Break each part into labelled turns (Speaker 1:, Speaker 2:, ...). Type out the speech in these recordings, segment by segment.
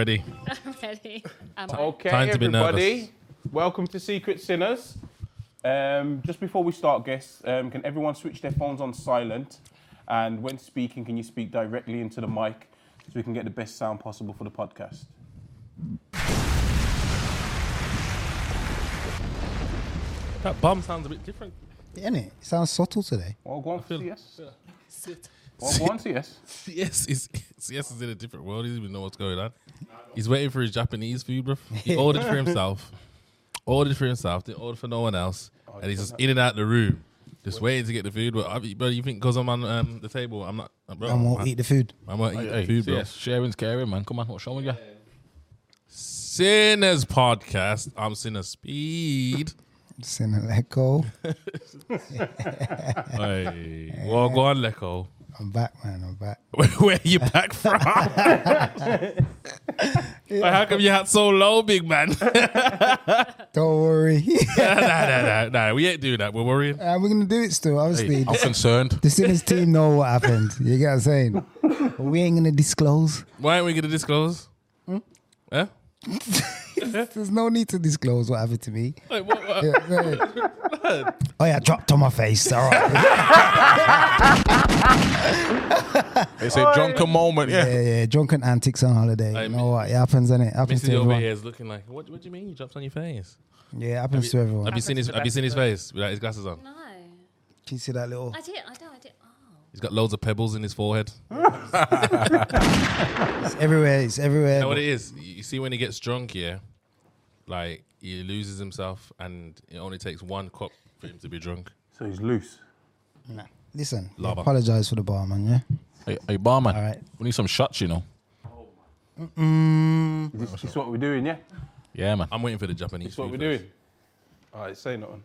Speaker 1: Ready?
Speaker 2: I'm ready. I'm
Speaker 3: Okay,
Speaker 1: Time to be nervous.
Speaker 3: everybody, welcome to Secret Sinners. Um, just before we start, guests, um, can everyone switch their phones on silent? And when speaking, can you speak directly into the mic so we can get the best sound possible for the podcast?
Speaker 1: That bomb sounds a bit different.
Speaker 4: Isn't it? It sounds subtle today.
Speaker 1: Oh,
Speaker 3: Well, go on, CS. Well,
Speaker 1: Sit.
Speaker 3: go on, CS.
Speaker 1: Yes, is yes is in a different world. He doesn't even know what's going on. He's waiting for his Japanese food, bro. He ordered for himself. Ordered for himself. Didn't order for no one else. and he's just in and out the room, just waiting to get the food. But I, bro, you think because I'm on um, the table, I'm not. Bro,
Speaker 4: I won't
Speaker 1: I'm,
Speaker 4: eat the food.
Speaker 1: I'm not eating
Speaker 5: Hey,
Speaker 1: food, bro.
Speaker 5: yes, sharing's caring, man. Come on, what's wrong with you?
Speaker 1: Sinners podcast. I'm Sinner Speed.
Speaker 4: Just in a let go.
Speaker 1: hey, well, go on, Leko.
Speaker 4: I'm back, man. I'm back.
Speaker 1: Where, where are you back from? Like, how come you had so low, big man?
Speaker 4: Don't worry.
Speaker 1: nah, nah, nah, nah. We ain't doing that. We're worrying.
Speaker 4: Uh, We're going to do it still, obviously.
Speaker 5: Hey, I'm concerned.
Speaker 4: The Sinners team know what happened. You get what I'm saying? But we ain't going to disclose.
Speaker 1: Why aren't we going to disclose? Huh?
Speaker 4: There's no need to disclose what happened to me.
Speaker 1: Like, what, what?
Speaker 4: You know what I'm saying? oh, yeah, dropped on my face. All right.
Speaker 5: It's a drunken moment. Yeah.
Speaker 4: yeah, yeah, drunken antics on holiday.
Speaker 1: Hey,
Speaker 4: you know what? It happens, innit? It happens
Speaker 1: Mrs.
Speaker 4: to
Speaker 1: over
Speaker 4: everyone.
Speaker 1: here is looking like, what, what do you mean you dropped on your face?
Speaker 4: Yeah, it happens to everyone.
Speaker 1: Have you seen his, have you seen his face without his glasses on?
Speaker 2: No,
Speaker 4: Can you see that little?
Speaker 2: I did. I don't. I did. Oh,
Speaker 1: He's got loads of pebbles in his forehead. You
Speaker 4: It's everywhere. It's everywhere.
Speaker 1: know what it is? You see when he gets drunk, yeah? Like, he loses himself and it only takes one cup for him to be drunk.
Speaker 3: So he's loose.
Speaker 4: Nah. Listen, I
Speaker 1: Lava.
Speaker 4: apologize for the bar, man, yeah?
Speaker 5: Hey, hey, barman.
Speaker 4: All right.
Speaker 5: We need some shots, you know.
Speaker 3: This, this is what we're doing, yeah?
Speaker 5: Yeah, man.
Speaker 1: I'm waiting for the Japanese
Speaker 3: This is what
Speaker 1: food
Speaker 3: we're
Speaker 1: first.
Speaker 3: doing. All right, say nothing.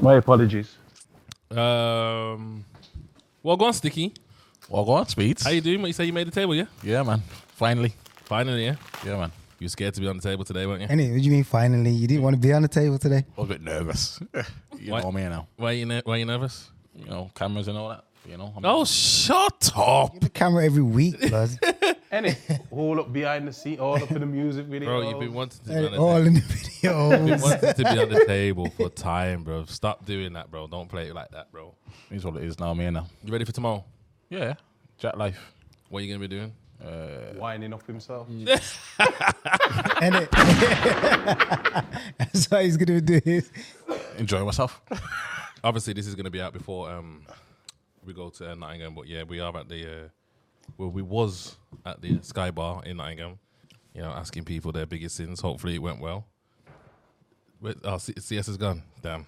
Speaker 3: My apologies.
Speaker 1: Um, well, go on, Sticky.
Speaker 5: Well, go on, speeds.
Speaker 1: How you doing? What you say you made the table, yeah?
Speaker 5: Yeah, man. Finally.
Speaker 1: Finally, yeah?
Speaker 5: Yeah, man.
Speaker 1: You were scared to be on the table today, weren't you?
Speaker 4: Anyway, what do you mean finally? You didn't want to be on the table today?
Speaker 5: I was a bit nervous. you
Speaker 1: What?
Speaker 5: know me now.
Speaker 1: Why you, ner- why you nervous?
Speaker 5: You know, cameras and all that. You know. I'm
Speaker 1: Oh, shut up.
Speaker 4: the camera every week, blood.
Speaker 3: Any? all up behind the seat, all up in the music video.
Speaker 1: Bro, you've been wanting to be on the
Speaker 4: all
Speaker 1: table.
Speaker 4: in the
Speaker 1: Been
Speaker 4: videos.
Speaker 1: wanting to be on the table for time, bro. Stop doing that, bro. Don't play it like that, bro.
Speaker 5: It's what it is now, me now.
Speaker 1: You ready for tomorrow?
Speaker 5: Yeah. Jack life. Uh,
Speaker 1: What are you going to be doing?
Speaker 3: whining up himself.
Speaker 1: Mm.
Speaker 4: and it, that's how he's gonna do this.
Speaker 5: Enjoy myself.
Speaker 1: Obviously, this is going to be out before um, we go to uh, Nottingham, but yeah, we are at the, uh, well, we was at the Sky Bar in Nottingham, you know, asking people their biggest sins. Hopefully, it went well. Wait, oh, C- CS is gone. Damn.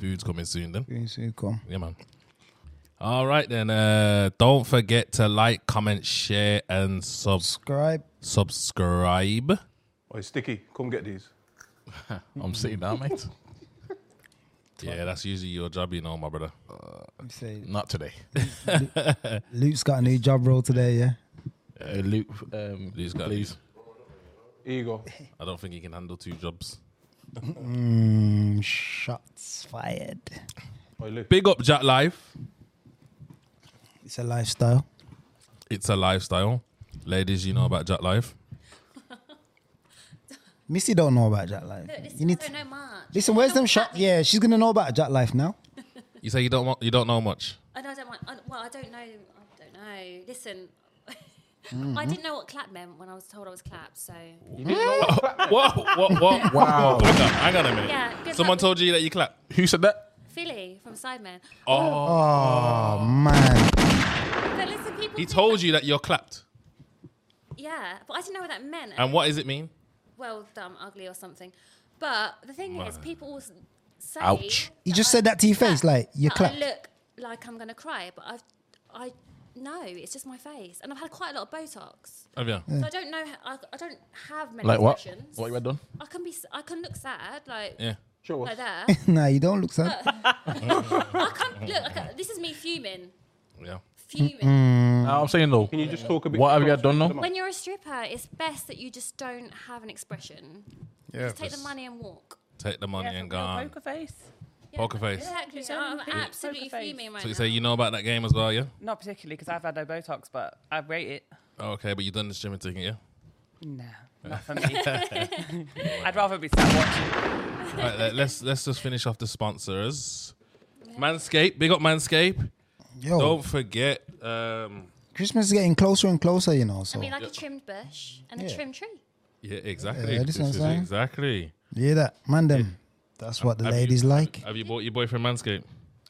Speaker 1: Food's coming soon then.
Speaker 4: Come.
Speaker 1: Yeah, man. All right then. Uh, don't forget to like, comment, share, and sub
Speaker 4: Subscribe.
Speaker 1: subscribe.
Speaker 3: Oh, Sticky, come get these.
Speaker 5: I'm sitting down, mate.
Speaker 1: Yeah, that's usually your job, you know, my brother.
Speaker 4: Say,
Speaker 5: Not today.
Speaker 4: Luke's got a new job role today, yeah.
Speaker 5: Uh, Luke, um,
Speaker 1: Luke's got a
Speaker 5: please.
Speaker 3: Here you go.
Speaker 1: I don't think he can handle two jobs.
Speaker 4: Mm, shots fired.
Speaker 3: Oi, Luke.
Speaker 1: Big up Jack Life.
Speaker 4: It's a lifestyle.
Speaker 1: It's a lifestyle. Ladies, you know about Jack Life.
Speaker 4: Missy don't know about Jack Life.
Speaker 2: look, this
Speaker 4: You need
Speaker 2: I
Speaker 4: to,
Speaker 2: don't know much.
Speaker 4: listen.
Speaker 2: I
Speaker 4: Where's
Speaker 2: don't
Speaker 4: them
Speaker 2: want
Speaker 4: shots?
Speaker 2: that big-
Speaker 4: Yeah, she's gonna know about Jack Life now.
Speaker 1: You say you don't want, you don't know much.
Speaker 2: I know. I don't want. I, well, I don't know. I don't know. Listen, I
Speaker 4: Mm-hmm.
Speaker 2: didn't know what clap meant when I was told I was clapped. So
Speaker 1: Whoa, whoa, whoa, wow! Hang on, hang on a minute.
Speaker 2: Yeah, good
Speaker 1: Someone
Speaker 2: luck.
Speaker 1: told you that you clap.
Speaker 5: Who said that?
Speaker 2: Philly from Sidemen.
Speaker 1: Oh,
Speaker 4: Oh man,
Speaker 2: But listen,
Speaker 1: he
Speaker 2: people. think
Speaker 1: told
Speaker 2: that-
Speaker 1: you that you're clapped.
Speaker 2: Yeah, but I didn't know what that meant.
Speaker 5: Uh.
Speaker 1: And what does it mean?
Speaker 2: well, dumb, ugly, or something. But the thing is,
Speaker 1: Man.
Speaker 2: people always say.
Speaker 5: Ouch.
Speaker 4: you
Speaker 2: that
Speaker 4: just
Speaker 2: I
Speaker 4: said that to your face,
Speaker 2: clap,
Speaker 4: like you
Speaker 2: that
Speaker 4: clapped.
Speaker 2: I look like I'm gonna cry, but I've, I, no, it's just my face, and I've had quite a lot of Botox.
Speaker 1: Oh, yeah.
Speaker 2: So I don't know. how- I, I don't have many
Speaker 5: Like what?
Speaker 2: expressions.
Speaker 5: What you had done?
Speaker 2: I can be. s- I can look sad, like
Speaker 1: Yeah.
Speaker 3: Show us.
Speaker 2: like that.
Speaker 4: nah, you don't look sad.
Speaker 2: I can't look. I can't, this is me fuming,
Speaker 1: Yeah.
Speaker 2: fuming.
Speaker 5: No, I'm saying though.
Speaker 3: Can you just talk a bit?
Speaker 5: What have you
Speaker 3: closer
Speaker 5: done
Speaker 3: to
Speaker 5: now?
Speaker 3: the mic?
Speaker 2: When you're a stripper, it's best that you just don't have an expression.
Speaker 1: Yeah.
Speaker 2: Just take the money and walk.
Speaker 1: Take the money and go.
Speaker 6: Real
Speaker 1: on.
Speaker 6: Poker face.
Speaker 2: Yeah,
Speaker 1: Poker face.
Speaker 2: Exactly.
Speaker 6: Yeah,
Speaker 2: I'm
Speaker 6: poker
Speaker 2: absolutely
Speaker 6: face.
Speaker 2: fuming right
Speaker 1: So you
Speaker 2: now.
Speaker 1: say you know about that game as well, yeah?
Speaker 6: Not particularly because I've had no Botox, but I rate it.
Speaker 1: Oh, okay, but you done the streaming ticket, yeah?
Speaker 6: Nah, not for me. I'd rather be sat watching.
Speaker 1: Right, let- let's let's just finish off the sponsors. Manscaped, big up Manscaped.
Speaker 4: Yo,
Speaker 1: Don't forget, um,
Speaker 4: Christmas is getting closer and closer, you know.
Speaker 2: I
Speaker 4: So
Speaker 2: mean, like a trimmed bush and a
Speaker 4: Yeah.
Speaker 2: trimmed tree.
Speaker 1: yeah, exactly.
Speaker 4: Yeah, this
Speaker 1: This
Speaker 4: one's
Speaker 1: is
Speaker 4: fine.
Speaker 1: exactly.
Speaker 4: you hear that, man? Them. That's what the
Speaker 1: Have you-
Speaker 4: ladies like.
Speaker 1: Have you bought your boyfriend Manscaped?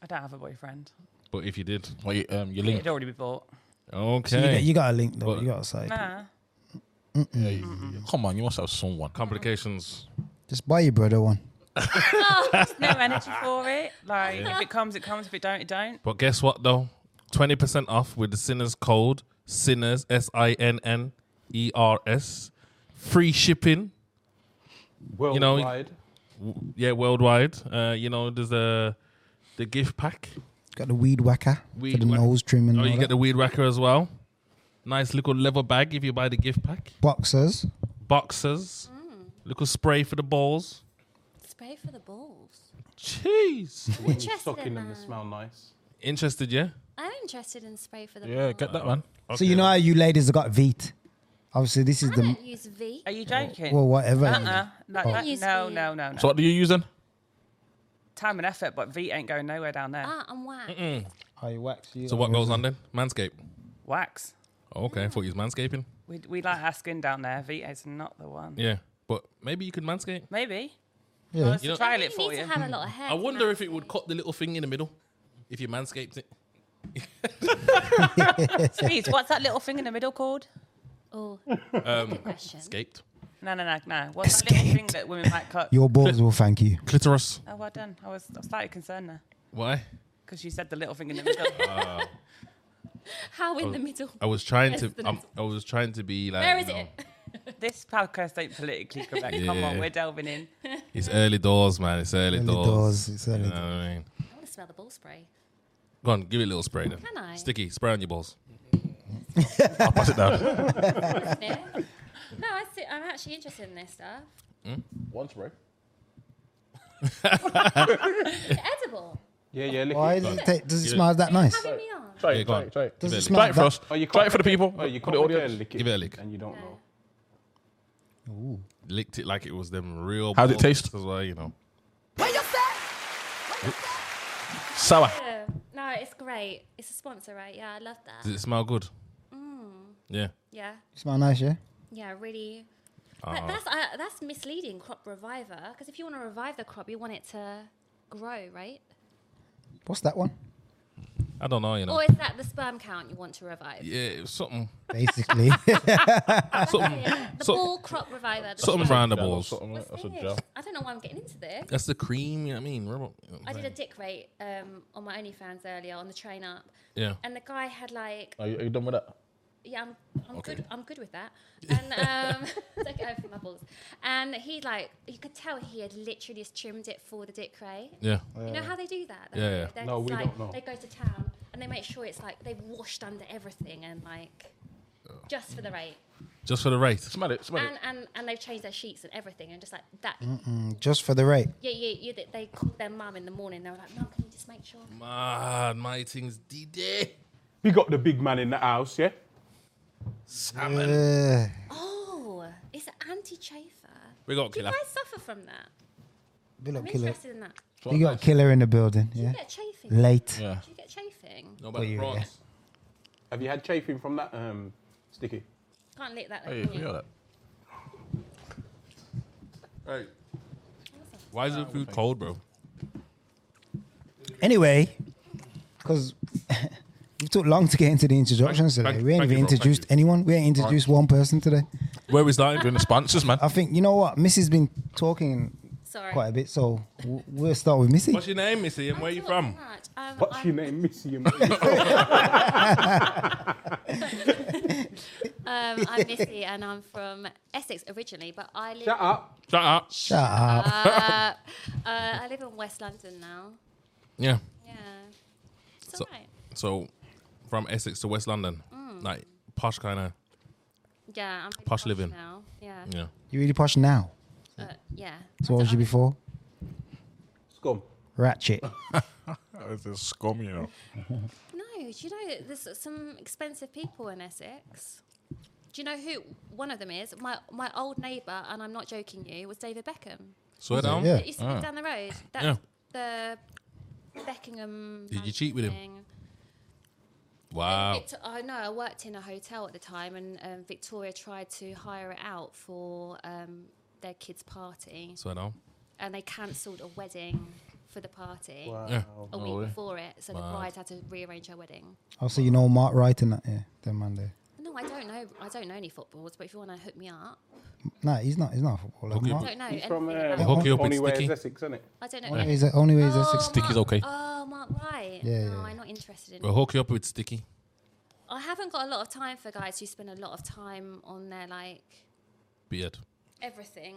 Speaker 6: I don't have a boyfriend.
Speaker 1: But if you did,
Speaker 5: Well, you, um, you link.
Speaker 6: It'd already be bought.
Speaker 1: okay.
Speaker 4: So you, got, you got a link though.
Speaker 1: But-
Speaker 4: you got a site.
Speaker 6: Nah.
Speaker 5: Yeah, you- Come on, you must have someone.
Speaker 1: Complications.
Speaker 4: Just buy your brother one.
Speaker 6: No energy for it. Like if it comes, it comes. If it don't, it don't.
Speaker 1: But guess what though? Twenty percent off with the sinners code sinners S I N N E R S. Free shipping.
Speaker 3: Worldwide.
Speaker 1: know, W- Yeah, worldwide. Uh, you know, there's a the gift pack.
Speaker 4: Got the weed whacker for
Speaker 1: Weed
Speaker 4: the
Speaker 1: whack-
Speaker 4: nose trim and
Speaker 1: Oh,
Speaker 4: all
Speaker 1: you
Speaker 4: that.
Speaker 1: get the weed whacker as well. Nice little leather bag if you buy the gift pack.
Speaker 4: boxers.
Speaker 1: Boxers.
Speaker 2: Mm.
Speaker 1: Little spray for the balls.
Speaker 2: Spray for the balls.
Speaker 1: Jeez.
Speaker 2: I'm interested
Speaker 3: Sucking
Speaker 2: in
Speaker 3: them, they
Speaker 2: that.
Speaker 3: smell nice.
Speaker 1: Interested, yeah?
Speaker 2: I'm interested in spray for the
Speaker 5: Yeah,
Speaker 2: balls.
Speaker 5: get that one.
Speaker 4: So you know how you ladies have got Veet. Obviously, this is
Speaker 2: I
Speaker 4: the
Speaker 2: don't use V.
Speaker 6: Are you joking?
Speaker 4: well, whatever.
Speaker 6: uh-uh. That,
Speaker 4: Oh.
Speaker 6: that,
Speaker 2: Use
Speaker 6: no,
Speaker 2: V.
Speaker 6: no, no, no.
Speaker 5: So what are you using?
Speaker 6: Time and effort, but V ain't going nowhere down there.
Speaker 2: Ah, I'm whack.
Speaker 4: How you wax? You
Speaker 1: So what goes on then? Manscape.
Speaker 6: Wax.
Speaker 1: Okay, I thought you was manscaping.
Speaker 6: We, we like our skin down there. V is not the one.
Speaker 1: Yeah. But maybe you could manscape.
Speaker 6: Maybe.
Speaker 4: Yeah.
Speaker 6: Well, it's
Speaker 1: You know-
Speaker 6: a trial
Speaker 2: You
Speaker 6: it for
Speaker 2: need
Speaker 6: you.
Speaker 2: to have a lot of hair.
Speaker 1: I
Speaker 2: to
Speaker 1: wonder if
Speaker 2: manscape.
Speaker 1: it would cut the little thing in the middle if you manscaped it.
Speaker 6: Please, what's that little thing in the middle called?
Speaker 2: Oh,
Speaker 1: Um,
Speaker 2: good question.
Speaker 1: Escaped.
Speaker 6: No, no, no, no. What's that little thing that women might cut?
Speaker 4: Your balls will thank you.
Speaker 1: Clitoris.
Speaker 6: Oh, well done. I was, I was slightly concerned there
Speaker 1: Why?
Speaker 6: because you said the little thing in the middle.
Speaker 2: How in the middle?
Speaker 1: oh. I was trying to.
Speaker 2: Yes, the
Speaker 1: I'm,
Speaker 2: middle.
Speaker 1: I was trying to be like.
Speaker 2: Where
Speaker 1: you
Speaker 2: is it?
Speaker 1: know,
Speaker 6: this podcast ain't politically correct. Come on,
Speaker 1: Yeah.
Speaker 6: we're delving in.
Speaker 1: It's early doors, man. It's early,
Speaker 4: Early
Speaker 1: doors.
Speaker 4: doors, it's early
Speaker 1: You know what I mean?
Speaker 2: I want to smell the ball spray.
Speaker 1: Go on, give it a little spray then.
Speaker 2: Can I?
Speaker 1: Sticky, spray on your balls.
Speaker 5: I'll pass it down.
Speaker 2: Yeah. no, I see, I'm actually interested in this stuff.
Speaker 3: One spray.
Speaker 2: Is it edible?
Speaker 3: Yeah, yeah. Lick
Speaker 4: Why
Speaker 3: it.
Speaker 4: does it, ta- does it
Speaker 1: Yeah.
Speaker 4: smell that nice?
Speaker 2: Having me on.
Speaker 3: Try
Speaker 1: Yeah,
Speaker 3: it.
Speaker 1: go
Speaker 3: Try
Speaker 1: on.
Speaker 3: it. Try it.
Speaker 4: Does it
Speaker 1: it
Speaker 4: smell
Speaker 5: Try it for
Speaker 4: that?
Speaker 5: us. Try it for the people.
Speaker 3: Oh, you
Speaker 5: for
Speaker 3: can't lick it
Speaker 5: the
Speaker 3: and
Speaker 5: audience.
Speaker 3: lick it.
Speaker 1: Give it a lick.
Speaker 3: And you don't know.
Speaker 1: Licked it like it was them real.
Speaker 5: How'd it
Speaker 1: balls
Speaker 5: taste?
Speaker 1: As well, you know.
Speaker 5: Sour.
Speaker 2: Yeah. No, it's great. It's a sponsor, right? Yeah, I love that.
Speaker 1: Does it smell good?
Speaker 2: Mm.
Speaker 1: Yeah.
Speaker 2: Yeah,
Speaker 4: Smell nice, yeah.
Speaker 2: yeah, really.
Speaker 1: Ah.
Speaker 2: But that's uh, that's misleading crop reviver because if you want to revive the crop, you want it to grow, right?
Speaker 4: What's that one?
Speaker 1: I don't know, you know.
Speaker 2: Or is that the sperm count you want to revive?
Speaker 1: yeah, it was something.
Speaker 4: Basically,
Speaker 1: Something.
Speaker 2: Yeah, The
Speaker 1: So-
Speaker 2: ball crop reviver. the
Speaker 1: something
Speaker 2: sperm-
Speaker 1: around the balls.
Speaker 2: What's this? I don't know why I'm getting into this.
Speaker 1: That's the cream. You know what I mean? Remember-
Speaker 2: I did a dick rate um, on my OnlyFans earlier on the train up,
Speaker 1: Yeah.
Speaker 2: and the guy had like,
Speaker 5: Are you, are you done with that?
Speaker 2: yeah, I'm, I'm good, I'm good with that, and um, take it over for my balls, and he like, you could tell he had literally just trimmed it for the dick rate.
Speaker 1: Yeah.
Speaker 2: You know how they do that?
Speaker 1: Yeah, yeah.
Speaker 2: They're
Speaker 3: No,
Speaker 2: just
Speaker 3: we
Speaker 2: like,
Speaker 3: don't know.
Speaker 2: They go to town and they make sure it's like they've washed under everything and like
Speaker 1: Oh.
Speaker 2: just for the rate,
Speaker 1: Just for the rate.
Speaker 5: Smell it. Smell it.
Speaker 2: and and and they've changed their sheets and everything and just like that.
Speaker 3: Mm.
Speaker 4: just for the rate.
Speaker 2: Yeah, yeah, yeah. They, they called their mum in the morning. They were like, "Mum, can you just make sure?"
Speaker 1: Mm. Man, my thing's DD.
Speaker 3: Big up the big man in the house, yeah?
Speaker 1: Salmon.
Speaker 4: Uh,
Speaker 2: Oh, it's an anti-chafer.
Speaker 1: We got
Speaker 2: Do you
Speaker 1: killer.
Speaker 2: guys suffer from that?
Speaker 4: you
Speaker 2: I'm
Speaker 4: got killer.
Speaker 2: interested in that. Do
Speaker 4: You got killer in the building, yeah.
Speaker 2: you get chafing?
Speaker 4: Late.
Speaker 5: Yeah.
Speaker 2: Do you get chafing?
Speaker 1: No,
Speaker 4: Oh,
Speaker 1: but
Speaker 4: yeah,
Speaker 1: prawns.
Speaker 3: Have you had chafing from that um, sticky?
Speaker 2: Can't lick that. Though,
Speaker 5: Hey,
Speaker 2: can
Speaker 5: you
Speaker 2: you?
Speaker 5: got that?
Speaker 1: Hey. Why is the food cold, bro?
Speaker 4: Anyway, because we took long to get into the introductions today.
Speaker 1: thank-
Speaker 4: we ain't
Speaker 1: thank you,
Speaker 4: even
Speaker 1: bro, thank
Speaker 4: introduced
Speaker 1: you.
Speaker 4: anyone. We ain't introduced one person today.
Speaker 5: Where we starting? Doing the sponsors, man.
Speaker 4: I think you know what Missy's been talking
Speaker 2: Sorry.
Speaker 4: quite a bit, so w- we'll start with Missy.
Speaker 1: What's your name, Missy, and
Speaker 2: I
Speaker 1: where you
Speaker 2: talk
Speaker 1: from?
Speaker 2: too much. Um,
Speaker 3: What's
Speaker 2: I'm-
Speaker 3: your name, Missy?
Speaker 2: Um, I'm Missy and I'm from Essex originally, but I live.
Speaker 3: Shut up.
Speaker 1: Shut up.
Speaker 4: Shut up.
Speaker 2: Uh, uh, I live in West London now.
Speaker 1: Yeah.
Speaker 2: Yeah, it's
Speaker 1: So-
Speaker 2: alright.
Speaker 1: So, from Essex to West London,
Speaker 2: Mm.
Speaker 1: like posh kind of.
Speaker 2: Yeah, I'm pretty
Speaker 1: Posh living.
Speaker 2: now. Yeah,
Speaker 1: Yeah.
Speaker 4: You really posh now.
Speaker 2: uh, yeah.
Speaker 4: So what was you before?
Speaker 3: Scum.
Speaker 4: Ratchet.
Speaker 5: It's a scum, you know.
Speaker 2: No, do you know there's some expensive people in Essex? Do you know who one of them is? My my old neighbour, and I'm not joking you, was David Beckham.
Speaker 1: Swear down.
Speaker 4: Yeah.
Speaker 2: That used to
Speaker 1: Ah.
Speaker 2: live down the road. That's the Beckingham.
Speaker 1: Did you cheat with him?
Speaker 2: Mansion thing.
Speaker 3: Oh.
Speaker 1: Wow.
Speaker 2: Victor- I know. I worked in a hotel at the time, and um, Victoria tried to hire it out for um, their kids' party,
Speaker 1: Swear down.
Speaker 2: and they cancelled a wedding for the party
Speaker 1: Yeah.
Speaker 2: a week before it, so the
Speaker 1: Wow.
Speaker 2: bride had to rearrange her wedding.
Speaker 4: Also, you know Mark Wright and that, yeah, that man there.
Speaker 2: No, I don't know. I don't know any footballers, but if you want to hook me up,
Speaker 4: Nah, he's not. He's not a footballer.
Speaker 1: Okay,
Speaker 2: I
Speaker 4: Mark,
Speaker 2: don't know.
Speaker 3: He's
Speaker 2: anything
Speaker 3: from uh,
Speaker 2: about-
Speaker 1: Well, hook you up,
Speaker 3: only
Speaker 1: it's
Speaker 3: way
Speaker 1: sticky.
Speaker 3: is Essex, isn't it?
Speaker 2: I don't know.
Speaker 4: only way is that. Only way is Essex.
Speaker 1: Sticky's
Speaker 2: Mark-
Speaker 1: okay.
Speaker 2: Oh, Mark Wright.
Speaker 4: Yeah,
Speaker 2: no,
Speaker 4: yeah,
Speaker 2: I'm not interested in.
Speaker 1: We'll hook you up with Sticky.
Speaker 2: I haven't got a lot of time for guys who spend a lot of time on their like
Speaker 1: Beard.
Speaker 2: everything.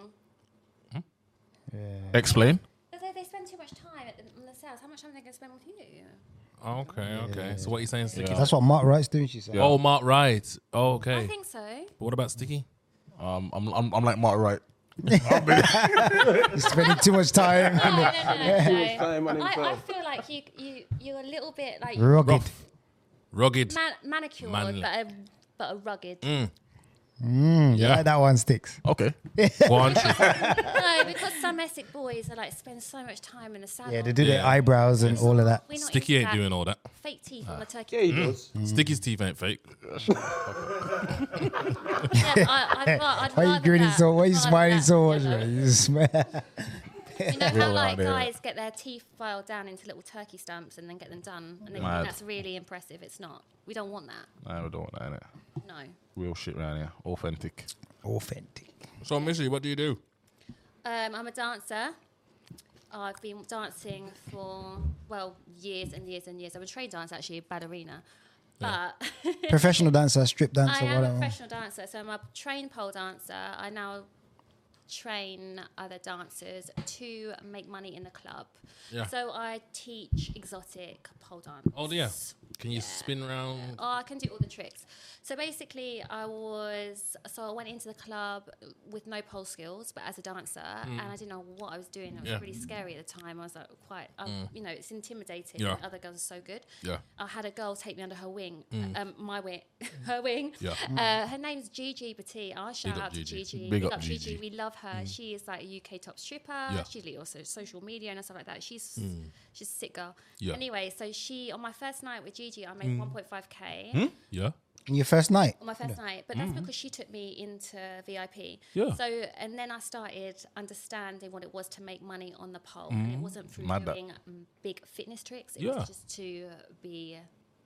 Speaker 4: Yeah.
Speaker 5: Explain.
Speaker 2: But They, they spend too much time at the- on themselves. How much time are they going to spend with you?
Speaker 1: Okay, okay. So what are you saying, Sticky?
Speaker 4: That's what Mark Wright's doing. She said.
Speaker 1: Oh, Mark Wright. Oh,
Speaker 2: I
Speaker 1: okay.
Speaker 2: think so.
Speaker 1: But what about Sticky?
Speaker 5: Um, I'm, I'm, I'm like Mark Wright.
Speaker 4: He's spending too much time.
Speaker 2: No, no, no, no,
Speaker 3: Time on
Speaker 2: no. I, I
Speaker 3: himself.
Speaker 2: feel like you, you, you're a little bit like
Speaker 4: Rugged.
Speaker 1: Rough. Rugged.
Speaker 2: man, manicured,
Speaker 1: Manly.
Speaker 2: but a, but a rugged.
Speaker 4: Mm. Yeah, that one sticks.
Speaker 5: Okay.
Speaker 1: Go on, Chief.
Speaker 2: No, because some Essex boys are like spend so much time in the salon.
Speaker 4: Yeah, they do their
Speaker 1: Yeah.
Speaker 4: eyebrows and all of that.
Speaker 2: We're not
Speaker 1: Sticky
Speaker 2: into
Speaker 1: ain't
Speaker 2: that.
Speaker 1: doing all that.
Speaker 2: fake teeth on the turkey.
Speaker 3: Yeah, he
Speaker 1: Mm.
Speaker 3: does.
Speaker 4: Mm.
Speaker 1: Sticky's teeth ain't fake.
Speaker 2: Yeah, I, I'd, ra- I'd
Speaker 4: Why are you
Speaker 2: rather
Speaker 4: grinning
Speaker 2: that.
Speaker 4: so? Why are you
Speaker 2: Rather
Speaker 4: smiling
Speaker 2: that,
Speaker 4: so much?
Speaker 2: you know.
Speaker 4: man? You just smile.
Speaker 2: You know how
Speaker 5: Real
Speaker 2: like
Speaker 5: idea.
Speaker 2: guys get their teeth filed down into little turkey stumps and then get them done, and they think
Speaker 5: Mad.
Speaker 2: that's really impressive. It's not. We don't want that.
Speaker 5: No, we don't want that in it.
Speaker 2: No.
Speaker 5: Real shit round here. Authentic.
Speaker 4: Authentic.
Speaker 1: So, Missy, what do you do?
Speaker 2: Um, I'm a dancer. I've been dancing for well years and years and years. I'm a trained dancer actually, a ballerina, but.
Speaker 4: Professional dancer, strip
Speaker 2: I
Speaker 4: dancer,
Speaker 2: am a
Speaker 4: whatever.
Speaker 2: professional dancer, so I'm a trained pole dancer. I now train other dancers to make money in the club.
Speaker 1: Yeah.
Speaker 2: So I teach exotic pole dance.
Speaker 1: Oh, yeah. Can you spin round?
Speaker 2: Oh, I can do all the tricks. So basically, I was so I went into the club with no pole skills, but as a dancer, and I didn't know what I was doing. It was
Speaker 1: Mm. Yeah. Mm.
Speaker 2: really scary at the time. I was like, quite, um, you know, it's intimidating.
Speaker 1: Yeah.
Speaker 2: Other girls are so good.
Speaker 1: Yeah. Mm.
Speaker 2: I had a girl take me under her wing, um, my wing, her wing.
Speaker 1: Yeah.
Speaker 2: Uh, her name's Gigi Petit. I'll shout
Speaker 1: up
Speaker 2: out to
Speaker 1: Gigi.
Speaker 2: Gigi.
Speaker 5: Big up Gigi.
Speaker 2: We love her. She is like a UK top stripper.
Speaker 1: Mm. Yeah. Mm.
Speaker 2: She's like also social media and stuff like that. She's she's a sick girl.
Speaker 1: Yeah. Mm.
Speaker 2: Anyway, so she on my first night with Gigi, I made 1.5k
Speaker 1: Yeah.
Speaker 4: In your first night.
Speaker 2: on my first night, but that's because she took me into VIP.
Speaker 1: Mm-hmm. Yeah.
Speaker 2: So and then I started understanding what it was to make money on the pole. And it wasn't through
Speaker 5: Mad that.
Speaker 2: doing um, big fitness tricks. It
Speaker 1: Mm. Yeah.
Speaker 2: was just to be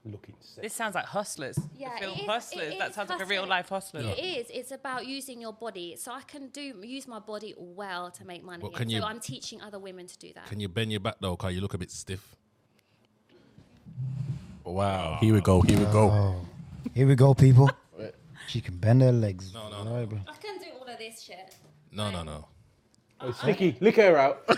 Speaker 3: Looking sick.
Speaker 6: This sounds like Hustlers.
Speaker 2: Yeah,
Speaker 6: the
Speaker 2: it
Speaker 6: film
Speaker 2: is-
Speaker 6: Hustlers.
Speaker 2: it
Speaker 6: that
Speaker 2: is
Speaker 6: sounds like a
Speaker 2: Hustler.
Speaker 6: real life Hustler.
Speaker 1: Oh.
Speaker 2: It is. It's about using your body. So I can do use my body well to make money.
Speaker 1: But can
Speaker 2: so
Speaker 1: you-
Speaker 2: I'm teaching other women to do that.
Speaker 1: Can you bend your back though? Cause you look a bit stiff.
Speaker 5: Wow. Here we go. Here we go.
Speaker 4: Here we go, people. She can bend her legs.
Speaker 1: No, no, no.
Speaker 4: Right, bro.
Speaker 2: I can do all of this shit.
Speaker 1: No, no, no.
Speaker 3: Oh, Sticky, lick her out.
Speaker 2: I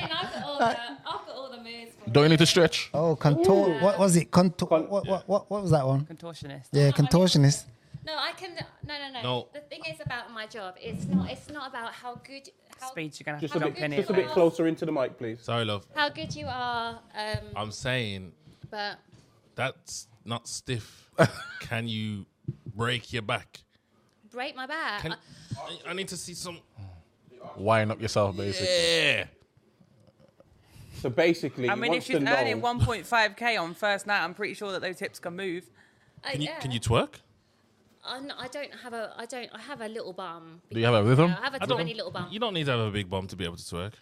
Speaker 2: mean, I've got all the, I've got all the moves. For
Speaker 5: Don't you need to stretch?
Speaker 4: Oh, contour. What was it? Contour.
Speaker 3: Con-
Speaker 4: what, what, what, what was that one?
Speaker 6: Contortionist.
Speaker 4: Yeah, contortionist.
Speaker 2: No, I can. No, no, no,
Speaker 1: No.
Speaker 2: The thing is about my job. It's not. It's not about how good. How,
Speaker 6: Speed, you're going to have
Speaker 3: Just
Speaker 6: to
Speaker 3: a
Speaker 6: jump
Speaker 3: bit,
Speaker 6: in
Speaker 3: just a
Speaker 6: it.
Speaker 3: bit closer into the mic, please.
Speaker 1: Sorry, love.
Speaker 2: How good you are. Um,
Speaker 1: I'm saying
Speaker 2: but
Speaker 1: that's not stiff. Can you break your back?
Speaker 2: break my back. Uh,
Speaker 1: Can I, I need to see some?
Speaker 5: Wind up yourself, basically.
Speaker 1: Yeah.
Speaker 3: So basically,
Speaker 6: I
Speaker 3: he
Speaker 6: mean, if
Speaker 3: wants
Speaker 6: she's
Speaker 3: to know.
Speaker 6: earning 1.5k on first night, I'm pretty sure that those hips can move.
Speaker 2: I,
Speaker 1: Can you
Speaker 2: yeah.
Speaker 1: can you twerk?
Speaker 2: I'm not- I don't have a. I don't. I have a little bum.
Speaker 5: Do you have a rhythm?
Speaker 2: I have a
Speaker 1: don't-
Speaker 2: tiny little bum.
Speaker 1: You don't need to have a big bum to be able to twerk.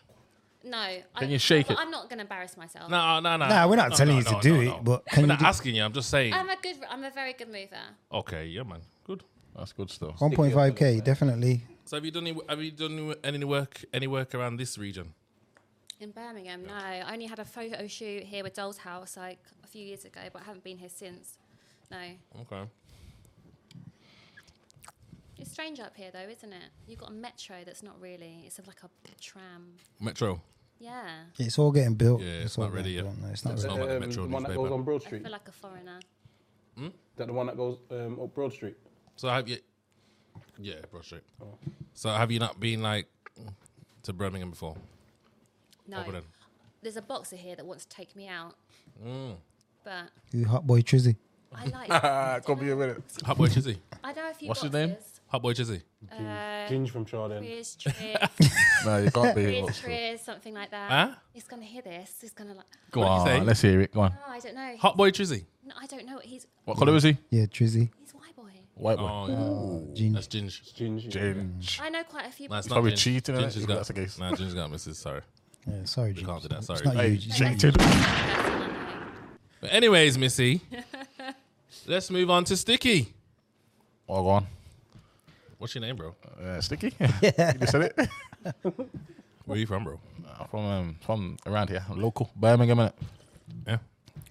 Speaker 2: No.
Speaker 5: Can you shake
Speaker 2: but
Speaker 5: it?
Speaker 2: I'm not going to embarrass myself.
Speaker 1: No, no, no.
Speaker 4: Nah, we're not
Speaker 1: No,
Speaker 4: telling
Speaker 1: no,
Speaker 4: you to
Speaker 1: no,
Speaker 4: do
Speaker 1: no,
Speaker 4: it,
Speaker 1: no.
Speaker 4: but
Speaker 1: we're
Speaker 4: can you
Speaker 1: not
Speaker 4: do
Speaker 1: asking you. I'm just saying.
Speaker 2: I'm a good. I'm a very good mover.
Speaker 1: okay, yeah, man, good.
Speaker 5: That's good stuff.
Speaker 4: 1.5k, definitely.
Speaker 1: So have you done any, have you done any work any work around this region?
Speaker 2: In Birmingham, no. I only had a photo shoot here with Doll's House like a few years ago, but I haven't been here since. No.
Speaker 1: Okay.
Speaker 2: It's strange up here though, isn't it? You've got a metro that's not really, it's like a tram.
Speaker 1: Metro.
Speaker 2: Yeah.
Speaker 4: It's all getting built.
Speaker 1: Yeah, it's
Speaker 4: all
Speaker 1: not ready
Speaker 4: getting
Speaker 1: yet.
Speaker 4: built, no, it's not
Speaker 1: It's
Speaker 4: ready.
Speaker 1: not like the
Speaker 3: Um,
Speaker 1: Metro
Speaker 3: the one that
Speaker 1: newspaper.
Speaker 3: goes on Broad
Speaker 2: I
Speaker 3: Street.
Speaker 2: feel like a foreigner.
Speaker 3: Is that the one that goes um, up Broad Street?
Speaker 1: So have you? Yeah, Broad Street. So have you not been like to Birmingham before?
Speaker 2: No.
Speaker 1: Over Oh, then.
Speaker 2: There's a boxer here that wants to take me out. But
Speaker 4: You hot boy Trizzy.
Speaker 2: I like.
Speaker 5: Could be a minute.
Speaker 1: Hot boy Chizzy.
Speaker 2: I know a few.
Speaker 5: What's his
Speaker 2: boxes.
Speaker 5: name?
Speaker 1: Hot boy Chizzy.
Speaker 2: Uh,
Speaker 3: Ginge from Chardin.
Speaker 2: Riz, Triz,
Speaker 5: No, you can't be.
Speaker 2: Riz,
Speaker 5: What's-
Speaker 2: Triz, something like that.
Speaker 1: Huh?
Speaker 2: He's gonna hear this. He's gonna like.
Speaker 5: Go
Speaker 1: What did you say?
Speaker 5: on, let's hear it. Go on.
Speaker 2: No, I don't know.
Speaker 1: Hot boy Chizzy.
Speaker 2: No, I don't know. what He's
Speaker 5: What colour is he?
Speaker 4: Yeah, Trizzy.
Speaker 2: he's white boy.
Speaker 5: White boy.
Speaker 1: Oh, yeah.
Speaker 4: Ginger.
Speaker 1: that's Ginge.
Speaker 3: Ginge.
Speaker 5: Ginge.
Speaker 2: I know quite a few.
Speaker 1: Nah, it's
Speaker 2: boxes.
Speaker 1: not
Speaker 5: Probably
Speaker 1: Ginge.
Speaker 5: cheating,
Speaker 1: Ginge
Speaker 5: innit,
Speaker 1: has
Speaker 5: if
Speaker 1: got,
Speaker 5: that's the case.
Speaker 1: Nah, Ginge's got misses. Sorry.
Speaker 4: Yeah, sorry, Ginger.
Speaker 1: can't do that,
Speaker 4: It's
Speaker 1: sorry.
Speaker 4: not
Speaker 5: Hey,
Speaker 4: you, Ginger.
Speaker 5: cheating.
Speaker 2: That's the one I know.
Speaker 1: But anyways, Missy, let's move on to Sticky.
Speaker 5: Oh, go on.
Speaker 1: What's your name, bro?
Speaker 5: Uh, sticky. you just said it.
Speaker 1: Where you from, bro?
Speaker 5: Uh, from um, from around here, local Birmingham. Innit?
Speaker 1: Yeah.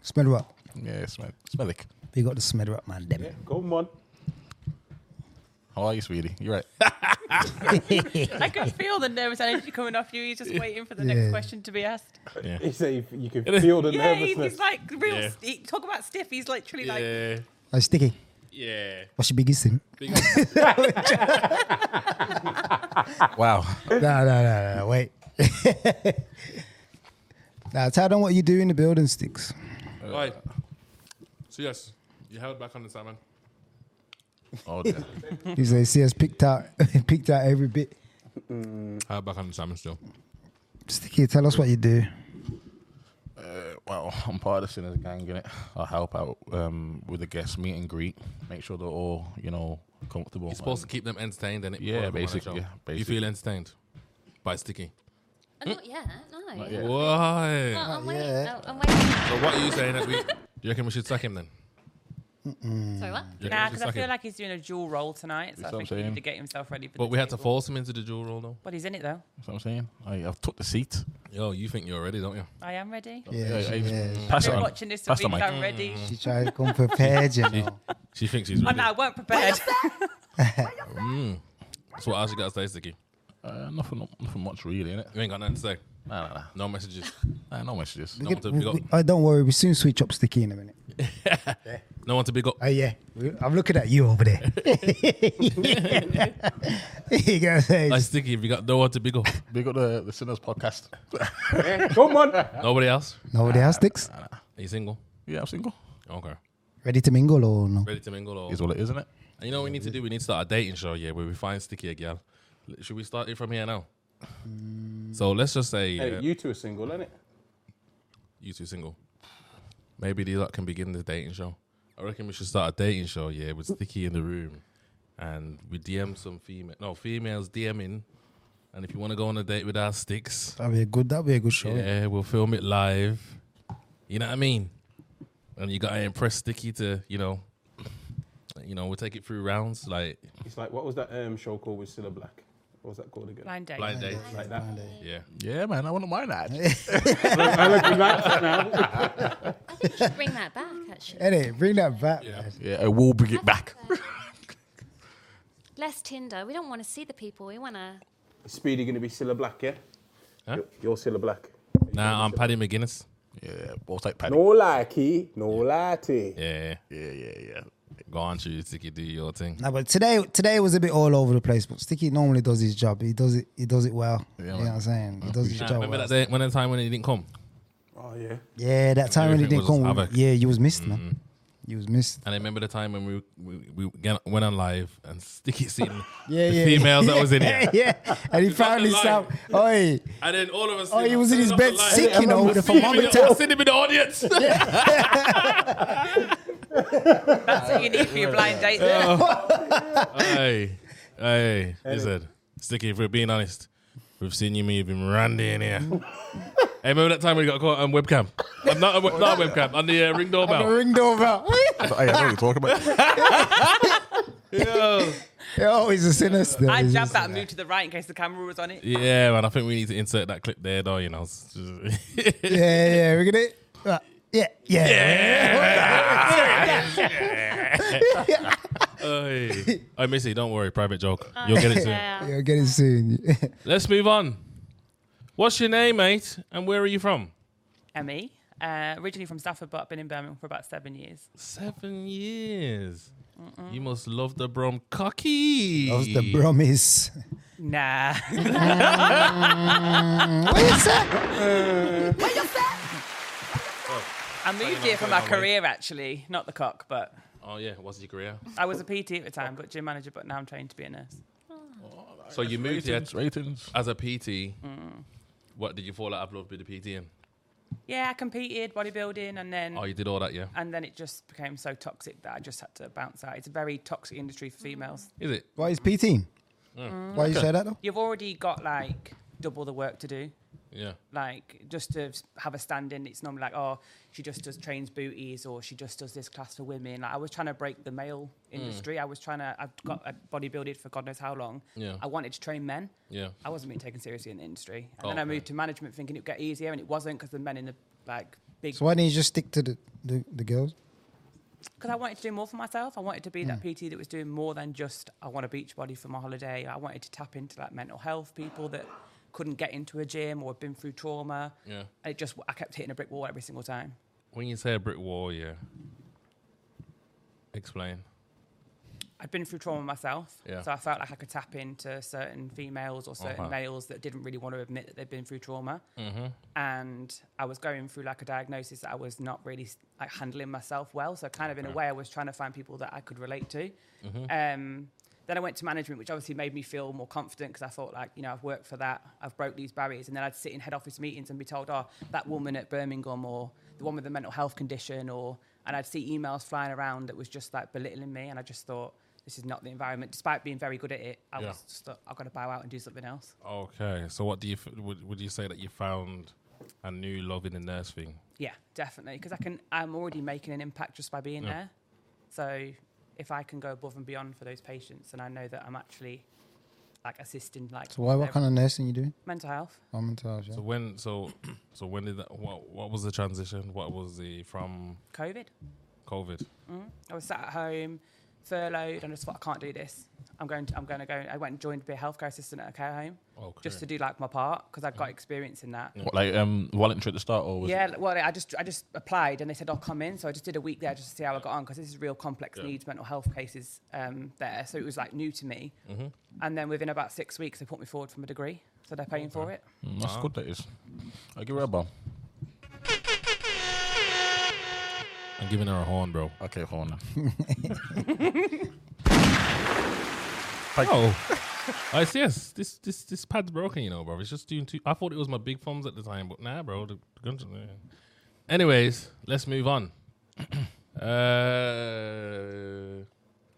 Speaker 4: Smell rap.
Speaker 5: Yeah, smell, smell like.
Speaker 4: We got the smell rap, man. Damn it.
Speaker 3: Go on.
Speaker 5: How are you, sweetie? You're right.
Speaker 6: I can feel the nervous energy coming off you. He's just waiting for the
Speaker 4: Yeah.
Speaker 6: next question to be asked.
Speaker 3: He said if you can feel the
Speaker 6: Yeah, he's,
Speaker 3: nervousness.
Speaker 6: he's like real.
Speaker 1: Yeah.
Speaker 6: He, talk about stiff. He's literally like,
Speaker 1: Yeah.
Speaker 4: Oh, Sticky.
Speaker 1: Yeah.
Speaker 4: What's your biggest sin?
Speaker 1: Big
Speaker 5: wow.
Speaker 4: no, no, no, no, no. Wait. now, tell them what you do in the building, Sticks.
Speaker 1: Right. So yes, you held back on the salmon.
Speaker 5: Oh, dear.
Speaker 4: You say, see us picked out, picked out every bit.
Speaker 1: Held back on the salmon still.
Speaker 4: Sticky, tell us what you do.
Speaker 5: well, I'm part of the sinners gang, innit? I help out um, with the guests, meet and greet, make sure they're all, you know, comfortable.
Speaker 1: You're supposed to keep them entertained, and it
Speaker 5: Yeah, basically, yeah,
Speaker 1: You
Speaker 5: basically.
Speaker 1: feel entertained by Sticky.
Speaker 2: Uh, Not yet. No. Not
Speaker 5: yet.
Speaker 1: Why?
Speaker 2: I'm waiting. Oh,
Speaker 4: yet.
Speaker 2: I'm waiting.
Speaker 1: So what are you saying that we? Do you reckon we should sack him then?
Speaker 2: Sorry, what?
Speaker 1: Do you reckon
Speaker 6: nah,
Speaker 1: we should
Speaker 6: because I
Speaker 1: sack
Speaker 6: feel
Speaker 1: him?
Speaker 6: like he's doing a dual role tonight. So
Speaker 5: That's
Speaker 6: I
Speaker 5: what
Speaker 6: think
Speaker 5: I'm
Speaker 6: he
Speaker 5: saying.
Speaker 6: need to get himself ready for.
Speaker 1: But
Speaker 6: the
Speaker 1: we had to
Speaker 6: table.
Speaker 1: force him into the dual role, though.
Speaker 6: But he's in it though.
Speaker 5: That's what I'm saying. I, I've took the seat.
Speaker 1: Yo, you think you're ready, don't you?
Speaker 6: I am ready.
Speaker 4: Yeah,
Speaker 5: Yeah,
Speaker 4: she,
Speaker 5: yeah.
Speaker 4: yeah.
Speaker 5: Pass it
Speaker 6: Been
Speaker 5: on.
Speaker 6: watching this for
Speaker 5: Pass the
Speaker 6: weeks.
Speaker 5: mic.
Speaker 6: I'm ready.
Speaker 1: Mm-hmm.
Speaker 4: she tried to come prepared, you know.
Speaker 1: She thinks she's
Speaker 6: And
Speaker 1: ready.
Speaker 6: I weren't prepared.
Speaker 1: That's what else you got to say, Sticky.
Speaker 5: Uh, nothing, nothing much really, innit?
Speaker 1: You ain't got nothing to say.
Speaker 5: Nah, nah, nah.
Speaker 1: No messages.
Speaker 5: nah no messages.
Speaker 1: No one to big up.
Speaker 4: I don't worry, we soon switch up Sticky in a minute.
Speaker 1: No one to big up.
Speaker 4: Oh yeah, I'm looking at you over there. you gotta say,
Speaker 1: Like Sticky, if you got no one to big up,
Speaker 5: Big up the, the sinners podcast.
Speaker 3: Go on.
Speaker 1: nobody else.
Speaker 4: nobody else sticks.
Speaker 1: Are you single?
Speaker 5: yeah, I'm single.
Speaker 1: Okay.
Speaker 4: Ready to mingle or no?
Speaker 1: Ready to mingle or?
Speaker 5: Is what it is, isn't it?
Speaker 1: And you know what we need to do? We need to start a dating show, yeah, where we find Sticky a girl. L- Should we start it from here now? So let's just say
Speaker 3: Hey,
Speaker 1: uh, you,
Speaker 3: you two are single, innit?
Speaker 1: two single. Maybe these lot can begin the dating show. I reckon we should start a dating show, yeah, with Sticky in the room, and we DM some female, no females DMing, and if you want to go on a date with our sticks,
Speaker 4: That'd be a good. That'd be a good show.
Speaker 1: yeah, we'll film it live. You know what I mean? And you gotta impress Sticky to, you know, you know, we'll take it through rounds, like
Speaker 3: It's like, what was that um, show called with Cilla Black? What was that called again?
Speaker 6: Blind date.
Speaker 1: blind date.
Speaker 3: Like that.
Speaker 1: Yeah.
Speaker 5: Yeah, man, I wouldn't mind that.
Speaker 3: I look relaxed now.
Speaker 2: I think you should bring that back, actually.
Speaker 4: Eddie, bring that back. man.
Speaker 5: yeah, I will bring it back.
Speaker 2: Less Tinder. We don't want to see the people. We want to.
Speaker 3: Speedy going to be Cilla Black, yeah?
Speaker 1: Huh?
Speaker 3: You're- You're Cilla Black.
Speaker 1: Nah, I'm Paddy McGuinness.
Speaker 5: Yeah, both like Paddy.
Speaker 3: No lie, Key. No lie, T.
Speaker 1: Yeah.
Speaker 5: Yeah, yeah, yeah.
Speaker 1: Go on, Chewy Sticky, do your thing.
Speaker 4: No, but today, today was a bit all over the place. But Sticky normally does his job. He does it. He does it well. you know
Speaker 5: man.
Speaker 4: what I'm saying? He does his
Speaker 1: Nah,
Speaker 4: job.
Speaker 1: remember
Speaker 4: well.
Speaker 1: that day, when the time when he didn't come?
Speaker 3: Oh, yeah.
Speaker 4: Yeah, that time when he
Speaker 1: Everything
Speaker 4: didn't
Speaker 1: was
Speaker 4: come.
Speaker 1: havoc. Mm-hmm.
Speaker 4: Yeah, you was missed, man. You was missed.
Speaker 1: And I remember the time when we we, we get- went on live and Sticky seen
Speaker 4: Yeah,
Speaker 1: the
Speaker 4: yeah.
Speaker 1: females that was in here.
Speaker 4: yeah, and he found
Speaker 1: wasn't
Speaker 4: himself. Oi,
Speaker 1: And then all of us.
Speaker 4: oh, he was in his bed sick, you know, with a thermometer.
Speaker 1: I seen him in the audience.
Speaker 6: That's what you need for your blind date. then.
Speaker 1: Oh, hey, hey, he said, Sticky, if we're being honest, we've seen you moving Randy in here. hey, remember that time we got caught on webcam? Um, not on, web- not on webcam, on the uh, ring
Speaker 4: The
Speaker 1: doorbell.
Speaker 4: ring doorbell.
Speaker 5: Hey, I know what you're talking about.
Speaker 1: Yo.
Speaker 4: oh, he's a sinister.
Speaker 6: I
Speaker 4: He's
Speaker 6: jabbed
Speaker 4: just-
Speaker 6: that move to the right in case the camera was on it.
Speaker 1: Yeah, man, I think we need to insert that clip there, though, you know.
Speaker 4: Yeah, yeah, we're gonna. Uh, yeah, yeah.
Speaker 1: Hey, oh, Missy, don't worry, private joke. You'll get it soon.
Speaker 2: Yeah.
Speaker 4: You'll get it soon.
Speaker 1: Let's move on. What's your name, mate? And where are you from?
Speaker 6: Emmy, uh, originally from Stafford, but I've been in Birmingham for about seven years.
Speaker 1: Seven years. You must love the Brom cocky.
Speaker 4: that was the promise.
Speaker 6: Nah.
Speaker 4: What is that?
Speaker 6: I I moved here for my career, actually, not the cock, but
Speaker 1: Oh yeah, what's your career?
Speaker 6: I was a PT at the time, but gym manager. But now I'm trained to be a nurse.
Speaker 1: So you moved here
Speaker 5: ratings, ratings.
Speaker 1: as a PT. What did you fall out of love with the PT in?
Speaker 6: Yeah, I competed bodybuilding, and then
Speaker 1: Oh, you did all that, yeah.
Speaker 6: and then it just became so toxic that I just had to bounce out. It's a very toxic industry for females.
Speaker 1: Is it?
Speaker 4: Why is PT?
Speaker 1: Mm.
Speaker 4: Why you say that though?
Speaker 6: You've already got like double the work to do.
Speaker 1: Yeah.
Speaker 6: Like just to s- have a stand in, it's normally like, oh, she just does trains booties or she just does this class for women. Like I was trying to break the male
Speaker 1: Mm.
Speaker 6: industry. I was trying to. I've got I bodybuilded for God knows how long.
Speaker 1: Yeah.
Speaker 6: I wanted to train men.
Speaker 1: Yeah.
Speaker 6: I wasn't being taken seriously in the industry, and
Speaker 1: Oh,
Speaker 6: then I
Speaker 1: okay.
Speaker 6: moved to management thinking it would get easier, and it wasn't because the men in the like big
Speaker 4: So why didn't you just stick to the, the, the girls?
Speaker 6: because I wanted to do more for myself. I wanted to be
Speaker 1: Hmm.
Speaker 6: that PT that was doing more than just I want a beach body for my holiday. I wanted to tap into like mental health people that couldn't get into a gym or had been through trauma.
Speaker 1: Yeah.
Speaker 6: And it just I kept hitting a brick wall every single time.
Speaker 1: When you say a brick wall, yeah. Explain.
Speaker 6: I'd been through trauma myself,
Speaker 1: Yeah.
Speaker 6: so I felt like I could tap into certain females or certain
Speaker 1: Uh-huh.
Speaker 6: males that didn't really want to admit that they'd been through trauma.
Speaker 1: Mm-hmm.
Speaker 6: and I was going through like a diagnosis that I was not really like handling myself well. So kind of in a
Speaker 1: Okay. Mm-hmm.
Speaker 6: way, I was trying to find people that I could relate to. Um, then I went to management, which obviously made me feel more confident because I thought like you know I've worked for that, I've broke these barriers, and then I'd sit in head office meetings and be told, oh, that woman at Birmingham or the one with the mental health condition, or and I'd see emails flying around that was just like belittling me, and I just thought. This is not the environment. Despite being very good at it, I
Speaker 1: Yeah.
Speaker 6: was just thought, I've got to bow out and do something else.
Speaker 1: Okay. So what do you f- would would you say that you found a new love in the nurse thing?
Speaker 6: Yeah, definitely. Because I can, I'm already making an impact just by being
Speaker 1: Yeah.
Speaker 6: there. So if I can go above and beyond for those patients, and I know that I'm actually like assisting, like
Speaker 4: So why what
Speaker 6: their
Speaker 4: kind of nursing you doing?
Speaker 6: mental health.
Speaker 4: I'm in charge, yeah.
Speaker 1: So when so so when did that what what was the transition? What was the from
Speaker 6: COVID.
Speaker 1: COVID?
Speaker 6: I was sat at home, furloughed, and I just thought I can't do this. I'm going. To, I'm going to go. I went and joined to be a healthcare assistant at a care home
Speaker 1: Okay.
Speaker 6: just to do like my part because I've got experience in that.
Speaker 5: What, like um, voluntary at the start, or was
Speaker 6: yeah,
Speaker 5: it?
Speaker 6: like, well, I just I just applied and they said I'll come in, so I just did a week there just to see how I got on because this is real complex
Speaker 1: Yeah.
Speaker 6: needs mental health cases um, there, so it was like new to me.
Speaker 1: Mm-hmm.
Speaker 6: And then within about six weeks, they put me forward from a degree, so they're paying for it.
Speaker 5: Mm, that's good. That is. I give her a bomb.
Speaker 1: I'm giving her a horn, bro.
Speaker 5: Okay, hold on.
Speaker 1: Oh. I see. Yes, this this this pad's broken, you know, bro. It's just doing two. I thought it was my big thumbs at the time, but nah, bro. The guns. yeah. Anyways, let's move on. uh,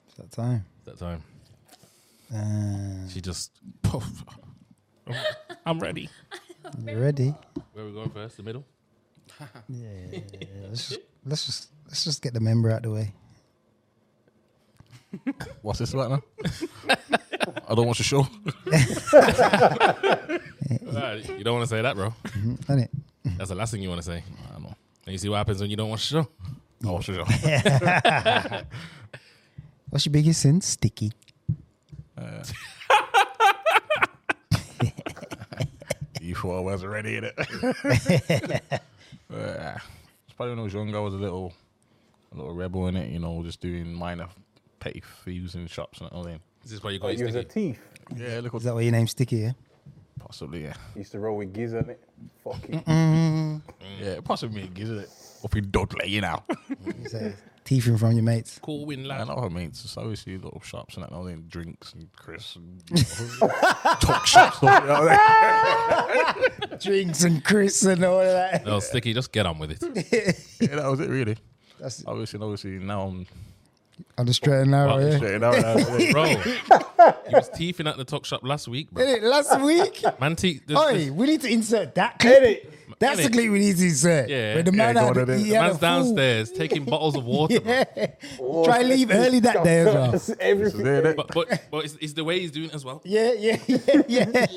Speaker 4: It's that time.
Speaker 1: that time
Speaker 4: Uh,
Speaker 1: she just poof. I'm ready.
Speaker 4: you ready?
Speaker 1: Where are we going first? The middle.
Speaker 4: Yeah. let's, just, let's just let's just get the member out the way.
Speaker 5: What's this about now? I don't watch the show.
Speaker 1: Ah, you don't want to say that, bro.
Speaker 4: Isn't it?
Speaker 1: That's the last thing you want to say.
Speaker 5: I know.
Speaker 1: And you see what happens when you don't watch the show.
Speaker 5: I watch the show.
Speaker 4: What's your biggest sin? Sticky.
Speaker 5: you thought I was ready in it. yeah. It's probably when I was younger, I was a little, a little rebel in it. You know, just doing minor petty thieves in shops and all that.
Speaker 1: This is why you
Speaker 3: Oh,
Speaker 1: got
Speaker 3: you
Speaker 1: your
Speaker 3: was a
Speaker 1: sticky.
Speaker 3: thief.
Speaker 5: Yeah, look
Speaker 4: Is that why your name's Sticky? Yeah.
Speaker 5: possibly yeah.
Speaker 3: Used to roll with Giz on it. Fuck it.
Speaker 5: Yeah, possibly gives it up in Dudley, you know.
Speaker 4: You say teething from your mates.
Speaker 1: Cool win,
Speaker 5: I
Speaker 1: lad.
Speaker 5: know what I mean. It's just obviously little shops and that, and all them drinks and crisps and talk shops. you know, like-
Speaker 4: Drinks and Chris and all of that.
Speaker 1: No, Oh, sticky. Just get on with it.
Speaker 5: yeah, that was it really.
Speaker 4: That's
Speaker 5: Obviously, and obviously now I'm
Speaker 4: on the straight and narrow.
Speaker 1: Well,
Speaker 4: Yeah.
Speaker 5: straight out. That's
Speaker 1: Bro, you was teething at the talk shop last week, bro.
Speaker 4: Did it last week?
Speaker 1: Man, te- this,
Speaker 4: Oi, we need to insert that clip. That's the
Speaker 1: Edit.
Speaker 4: clip we need to insert.
Speaker 1: Yeah.
Speaker 4: Where the man
Speaker 5: Yeah, go
Speaker 4: had,
Speaker 5: on, edit.
Speaker 4: he
Speaker 5: The
Speaker 4: had
Speaker 1: man's
Speaker 4: a fool.
Speaker 1: downstairs taking bottles of water. bro.
Speaker 4: Yeah. Try leave early that day as well.
Speaker 3: Everything.
Speaker 5: it. innit?
Speaker 1: But but, but it's, it's the way he's doing it as well.
Speaker 4: Yeah, yeah, yeah, yeah.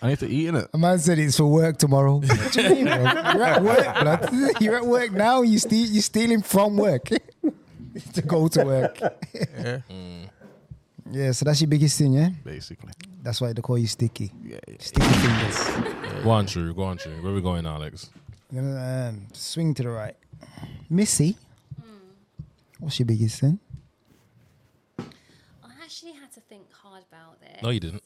Speaker 5: I need to eat in it.
Speaker 4: A man said it's for work tomorrow. What you mean, bro? You're at work, blood. You're at work now. You steal, you're stealing from work to go to work. Mm.
Speaker 5: Yeah,
Speaker 4: Yeah, so that's your biggest sin, yeah?
Speaker 5: basically.
Speaker 4: That's why they call you sticky.
Speaker 5: Yeah, yeah.
Speaker 4: Sticky fingers.
Speaker 1: Go on, True. Go on, True. Where we going, Alex?
Speaker 4: You're gonna, um, swing to the right. Missy,
Speaker 1: Mm.
Speaker 4: what's your biggest sin?
Speaker 2: I actually had to think hard about this.
Speaker 1: No, you didn't.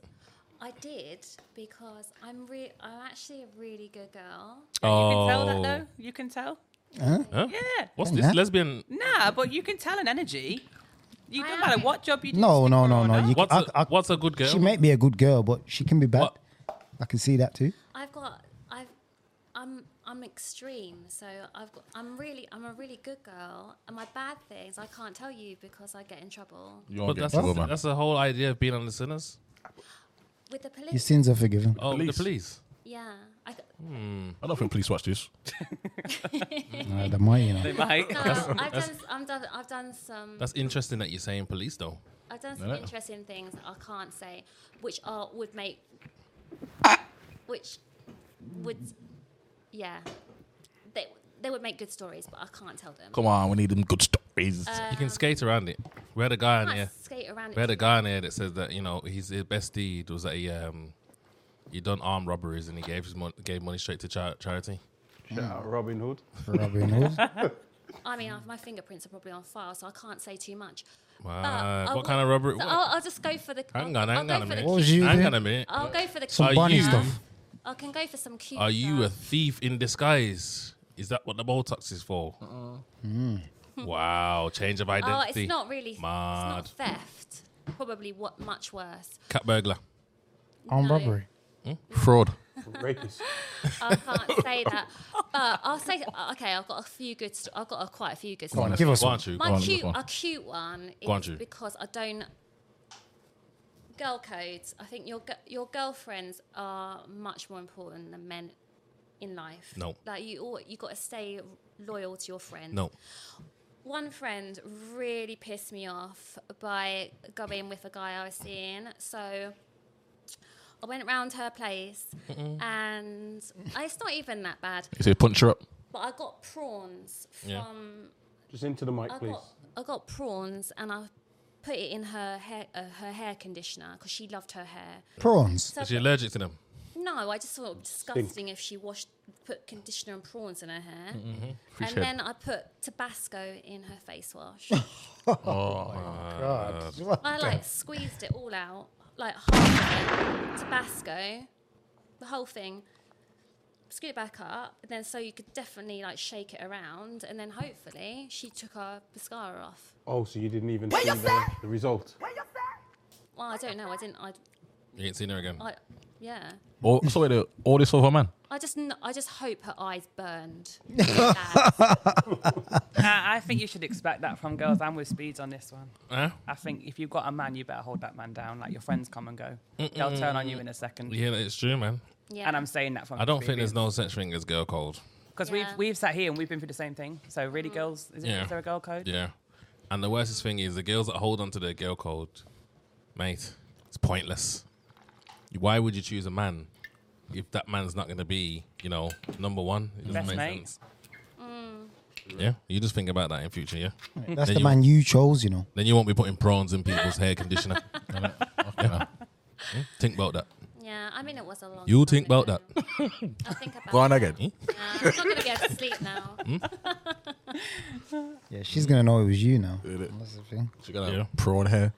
Speaker 2: I did because I'm re- I'm actually a really good girl.
Speaker 6: You can tell that
Speaker 1: Oh.
Speaker 6: though. You can tell.
Speaker 1: Huh?
Speaker 6: Yeah.
Speaker 1: What's
Speaker 4: Yeah.
Speaker 1: this lesbian?
Speaker 6: Nah, but you can tell an energy. You
Speaker 2: I
Speaker 6: don't
Speaker 2: am.
Speaker 6: matter what job you do.
Speaker 4: No,
Speaker 6: stick
Speaker 4: no,
Speaker 6: her
Speaker 4: no,
Speaker 6: on
Speaker 4: no.
Speaker 6: her.
Speaker 4: You,
Speaker 1: What's
Speaker 4: I-
Speaker 1: a,
Speaker 4: I-
Speaker 1: what's a good girl?
Speaker 4: She might be a good girl, but she can be bad.
Speaker 1: What-
Speaker 4: I can see that too.
Speaker 2: I've got I've I'm I'm extreme, so I've got I'm really I'm a really good girl, and my bad things I can't tell you because I get in trouble
Speaker 5: You won't
Speaker 1: But
Speaker 5: get
Speaker 1: that's,
Speaker 5: in trouble, man.
Speaker 1: that's the whole idea of being on the sinners.
Speaker 2: with the police.
Speaker 4: Your sins are forgiven.
Speaker 1: Oh,
Speaker 5: Police.
Speaker 1: the police.
Speaker 2: Yeah, I, c-
Speaker 5: I don't think police watch this.
Speaker 4: Nah, they might, you know.
Speaker 6: They might.
Speaker 2: no, I've done s- I'm done I've done some
Speaker 1: That's interesting that you're saying police, though.
Speaker 2: I've done some
Speaker 5: No, no.
Speaker 2: interesting things that I can't say, which are would make, which would, yeah, they they would make good stories, but I can't tell them.
Speaker 5: Come on, we need them good stories.
Speaker 2: Uh,
Speaker 1: You can skate around it. We had a guy
Speaker 2: I
Speaker 1: in
Speaker 2: can't
Speaker 1: here.
Speaker 2: skate around.
Speaker 1: We had
Speaker 2: it.
Speaker 1: a guy in here that said that you know his, his best deed was that he um he done armed robberies and he gave his mon- gave money straight to char- charity.
Speaker 3: Shout out Robin Hood.
Speaker 4: Robin Hood.
Speaker 2: I mean, I- my fingerprints are probably on file, so I can't say too much. But
Speaker 1: Wow.
Speaker 2: I
Speaker 1: what
Speaker 2: will-
Speaker 1: kind of robbery?
Speaker 2: Uh, So
Speaker 1: what-
Speaker 2: I'll, I'll just go for the.
Speaker 1: hang
Speaker 2: I'll,
Speaker 1: on, hang
Speaker 2: I'll
Speaker 1: on a
Speaker 2: go for the
Speaker 1: minute.
Speaker 4: What was
Speaker 2: cute-
Speaker 4: you
Speaker 1: hang
Speaker 4: doing?
Speaker 1: on a minute.
Speaker 2: I'll go for the.
Speaker 4: Some
Speaker 1: Are
Speaker 2: cute
Speaker 4: bunny
Speaker 1: you-
Speaker 4: stuff.
Speaker 2: I can go for some cute.
Speaker 1: Are you a
Speaker 2: stuff.
Speaker 1: thief in disguise? Is that what the Botox is for? Hmm. Wow, change of
Speaker 2: Uh-uh. Oh,
Speaker 1: identity.
Speaker 2: it's not really.
Speaker 1: Mad.
Speaker 2: It's not theft. Probably what much worse.
Speaker 1: Cat burglar.
Speaker 4: Armed
Speaker 2: No.
Speaker 4: robbery.
Speaker 5: Fraud.
Speaker 3: Rapist.
Speaker 2: I can't say that. But I'll say okay. I've got a few good. St- I've got a, quite a few good.
Speaker 4: Go on,
Speaker 2: stories.
Speaker 4: give us
Speaker 1: Go
Speaker 4: one.
Speaker 1: on, Chu, go
Speaker 2: My
Speaker 1: on.
Speaker 2: cute,
Speaker 5: go on.
Speaker 2: a cute one is
Speaker 1: Go on, Jude.
Speaker 2: because I don't. Girl codes. I think your gi- your girlfriends are much more important than men in life.
Speaker 1: No.
Speaker 2: Like you, all, you got to stay loyal to your friends.
Speaker 1: No.
Speaker 2: One friend really pissed me off by going with a guy I was seeing. So I went round her place, and it's not even that bad.
Speaker 5: You say punch her up.
Speaker 2: But I got prawns from.
Speaker 1: Yeah.
Speaker 3: Just into the mic,
Speaker 2: I
Speaker 3: please.
Speaker 2: got I got prawns, and I put it in her hair uh, her hair conditioner because she loved her hair.
Speaker 4: Prawns.
Speaker 2: So I
Speaker 1: Is she
Speaker 2: put-
Speaker 1: allergic to them?
Speaker 2: no, I just thought it was disgusting if she washed put conditioner and prawns in her hair, and
Speaker 5: head.
Speaker 2: then I put Tabasco in her face wash.
Speaker 1: Oh,
Speaker 4: God.
Speaker 2: I like squeezed it all out, like half of it, Tabasco, the whole thing. Scoot it back up, and then so you could definitely like shake it around, and then hopefully she took her mascara off.
Speaker 3: Oh, so you didn't even see the, the result.
Speaker 2: Well, I don't know. I didn't. I,
Speaker 1: You ain't seen her again.
Speaker 2: I yeah.
Speaker 5: Oh, so wait, uh, all this over, man.
Speaker 2: I just, kn- I just hope her eyes burned. Bad.
Speaker 6: I, I think you should expect that from girls. I'm with speeds on this one.
Speaker 1: Huh?
Speaker 6: I think if you've got a man, you better hold that man down. Like your friends come and go, they'll turn on you in a second.
Speaker 1: Yeah, it's true, man.
Speaker 2: yeah.
Speaker 6: And I'm saying that from
Speaker 1: I don't think there's no such thing as girl code.
Speaker 6: because
Speaker 2: Yeah.
Speaker 6: we've we've sat here and we've been through the same thing. So really, girls, is, it, is
Speaker 1: Yeah.
Speaker 6: there a girl code?
Speaker 1: Yeah. And the worst thing is the girls that hold on to their girl code, mate, it's pointless. Why would you choose a man if that man's not going to be, you know, number one? It doesn't
Speaker 6: Best
Speaker 1: make
Speaker 6: mate.
Speaker 1: sense. Yeah. You just think about that in future, yeah?
Speaker 4: That's
Speaker 1: Then
Speaker 4: the
Speaker 1: you-
Speaker 4: man you chose, you know.
Speaker 1: Then you won't be putting prawns in people's hair conditioner. Yeah. Hmm? Think about that.
Speaker 2: yeah. I mean, it was a long.
Speaker 1: You
Speaker 2: time
Speaker 1: think about
Speaker 2: ago.
Speaker 1: that.
Speaker 2: I think about.
Speaker 5: Go on
Speaker 2: that.
Speaker 5: again.
Speaker 2: Yeah, I'm not gonna be able to sleep now.
Speaker 4: Yeah, she's gonna know it was you now. That's the thing.
Speaker 5: She got
Speaker 1: Yeah.
Speaker 5: prawn hair.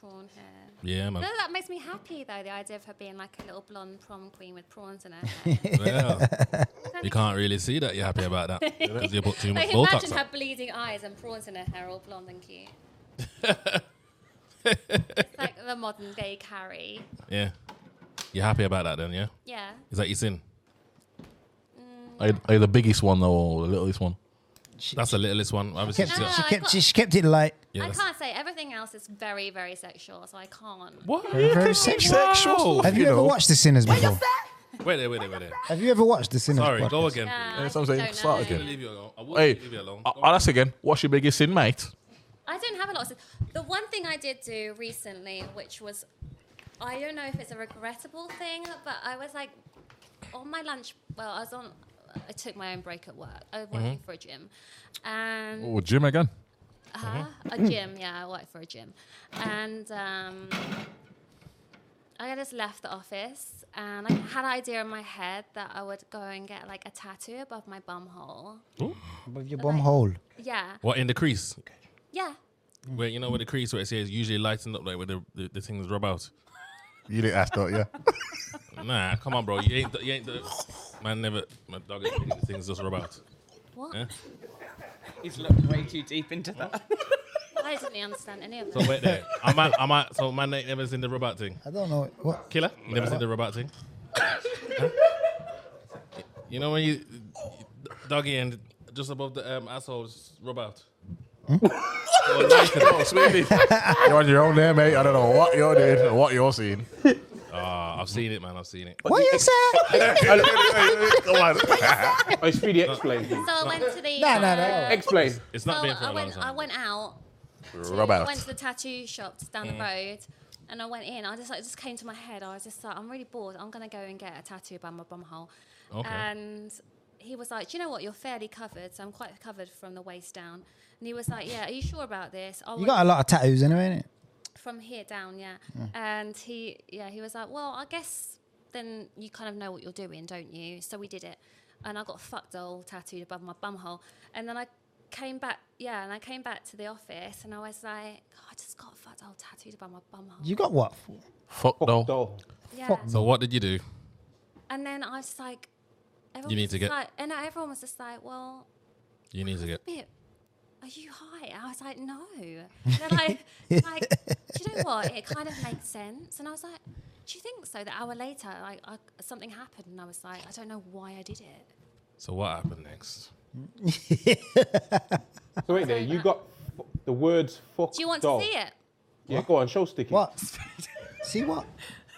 Speaker 2: Prawn hair.
Speaker 1: Yeah, man.
Speaker 2: No, that makes me happy though. The idea of her being like a little blonde prom queen with prawns in her hair.
Speaker 1: Yeah. You can't really see that you're happy about that. 'cause you put too much
Speaker 2: Like,
Speaker 1: Botox
Speaker 2: imagine
Speaker 1: on.
Speaker 2: her bleeding eyes and prawns in her hair, all blonde and cute. it's like the modern day Carrie.
Speaker 1: Yeah. You're happy about that then, yeah?
Speaker 2: Yeah.
Speaker 1: Is that your sin?
Speaker 5: Are you, are you the biggest one though, or the littlest one?
Speaker 1: That's the littlest one. Obviously,
Speaker 4: Kept,
Speaker 1: she's
Speaker 2: No,
Speaker 1: got-
Speaker 4: she
Speaker 2: I
Speaker 4: kept
Speaker 2: got-
Speaker 4: she, she kept it light.
Speaker 1: yeah,
Speaker 2: I
Speaker 1: that's-
Speaker 2: can't say everything else is very, very sexual, so I can't.
Speaker 1: What?
Speaker 4: Very sexual.
Speaker 5: Sexual.
Speaker 4: Have you, ever watched The Sinners before?
Speaker 1: Wait there, wait there, wait there.
Speaker 4: Have you ever watched The Sinners?
Speaker 1: Sorry,
Speaker 4: podcast?
Speaker 1: go again.
Speaker 2: Nah,
Speaker 5: That's
Speaker 2: I
Speaker 5: what I'm saying.
Speaker 2: don't
Speaker 5: Start
Speaker 2: know.
Speaker 1: please. I'm
Speaker 5: again.
Speaker 1: gonna leave you alone. I will
Speaker 5: Hey,
Speaker 1: leave you alone.
Speaker 5: I- I'll ask again. What's your biggest sin, mate?
Speaker 2: I don't have a lot of. The one thing I did do recently, which was, I don't know if it's a regrettable thing, but I was like, on my lunch. Well, I was on. I took my own break at work. I was working
Speaker 1: Mm-hmm.
Speaker 2: for a gym, and
Speaker 5: Oh, Jim again.
Speaker 2: uh,
Speaker 1: Mm-hmm.
Speaker 2: a gym. Yeah, I worked for a gym, and um, I just left the office, and I had an idea in my head that I would go and get like a tattoo above my bum hole.
Speaker 4: Above your bum hole.
Speaker 2: Yeah,
Speaker 1: What in the crease?
Speaker 2: yeah.
Speaker 1: Where you know where the crease where it says usually lighten up like where the, the, the things rub out.
Speaker 5: You didn't ask that, yeah?
Speaker 1: Nah, come on, bro. You ain't the, you ain't the man. Never my dog ain't eating things just rub out.
Speaker 2: What?
Speaker 1: Yeah?
Speaker 6: He's looked way too deep into that.
Speaker 2: I didn't really understand any of
Speaker 1: So
Speaker 2: that.
Speaker 1: wait there. I might, I might. So man ain't never seen the rub out thing.
Speaker 4: I don't know what.
Speaker 1: Killer, you never seen the rub out thing. Huh? You know when you doggy and just above the um, asshole just rub out. Or lighten.
Speaker 5: You're on your own there, mate. I don't know what you're doing or what you're seeing.
Speaker 1: Ah, I've seen it, man. I've seen it.
Speaker 4: What you say?
Speaker 5: Come on.
Speaker 3: Oh, Speedy, explain.
Speaker 2: So I went to the.
Speaker 4: No, no,
Speaker 2: uh,
Speaker 4: no.
Speaker 3: explain.
Speaker 1: It's
Speaker 2: So
Speaker 1: not been for
Speaker 2: Oh, I
Speaker 1: a long
Speaker 2: went, I
Speaker 1: time.
Speaker 2: went out. to-
Speaker 5: Rub
Speaker 2: I went
Speaker 5: out.
Speaker 2: to the tattoo shop just down
Speaker 1: Mm.
Speaker 2: the road, and I went in. I just like it just came to my head. I was just like, I'm really bored. I'm gonna go and get a tattoo by my bum hole.
Speaker 1: Okay.
Speaker 2: And he was like, Do you know what? You're fairly covered, so I'm quite covered from the waist down. And he was like, Yeah, are you sure about this? I
Speaker 4: You
Speaker 2: went
Speaker 4: got a lot of tattoos anyway, innit?
Speaker 2: from here down, yeah. And he, yeah, he was like, Well, I guess then you kind of know what you're doing, don't you? So we did it. And I got fucked all tattooed above my bumhole. And then I came back, yeah, and I came back to the office and I was like, "God, I just got fucked all tattooed above my bumhole.
Speaker 4: You got what?
Speaker 5: Fuck though.
Speaker 3: Doll.
Speaker 2: yeah.
Speaker 1: So what did you do?
Speaker 2: And then I was just like, everyone
Speaker 1: You need
Speaker 2: was
Speaker 1: to
Speaker 2: just
Speaker 1: get-
Speaker 2: Like, and everyone was just like, Well,
Speaker 1: You need to get.
Speaker 2: bit, are you high? I was like, no. They're like, like, do you know what? It kind of makes sense. And I was like, do you think so? The hour later, like, I, something happened, and I was like, I don't know why I did it.
Speaker 1: So what happened next?
Speaker 3: So wait there, you got f- the words fuck
Speaker 2: Do you want
Speaker 3: doll.
Speaker 2: to see it?
Speaker 3: Yeah, go on, show Sticky.
Speaker 4: What? See what?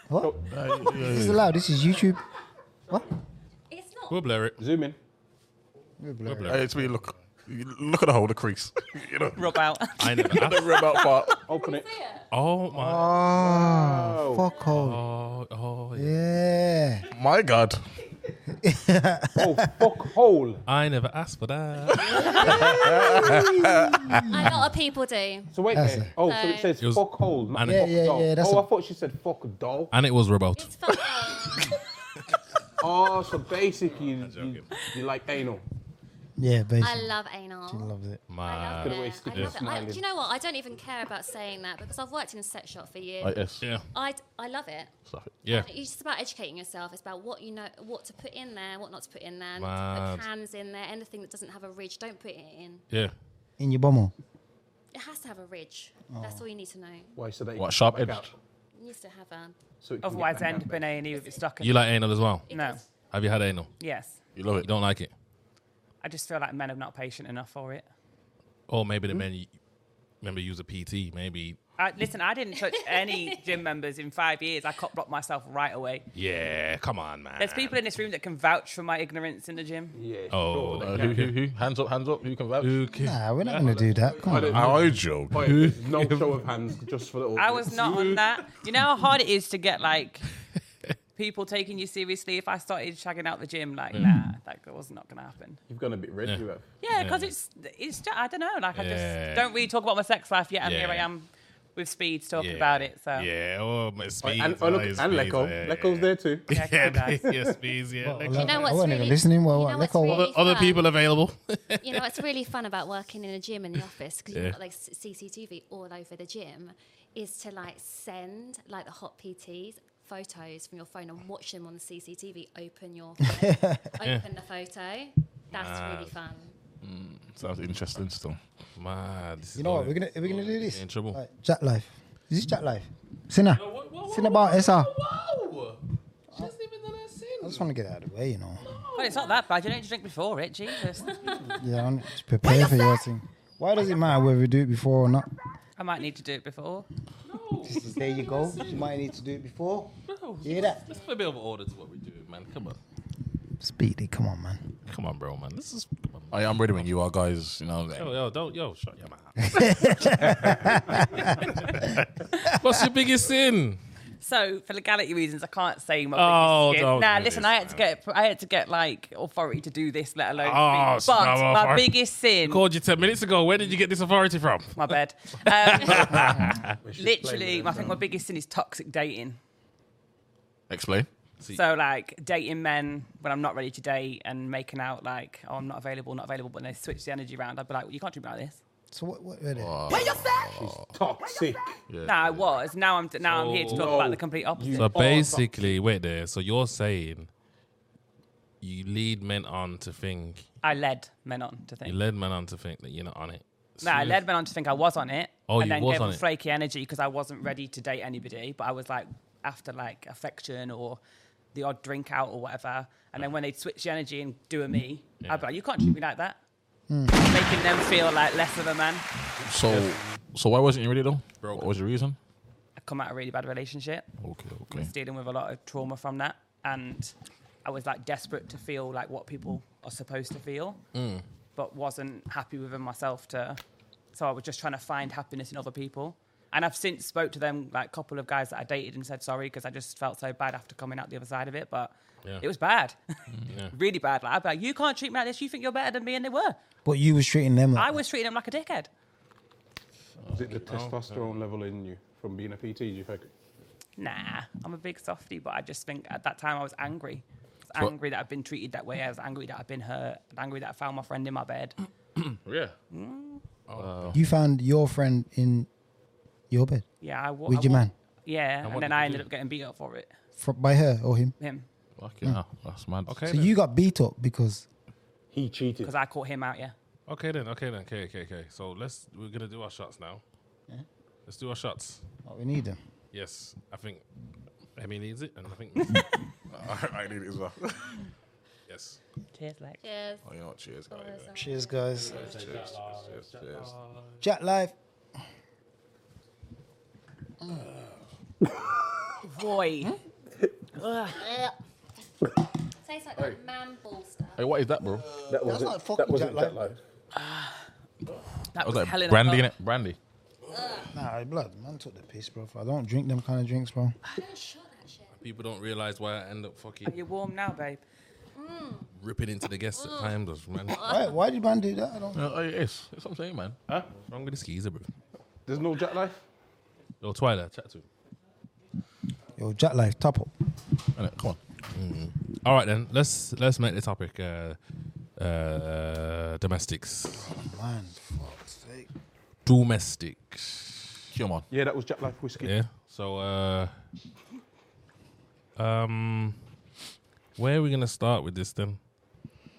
Speaker 4: What?
Speaker 5: yeah,
Speaker 4: This is allowed. This is YouTube. What?
Speaker 2: It's not.
Speaker 1: We'll blur it.
Speaker 3: Zoom in.
Speaker 1: We'll blur it.
Speaker 5: Hey, it's me. Look, look at the hole, the crease. you know,
Speaker 6: Rub out.
Speaker 1: I never asked.
Speaker 5: the rib out part.
Speaker 3: Open it.
Speaker 2: See it?
Speaker 1: Oh my.
Speaker 5: Ah.
Speaker 4: Oh, fuck hole.
Speaker 1: Oh, oh yeah.
Speaker 4: Yeah.
Speaker 5: My God.
Speaker 3: Oh, fuck hole.
Speaker 1: I never asked for that.
Speaker 2: A lot of people do.
Speaker 3: So wait
Speaker 4: That's
Speaker 3: there.
Speaker 4: it.
Speaker 3: Oh, so it
Speaker 2: No.
Speaker 3: says
Speaker 1: It was-
Speaker 3: fuck hole, not
Speaker 1: and it-
Speaker 3: fuck
Speaker 4: Yeah, yeah,
Speaker 3: doll.
Speaker 4: yeah, that's
Speaker 3: oh, I
Speaker 4: a-
Speaker 3: thought she said fuck doll.
Speaker 1: and it was rub out.
Speaker 2: It's fucked up.
Speaker 3: Oh, so basically you, you, you like anal.
Speaker 4: Yeah,
Speaker 2: I
Speaker 4: basically.
Speaker 2: love anal.
Speaker 4: Loves it.
Speaker 2: I
Speaker 1: My.
Speaker 2: love it.
Speaker 3: Could've wasted
Speaker 2: I
Speaker 3: your
Speaker 2: love it. I,
Speaker 3: smiling.
Speaker 2: do you know what? I don't even care about saying that because I've worked in a sex shop for years.
Speaker 5: yes.
Speaker 1: Yeah.
Speaker 2: I, I love it.
Speaker 5: Stop it.
Speaker 1: Yeah.
Speaker 2: It's just about educating yourself. It's about what you know, what to put in there, what not to put in there. Not to
Speaker 1: Mad.
Speaker 2: put cans in there. Anything that doesn't have a ridge, don't put it in.
Speaker 1: Yeah.
Speaker 4: In your bum hole.
Speaker 2: It has to have a ridge.
Speaker 1: Oh.
Speaker 2: That's all you need to know.
Speaker 3: Why so that? it
Speaker 5: What,
Speaker 3: can
Speaker 5: sharp
Speaker 3: get back
Speaker 5: edged?
Speaker 3: out.
Speaker 2: It needs to have a.
Speaker 3: So it can get
Speaker 6: Otherwise,
Speaker 3: back
Speaker 6: end
Speaker 3: out.
Speaker 6: up in A&E with it stuck in
Speaker 1: You like anal as well?
Speaker 6: No.
Speaker 1: Have you had anal?
Speaker 6: Yes.
Speaker 5: You love
Speaker 1: You
Speaker 5: it.
Speaker 1: don't like it?
Speaker 6: I just feel like men are not patient enough for it.
Speaker 1: Or Oh, maybe
Speaker 3: Hmm?
Speaker 1: the men you remember you was a PT. Maybe.
Speaker 6: I, listen, I didn't touch any gym members in five years. I cop blocked myself right away.
Speaker 1: Yeah. Come on, man.
Speaker 6: There's people in this room that can vouch for my ignorance in the gym.
Speaker 3: Yeah.
Speaker 1: Oh,
Speaker 3: sure.
Speaker 5: Uh, who, who, who? Hands up, hands up. Who can vouch?
Speaker 1: Who ca-
Speaker 4: Nah, we're not gonna do that. Come on.
Speaker 5: I joke.
Speaker 3: Wait, there's no show of hands just for the audience.
Speaker 6: I was not on that. You know how hard it is to get like people taking you seriously. If I started shagging out the gym, like
Speaker 1: Mm.
Speaker 6: nah, that was not gonna happen.
Speaker 3: You've gone a bit red,
Speaker 1: Yeah.
Speaker 3: you have.
Speaker 6: Yeah,
Speaker 1: Yeah.
Speaker 6: because it's it's just, I don't know. Like I
Speaker 1: Yeah.
Speaker 6: just don't really talk about my sex life yet, and here I
Speaker 1: Yeah.
Speaker 6: am with speeds talking
Speaker 1: Yeah.
Speaker 6: about it. So
Speaker 1: Yeah. Oh, my speed.
Speaker 3: And, oh, look,
Speaker 1: nice
Speaker 3: and
Speaker 1: speed,
Speaker 3: Lecco.
Speaker 1: yeah,
Speaker 3: Lecco's there too.
Speaker 6: yeah,
Speaker 1: Yeah,
Speaker 6: come on, guys.
Speaker 1: yeah, speeds, yeah. Lecco.
Speaker 2: You know what's
Speaker 4: I wasn't
Speaker 2: really
Speaker 4: even listening. Well,
Speaker 2: you
Speaker 4: what?
Speaker 2: know what's
Speaker 4: Look,
Speaker 2: really
Speaker 1: Other, other
Speaker 2: fun?
Speaker 1: people available.
Speaker 2: You know what's really fun about working in a gym in the office because
Speaker 1: Yeah.
Speaker 2: you've got like s- CCTV all over the gym is to like send like the hot PTs photos from your phone and watch them on the CCTV. Open your phone, open the photo. That's really fun.
Speaker 5: Sounds interesting still.
Speaker 1: Man, this is
Speaker 4: You know what?
Speaker 1: going-
Speaker 4: We're gonna we're gonna do this.
Speaker 1: in trouble.
Speaker 4: Right, chat life. Is this chat life? Sinner. Cinnabon SR. I just want to get out of the way, you know.
Speaker 6: Well, it's not that bad. You don't need to drink before it. Jesus,
Speaker 4: Yeah, I need to prepare for your thing. Why does it matter whether we do it before or not?
Speaker 6: I might need to do it before.
Speaker 4: There you go. You might need to do it before. You hear that?
Speaker 1: Let's put a bit of order to what we do, man. Come on.
Speaker 4: Speedy, come on, man.
Speaker 1: Come on, bro, man. This is. Come on.
Speaker 5: I am ready when you are, guys. You know,
Speaker 1: Yo,
Speaker 5: like,
Speaker 1: yo, don't, yo, shut your mouth. What's your biggest sin?
Speaker 6: So for legality reasons, I can't say my
Speaker 1: Oh,
Speaker 6: biggest
Speaker 1: don't
Speaker 6: sin. Nah,
Speaker 1: do
Speaker 6: listen,
Speaker 1: this,
Speaker 6: I had to get I had to get like authority to do this, let alone.
Speaker 1: Oh,
Speaker 6: speak. but
Speaker 1: snub
Speaker 6: my
Speaker 1: off.
Speaker 6: biggest sin,
Speaker 1: Called you 10 minutes ago. Where did you get this authority from?
Speaker 6: my bed. Um, literally,
Speaker 3: playing
Speaker 6: I think my biggest sin is toxic dating.
Speaker 5: explain.
Speaker 6: So like dating men when I'm not ready to date and making out like oh I'm not available, not available. But when they switch the energy around, I'd be like, well, you can't treat me like this.
Speaker 4: So what? What? Were they?
Speaker 1: Oh.
Speaker 3: Toxic.
Speaker 5: Yeah.
Speaker 6: No, I was. Now I'm now I'm here to talk
Speaker 3: No.
Speaker 6: about the complete opposite.
Speaker 1: So basically, wait there. So you're saying you lead men on to think,
Speaker 6: I led men on to
Speaker 1: you
Speaker 6: think.
Speaker 1: led men on to think that you're not on it.
Speaker 6: No, I led men on to think I was on it,
Speaker 1: Oh,
Speaker 6: and
Speaker 1: you
Speaker 6: then
Speaker 1: was
Speaker 6: gave
Speaker 1: on
Speaker 6: them
Speaker 1: it.
Speaker 6: flaky energy because I wasn't ready to date anybody. But I was like after like affection or the odd drink out or whatever. And then when they'd switch the energy and do a me, I'd be like, "You can't treat me like that," making them feel like less of a man.
Speaker 5: So, so why wasn't you ready though?
Speaker 1: Broke.
Speaker 5: What was your reason?
Speaker 6: I come out of a really bad relationship.
Speaker 5: Okay,
Speaker 6: was
Speaker 5: okay.
Speaker 6: dealing with a lot of trauma from that and i was like desperate to feel like what people are supposed to feel
Speaker 1: Mm.
Speaker 6: but wasn't happy within myself to so i was just trying to find happiness in other people and i've since spoke to them like a couple of guys that i dated and said sorry because i just felt so bad after coming out the other side of it but
Speaker 1: Yeah. Mm,
Speaker 6: it was bad
Speaker 1: Yeah.
Speaker 6: really bad like i'd be like you can't treat me like this you think you're better than me and they were
Speaker 4: But you was treating them. Like,
Speaker 6: i was treating them like a dickhead
Speaker 3: Is it the testosterone level in you from being a PT? Do you think?
Speaker 6: nah i'm a big softie but i just think at that time i was angry I was
Speaker 5: What-
Speaker 6: angry that I've been treated that way. I was angry that I've been hurt. I was angry that I found my friend in my bed.
Speaker 5: Yeah.
Speaker 4: Mm. you found your friend in your bed
Speaker 6: Yeah, I wa-
Speaker 4: with
Speaker 6: I
Speaker 4: your
Speaker 6: wa-
Speaker 4: man
Speaker 6: Yeah, and,
Speaker 1: what
Speaker 6: then
Speaker 1: did
Speaker 6: I
Speaker 1: you
Speaker 6: ended
Speaker 1: do?
Speaker 6: up getting beat up for it.
Speaker 4: Fro- by her or him.
Speaker 6: Him,
Speaker 5: Fucking hell, that's mad.
Speaker 1: Okay.
Speaker 4: So you got beat up because
Speaker 3: He cheated.
Speaker 6: because I caught him out. Yeah,
Speaker 1: Okay then, okay then, okay, okay, okay. So let's we're gonna do our shots now. Let's do our shots.
Speaker 4: oh, we need them.
Speaker 1: Yes, I think Emmy needs it, and I think
Speaker 5: I need it as well.
Speaker 1: yes.
Speaker 6: cheers, Lex.
Speaker 2: Cheers.
Speaker 5: Oh, you know what? Cheers, guys.
Speaker 4: Cheers, guys.
Speaker 5: Cheers, cheers, cheers, cheers.
Speaker 4: Chat live. Hmm?
Speaker 6: Boy,
Speaker 2: Tastes like that man ball stuff.
Speaker 5: Hey, what is that, bro?
Speaker 3: That wasn't.
Speaker 4: not fucking Jack Life.
Speaker 6: that
Speaker 5: I was
Speaker 6: was,
Speaker 5: like
Speaker 6: hell in
Speaker 5: brandy in
Speaker 6: a
Speaker 5: it. Brandy.
Speaker 4: Nah, blood. Man took the piss, bro. I don't drink them kind of drinks, bro.
Speaker 2: I don't shot that shit.
Speaker 1: People don't realize why I end up fucking
Speaker 6: You're warm now, babe.
Speaker 1: ripping into the guests at times, man. What's
Speaker 4: Why, why did man do that? I don't.
Speaker 5: No, oh, yes, that's what I'm saying, man.
Speaker 1: wrong with the skis, bro?
Speaker 3: There's no Jack Life.
Speaker 1: Yo, Twilight, chat to. him.
Speaker 4: Yo, Jack Life, top up.
Speaker 5: Innit? Come on.
Speaker 1: All right then, let's let's make the topic uh, uh, domestics.
Speaker 4: Man, fuck's sake.
Speaker 1: Domestics.
Speaker 5: Come on.
Speaker 3: Yeah, that was Jack Life whiskey.
Speaker 1: Yeah. So, uh, um, where are we gonna start with this then?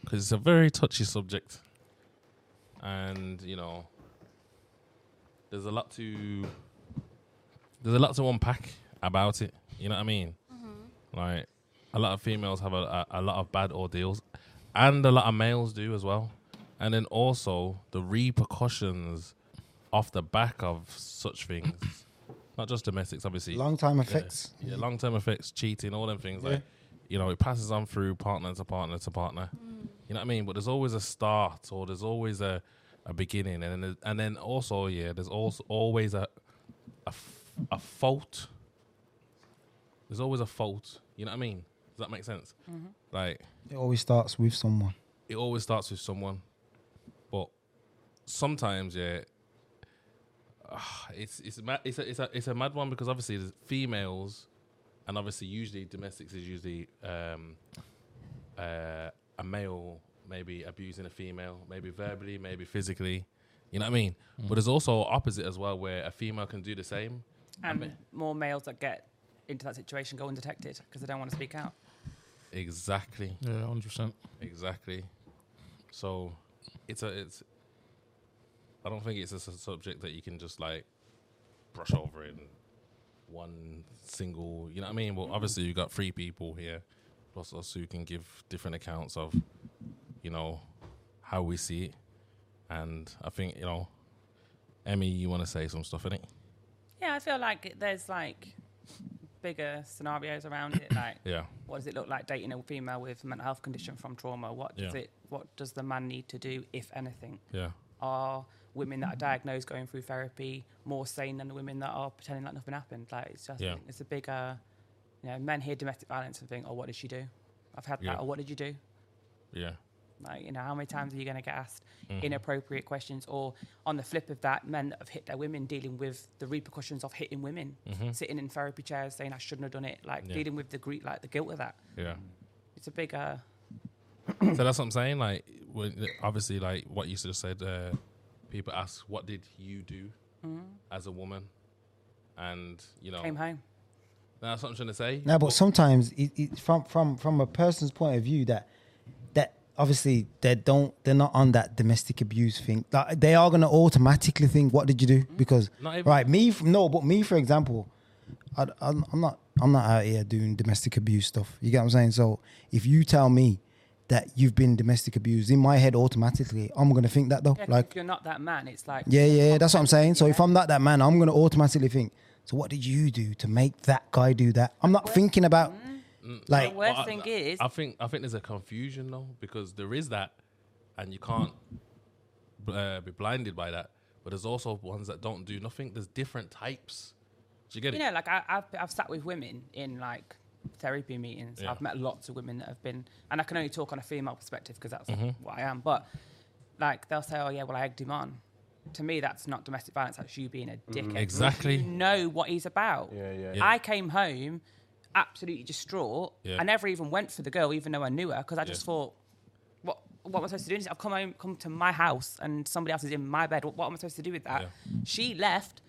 Speaker 1: Because it's a very touchy subject, and you know, there's a lot to there's a lot to unpack about it. You know what I mean? Like, a lot of females have a, a, a lot of bad ordeals, and a lot of males do as well. And then also the repercussions off the back of such things, not just domestics, obviously.
Speaker 4: Long time effects.
Speaker 1: Yeah, long term effects, cheating, all them things. Like, you know, it passes on through partner to partner to partner. You know what I mean? But there's always a start, or there's always a, a beginning, and then and then also yeah, there's also always a a, f- a fault. There's always a fault. You know what I mean? Does that make sense? Like
Speaker 4: It always starts with someone.
Speaker 1: it always starts with someone, but sometimes yeah, ah, it's it's mad, it's a, it's a it's a mad one because obviously there's females, and obviously usually domestics is usually um, uh, a male maybe abusing a female, maybe verbally, maybe physically, you know what I mean. But there's also opposite as well where a female can do the same.
Speaker 6: And more males that get into that situation go undetected because they don't want to speak out.
Speaker 1: Exactly.
Speaker 5: Yeah, 100%.
Speaker 1: Exactly. So it's a it's. I don't think it's a s- subject that you can just like brush over in one single. You know what I mean? Well, obviously you've got three people here, plus us who can give different accounts of, you know, how we see it, and I think you know, Emmy, you want to say some stuff in it?
Speaker 6: Yeah, I feel like there's like bigger scenarios around it, like
Speaker 1: Yeah.
Speaker 6: what does it look like dating a female with a mental health condition from trauma? What does
Speaker 1: Yeah.
Speaker 6: it? What does the man need to do, if anything?
Speaker 1: Yeah.
Speaker 6: Are women that are diagnosed going through therapy more sane than the women that are pretending like nothing happened? Like it's just
Speaker 1: Yeah.
Speaker 6: it's a big, uh, you know, men hear domestic violence and think, oh, what did she do? I've had
Speaker 1: Yeah. Mm.
Speaker 6: that. Or what did you do?
Speaker 1: Yeah.
Speaker 6: Like, you know, how many times are you going to get asked
Speaker 1: Mm-hmm.
Speaker 6: inappropriate questions? Or on the flip of that, men that have hit their women dealing with the repercussions of hitting women, sitting in therapy chairs saying I shouldn't have done it, like
Speaker 1: Mm-hmm. Yeah.
Speaker 6: dealing with the gre- like the guilt of that.
Speaker 1: Yeah.
Speaker 6: It's a big, uh,
Speaker 1: so that's what I'm saying. Like, when, obviously, like what you just said, uh, people ask, "What did you do as a woman?" And you know,
Speaker 6: Mm-hmm. Came home.
Speaker 1: that's what I'm trying to say.
Speaker 4: No, but sometimes it, it, from from from a person's point of view that that obviously they don't they're not on that domestic abuse thing. Like, they are gonna automatically think, "What did you do?" Because
Speaker 1: Hmm. Not even-
Speaker 4: right, me f- no, but me for example, I, I'm, I'm not I'm not out here doing domestic abuse stuff. You get what I'm saying? So if you tell me that you've been domestic abused, in my head automatically, I'm gonna think that though.
Speaker 6: Yeah, 'cause
Speaker 4: like
Speaker 6: if you're not that man, it's like
Speaker 4: yeah, yeah, yeah, that's what I'm saying. So if I'm not that man, I'm gonna automatically think. So what did you do to make that guy do that? I'm not thinking about like
Speaker 6: The worst
Speaker 1: But I-
Speaker 6: thing
Speaker 1: I-
Speaker 6: is,
Speaker 1: I think I think there's a confusion though because there is that, and you can't bl- uh, be blinded by that. But there's also ones that don't do nothing. There's different types. Do you get
Speaker 6: you
Speaker 1: it?
Speaker 6: know, like I, I've, I've sat with women in like therapy meetings.
Speaker 1: Yeah.
Speaker 6: I've met lots of women that have been, and I can only talk on a female perspective because that's
Speaker 1: Mm-hmm.
Speaker 6: what I am. But like they'll say, "Oh yeah, well I egged him on." To me, that's not domestic violence. That's you being a dickhead.
Speaker 1: Mm. Exactly.
Speaker 6: You know what he's about.
Speaker 3: Yeah, yeah.
Speaker 1: Yeah.
Speaker 6: I came home absolutely distraught.
Speaker 1: Yeah.
Speaker 6: I never even went for the girl, even though I knew her, because I just
Speaker 1: Yeah.
Speaker 6: thought, what what am I supposed to do? I've come home, come to my house, and somebody else is in my bed. What, what am I supposed to do with that?
Speaker 1: Yeah.
Speaker 6: She left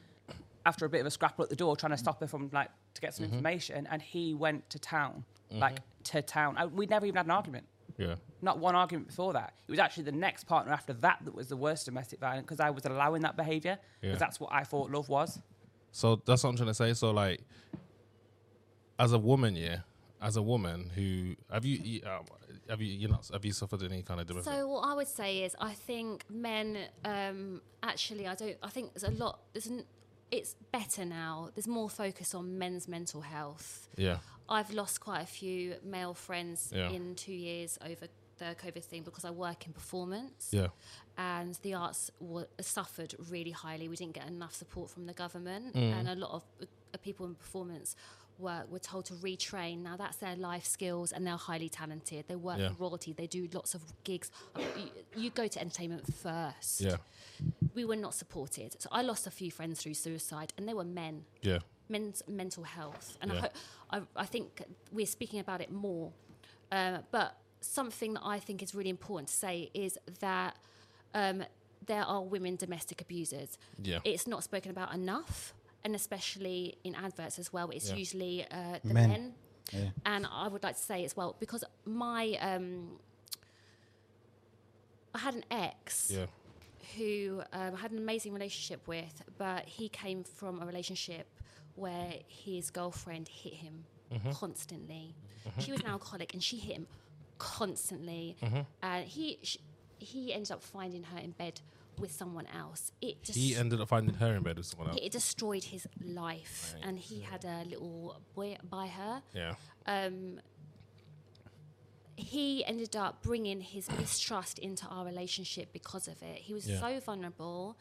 Speaker 6: after a bit of a scrapple at the door, trying to stop her from like to get
Speaker 2: Mm-hmm.
Speaker 6: some information, and he went to town, like to town. I, we never even had an argument.
Speaker 1: Yeah.
Speaker 6: Not one argument before that. It was actually the next partner after that that was the worst domestic violence because I was allowing that behaviour because
Speaker 1: Yeah.
Speaker 6: that's what I thought love was.
Speaker 1: So that's what I'm trying to say. So like, as a woman, yeah, as a woman who have you, you um, have you you not have you suffered any kind of domestic?
Speaker 2: So what I would say is, I think men um, actually, I don't. I think there's a lot. There's n- it's better now. There's more focus on men's mental health.
Speaker 1: yeah.
Speaker 2: I've lost quite a few male friends
Speaker 1: Yeah.
Speaker 2: in two years over the COVID thing because I work in performance
Speaker 1: Yeah.
Speaker 2: and the arts were, suffered really highly. We didn't get enough support from the government,
Speaker 1: Mm.
Speaker 2: and a lot of uh, people in performance were, were told to retrain. Now that's their life skills, and they're highly talented. They work
Speaker 1: Yeah.
Speaker 2: for royalty. They do lots of gigs. I mean, You, you go to entertainment first.
Speaker 1: Yeah.
Speaker 2: We were not supported, so I lost a few friends through suicide, and they were men
Speaker 1: Yeah.
Speaker 2: men's mental health, and
Speaker 1: Yeah.
Speaker 2: I, ho- I, I think we're speaking about it more. Uh, but something that I think is really important to say is that um, there are women domestic abusers.
Speaker 1: Yeah.
Speaker 2: It's not spoken about enough, and especially in adverts as well. It's
Speaker 1: Yeah.
Speaker 2: usually uh, the
Speaker 4: Men.
Speaker 2: men. And I would like to say as well because my um, I had an ex
Speaker 1: Yeah.
Speaker 2: who um, I had an amazing relationship with, but he came from a relationship where his girlfriend hit him constantly. She was an alcoholic, and she hit him constantly. And he sh- he ended up finding her in bed with someone else. It just
Speaker 1: He ended up finding her in bed with someone else.
Speaker 2: it destroyed his life, and he had a little boy by her
Speaker 1: Yeah.
Speaker 2: um, he ended up bringing his mistrust into our relationship because of it. He was
Speaker 1: Yeah.
Speaker 2: so vulnerable,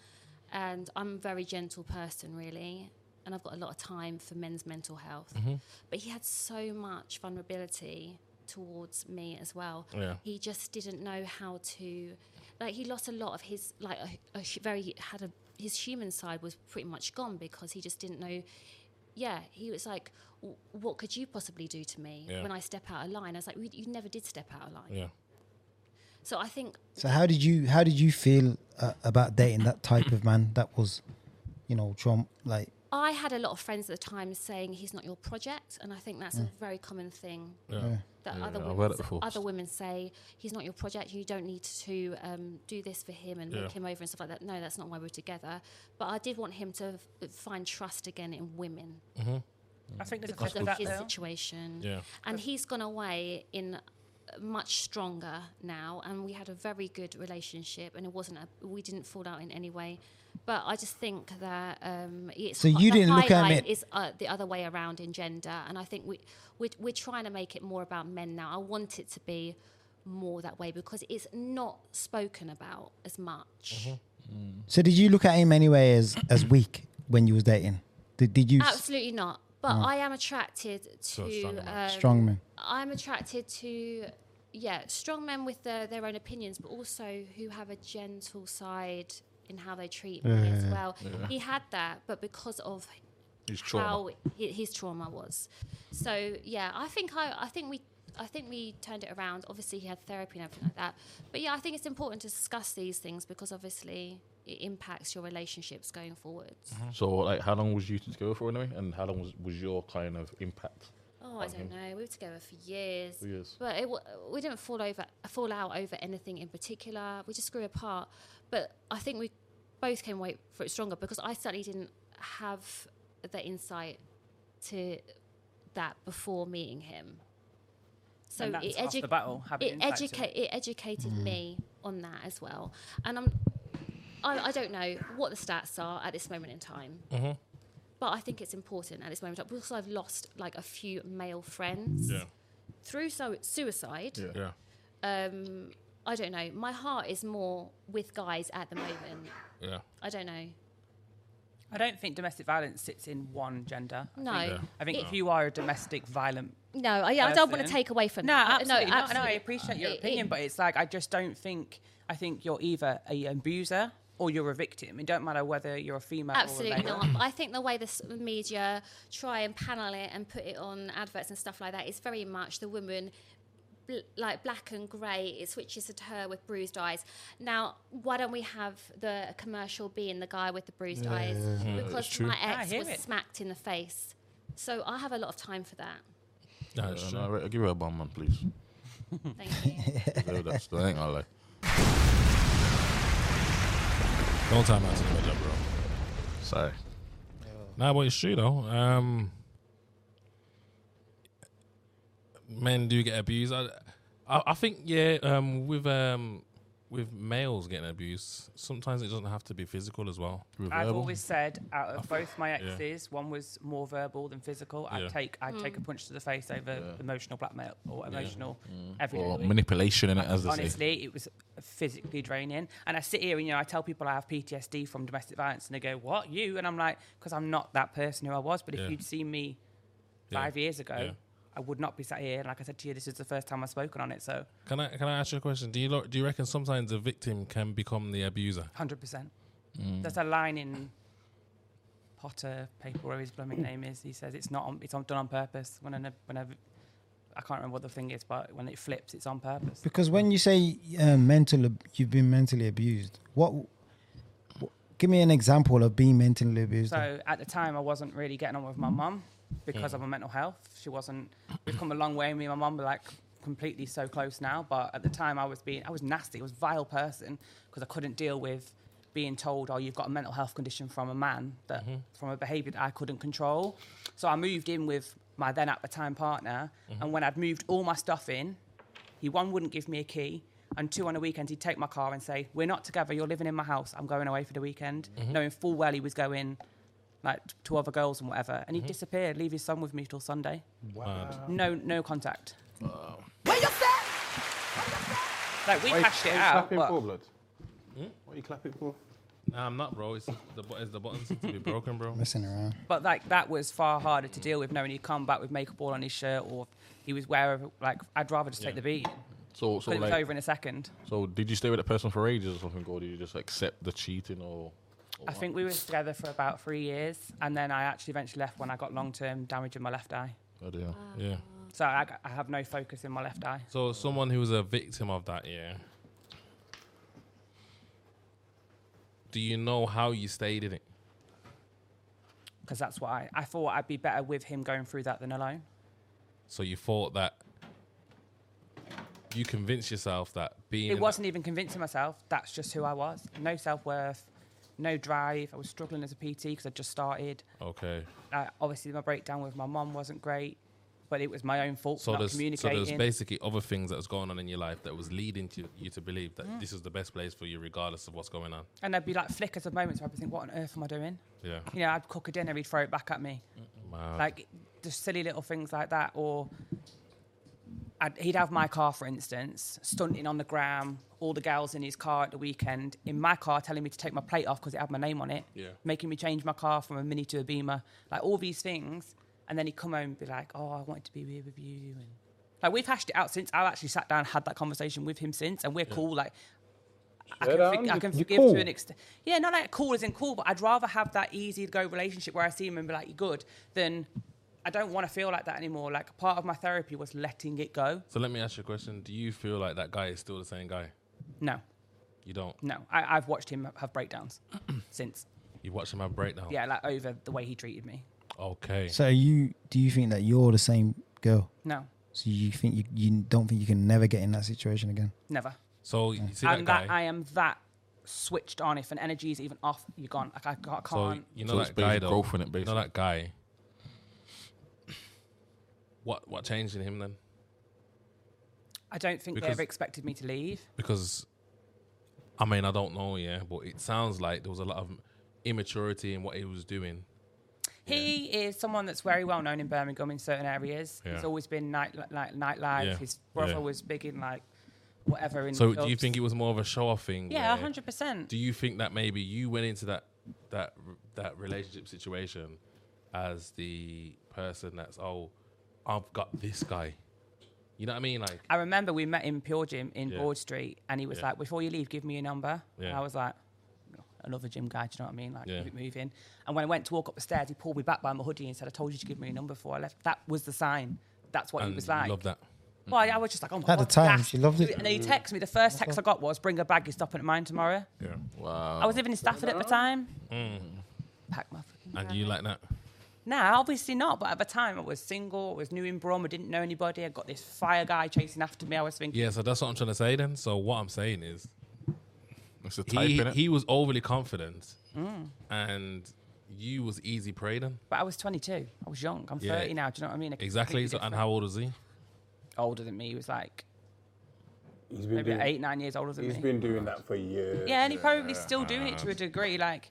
Speaker 2: and I'm a very gentle person, really, and I've got a lot of time for men's mental health. But he had so much vulnerability towards me as well.
Speaker 1: Yeah.
Speaker 2: He just didn't know how to, like, he lost a lot of his, like, a, a hu- very had a his human side was pretty much gone because he just didn't know yeah, he was like, "W- "What could you possibly do to me
Speaker 1: Yeah.
Speaker 2: when I step out of line?" I was like, "You you never did step out of line."
Speaker 1: Yeah.
Speaker 2: So I think
Speaker 4: So how did you how did you feel uh, about dating that type of man that was, you know, Trump like
Speaker 2: I had a lot of friends at the time saying he's not your project, and I think that's a very common thing
Speaker 1: Yeah.
Speaker 2: that
Speaker 5: Yeah,
Speaker 2: other
Speaker 5: I've
Speaker 2: women
Speaker 5: heard it before.
Speaker 2: other women say he's not your project. You don't need to um, do this for him and
Speaker 1: Yeah.
Speaker 2: make him over and stuff like that. No, that's not why we're together. But I did want him to f- find trust again in women
Speaker 6: I think there's a
Speaker 2: because
Speaker 6: bit of
Speaker 2: of
Speaker 6: that
Speaker 2: his
Speaker 6: though.
Speaker 2: situation.
Speaker 1: Yeah.
Speaker 2: and he's gone away in much stronger now and we had a very good relationship and it wasn't a, we didn't fall out in any way but i just think that um it's
Speaker 4: So
Speaker 2: hi-
Speaker 4: you
Speaker 2: the
Speaker 4: didn't look at him
Speaker 2: highlight
Speaker 4: in-
Speaker 2: is uh, the other way around in gender and i think we we're, we're trying to make it more about men now i want it to be more that way because it's not spoken about as much
Speaker 4: So did you look at him anyway as as weak when you was dating? Did, did you
Speaker 2: absolutely not but
Speaker 4: Mm.
Speaker 2: i am attracted to
Speaker 1: strong man.
Speaker 2: um,
Speaker 4: strong man?
Speaker 2: I'm attracted to yeah strong men with the, their own opinions, but also who have a gentle side in how they treat me as well. He had that, but because of
Speaker 5: His trauma.
Speaker 2: how hi- his trauma was, so yeah, I think I, I think we. I think we turned it around. Obviously, he had therapy and everything like that. But yeah, I think it's important to discuss these things because obviously it impacts your relationships going forwards.
Speaker 5: So, like, how long was you two together for anyway? And how long was, was your kind of impact?
Speaker 2: Oh, I don't know. We were together for years.
Speaker 5: um, For years.
Speaker 2: But it, wa- we didn't fall over, fall out over anything in particular. We just grew apart. But I think we both came away for it stronger because I certainly didn't have the insight to that before meeting him. So
Speaker 6: And that's
Speaker 2: it,
Speaker 6: half
Speaker 2: edu-
Speaker 6: the battle, having
Speaker 2: it,
Speaker 6: insight to
Speaker 2: educa- it educated me on that as well. And I'm, I, I don't know what the stats are at this moment in time but I think it's important at this moment because I've lost like a few male friends
Speaker 1: Yeah.
Speaker 2: through so- suicide.
Speaker 1: Yeah.
Speaker 2: Um, I don't know. My heart is more with guys at the moment.
Speaker 1: Yeah.
Speaker 2: I don't know.
Speaker 6: I don't think domestic violence sits in one gender. I
Speaker 2: No,
Speaker 6: think,
Speaker 1: Yeah.
Speaker 6: I think
Speaker 2: It-
Speaker 6: if you are a domestic violent
Speaker 2: no. I, yeah, I don't want to
Speaker 6: Person.
Speaker 2: take away from
Speaker 6: Uh, No,
Speaker 2: that.
Speaker 6: absolutely.
Speaker 2: no,
Speaker 6: not. No, I appreciate your
Speaker 2: It- it-
Speaker 6: opinion, but it's like I just don't think. I think you're either a abuser or you're a victim. It don't matter whether you're a female or a
Speaker 2: Absolutely
Speaker 6: male.
Speaker 2: not. I think the way the s- media try and panel it and put it on adverts and stuff like that is very much the woman, bl- like black and grey. It switches to her with bruised eyes. Now, why don't we have the commercial being the guy with the bruised eyes? Because my
Speaker 6: I
Speaker 2: ex
Speaker 6: hear
Speaker 2: was
Speaker 6: it.
Speaker 2: smacked in the face. So I have a lot of time for that.
Speaker 1: No, it's
Speaker 5: No,
Speaker 1: true.
Speaker 5: uh, right, give her a bum, man, please.
Speaker 2: Thank you.
Speaker 5: No, that's, that ain't gonna lie.
Speaker 1: Don't time out to the job, bro.
Speaker 5: Sorry.
Speaker 1: No, but it's true though. Um, men do get abused. I, I, I think yeah. Um, with um, with males getting abused, sometimes it doesn't have to be physical as well.
Speaker 6: I've
Speaker 5: Verbal.
Speaker 6: always said, out of both my exes, one was more verbal than physical. I'd
Speaker 1: Yeah.
Speaker 6: take I'd take a
Speaker 2: Mm.
Speaker 6: punch to the face over emotional blackmail or emotional every day of
Speaker 5: Mm. Or
Speaker 6: the week.
Speaker 5: manipulation in it, as they say.
Speaker 6: Honestly, it was physically draining. And I sit here and you know I tell people I have PTSD from domestic violence, and they go, "What you?" And I'm like, "Because I'm not that person who I was." But if
Speaker 1: Yeah.
Speaker 6: you'd seen me
Speaker 1: Yeah.
Speaker 6: five years ago,
Speaker 1: Yeah.
Speaker 6: I would not be sat here. And like I said to you, this is the first time I've spoken on it, so
Speaker 1: Can I can I ask you a question? Do you lo- do you reckon sometimes the victim can become the abuser?
Speaker 6: hundred percent.
Speaker 1: Mm.
Speaker 6: There's a line in Potter paper, where his blooming name is. He says it's not on, it's on, done on purpose. When an, when a, I can't remember what the thing is, but when it flips, it's on purpose.
Speaker 4: Because when you say uh, mental, ab- you've been mentally abused. What, wh- Give me an example of being mentally abused.
Speaker 6: So at the time, I wasn't really getting on with my mum because of my mental health. She wasn't. We've come a long way. Me and my mum were like completely so close now. But at the time, I was being, I was nasty. I was a vile person because I couldn't deal with being told, "Oh, you've got a mental health condition from a man that from a behaviour that I couldn't control." So I moved in with my then at the time partner, and when I'd moved all my stuff in, he one wouldn't give me a key, and two on the weekend he'd take my car and say, "We're not together. You're living in my house. I'm going away for the weekend," knowing full well he was going like to other girls and whatever, and he disappeared, leave his son with me till Sunday. No, no contact. Where you Like we hashed it out.
Speaker 3: clapping
Speaker 6: but- Hmm?
Speaker 3: for, blood? What are you clapping for?
Speaker 1: Nah, I'm not, bro. It's the bu- it's the buttons to be broken, bro.
Speaker 4: Messing around.
Speaker 6: but like that was far harder to deal with knowing he'd come back with makeup all on his shirt or he was wherever like I'd rather just take the beat.
Speaker 5: So, so
Speaker 6: But it was
Speaker 5: like,
Speaker 6: over in a second.
Speaker 5: so did you stay with that person for ages or something, or did you just accept the cheating or? or
Speaker 6: I think we were together for about three years and then I actually eventually left when I got long term damage in my left eye.
Speaker 5: what? Oh, dear.
Speaker 1: Yeah.
Speaker 6: So I, I have no focus in my left eye.
Speaker 1: So someone who was a victim of that, yeah. Do you know how you stayed in it?
Speaker 6: Because that's what I, I thought I'd be better with him going through that than alone.
Speaker 1: So you thought that you convinced yourself that being in
Speaker 6: It wasn't even convincing myself. That's just who I was. No self worth, no drive. I was struggling as a PT because I just started.
Speaker 1: that, okay.
Speaker 6: Uh, obviously, my breakdown with my mum wasn't great, but it was my own fault
Speaker 1: So
Speaker 6: for not
Speaker 1: there's so
Speaker 6: communicating.
Speaker 1: there's basically other things that was going on in your life that was leading to you to believe
Speaker 6: Mm.
Speaker 1: that this is the best place for you, regardless of what's going on.
Speaker 6: and there'd be like flickers of moments where I'd be thinking, what on earth am I doing?
Speaker 1: Yeah,
Speaker 6: You know, I'd cook a dinner, he'd throw it back at me.
Speaker 1: Mad.
Speaker 6: Like just silly little things like that. Or I'd, he'd have my car, for instance, stunting on the gram, all the girls in his car at the weekend, in my car telling me to take my plate off because it had my name on it,
Speaker 1: Yeah.
Speaker 6: making me change my car from a Mini to a Beamer, like all these things. And then he'd come home and be like, oh, I wanted to be here with you. And like we've hashed it out since. I've actually sat down and had that conversation with him since, and we're cool. Like, I can,
Speaker 3: down,
Speaker 6: forg- I
Speaker 3: you-
Speaker 6: can
Speaker 3: you
Speaker 6: forgive
Speaker 3: cool.
Speaker 6: to an extent. Yeah, not like cool as in cool, but I'd rather have that easy to go relationship where I see him and be like, you're good, than I don't want to feel like that anymore. Like, part of my therapy was letting it go.
Speaker 1: So let me ask you a question: Do you feel like that guy is still the same guy?
Speaker 6: No.
Speaker 1: You don't.
Speaker 6: No, I, I've watched him have breakdowns since.
Speaker 1: You watch them have breakdown.
Speaker 6: Yeah, like over the way he treated me.
Speaker 1: Okay.
Speaker 4: So are you do you think that you're the same girl?
Speaker 6: No,
Speaker 4: So you think you, you don't think you can never get in that situation again?
Speaker 6: never.
Speaker 1: So you see that
Speaker 6: And
Speaker 1: guy.
Speaker 6: that I am that switched on. If an energy is even off, you're gone. Like I, ca- I
Speaker 1: so
Speaker 6: can't.
Speaker 1: you
Speaker 5: So
Speaker 1: know
Speaker 5: it's
Speaker 1: that guy
Speaker 5: basic
Speaker 1: though.
Speaker 5: growth in
Speaker 1: you
Speaker 5: it,
Speaker 1: know
Speaker 5: basically.
Speaker 1: that guy. What what changed in him then?
Speaker 6: I don't think they
Speaker 1: because-
Speaker 6: ever expected me to leave.
Speaker 1: Because, I mean, I don't know, yeah, but it sounds like there was a lot of immaturity in what he was doing.
Speaker 6: He is someone that's very well known in Birmingham in certain areas.
Speaker 1: Yeah.
Speaker 6: He's always been night like nightlife.
Speaker 1: Yeah.
Speaker 6: His brother
Speaker 1: Yeah.
Speaker 6: was big in like whatever in.
Speaker 1: So do you
Speaker 6: clubs.
Speaker 1: think it was more of a show off thing?
Speaker 6: Mm. Yeah,
Speaker 1: where-
Speaker 6: hundred percent.
Speaker 1: Do you think that maybe you went into that that that relationship situation as the person that's oh, I've got this guy. You know what I mean? Like
Speaker 6: I remember we met in Pure Gym in
Speaker 1: Yeah.
Speaker 6: Broad Street, and he was
Speaker 1: Yeah.
Speaker 6: like, "Before you leave, give me your number." And
Speaker 1: Yeah.
Speaker 6: I was like, "Another gym guy, do you know what I mean? Like,
Speaker 1: Yeah.
Speaker 6: keep it moving." And when I went to walk up the stairs, he pulled me back by my hoodie and said, "I told you to give me your number before I left." That was the sign. That's what he
Speaker 1: and
Speaker 6: was like.
Speaker 1: love that.
Speaker 6: Well, I, I was just like, "Oh my
Speaker 4: At
Speaker 6: god!"
Speaker 4: the time,
Speaker 6: that's-
Speaker 4: she loved it.
Speaker 6: And then he texted me. The first text I got was, "Bring a bag. You're stopping at mine tomorrow."
Speaker 1: Yeah.
Speaker 5: Wow.
Speaker 6: I was living in Stafford at the time.
Speaker 1: Mm.
Speaker 6: Pack my fucking
Speaker 1: And you like that?
Speaker 6: Nah, obviously not. But at the time, I was single. I was new in Brom. I didn't know anybody. I got this fire guy chasing after me. I was thinking,
Speaker 1: Yeah. So that's what I'm trying to say then. So what I'm saying is
Speaker 5: it's a type
Speaker 1: he
Speaker 5: in it.
Speaker 1: he was overly confident,
Speaker 6: Mm.
Speaker 1: and you was easy prey then.
Speaker 6: but I was 22. I was young. I'm
Speaker 1: Yeah.
Speaker 6: 30 now. Do you know what I mean? I
Speaker 1: Exactly.
Speaker 6: completely
Speaker 1: So, and
Speaker 6: different-
Speaker 1: how old was he?
Speaker 6: older than me. He was like
Speaker 3: He's been
Speaker 6: maybe
Speaker 3: doing,
Speaker 6: eight, nine years older than
Speaker 3: He's
Speaker 6: me.
Speaker 3: been doing that for years.
Speaker 6: yeah, and he probably still doing it to
Speaker 1: Uh-huh.
Speaker 6: a degree. Like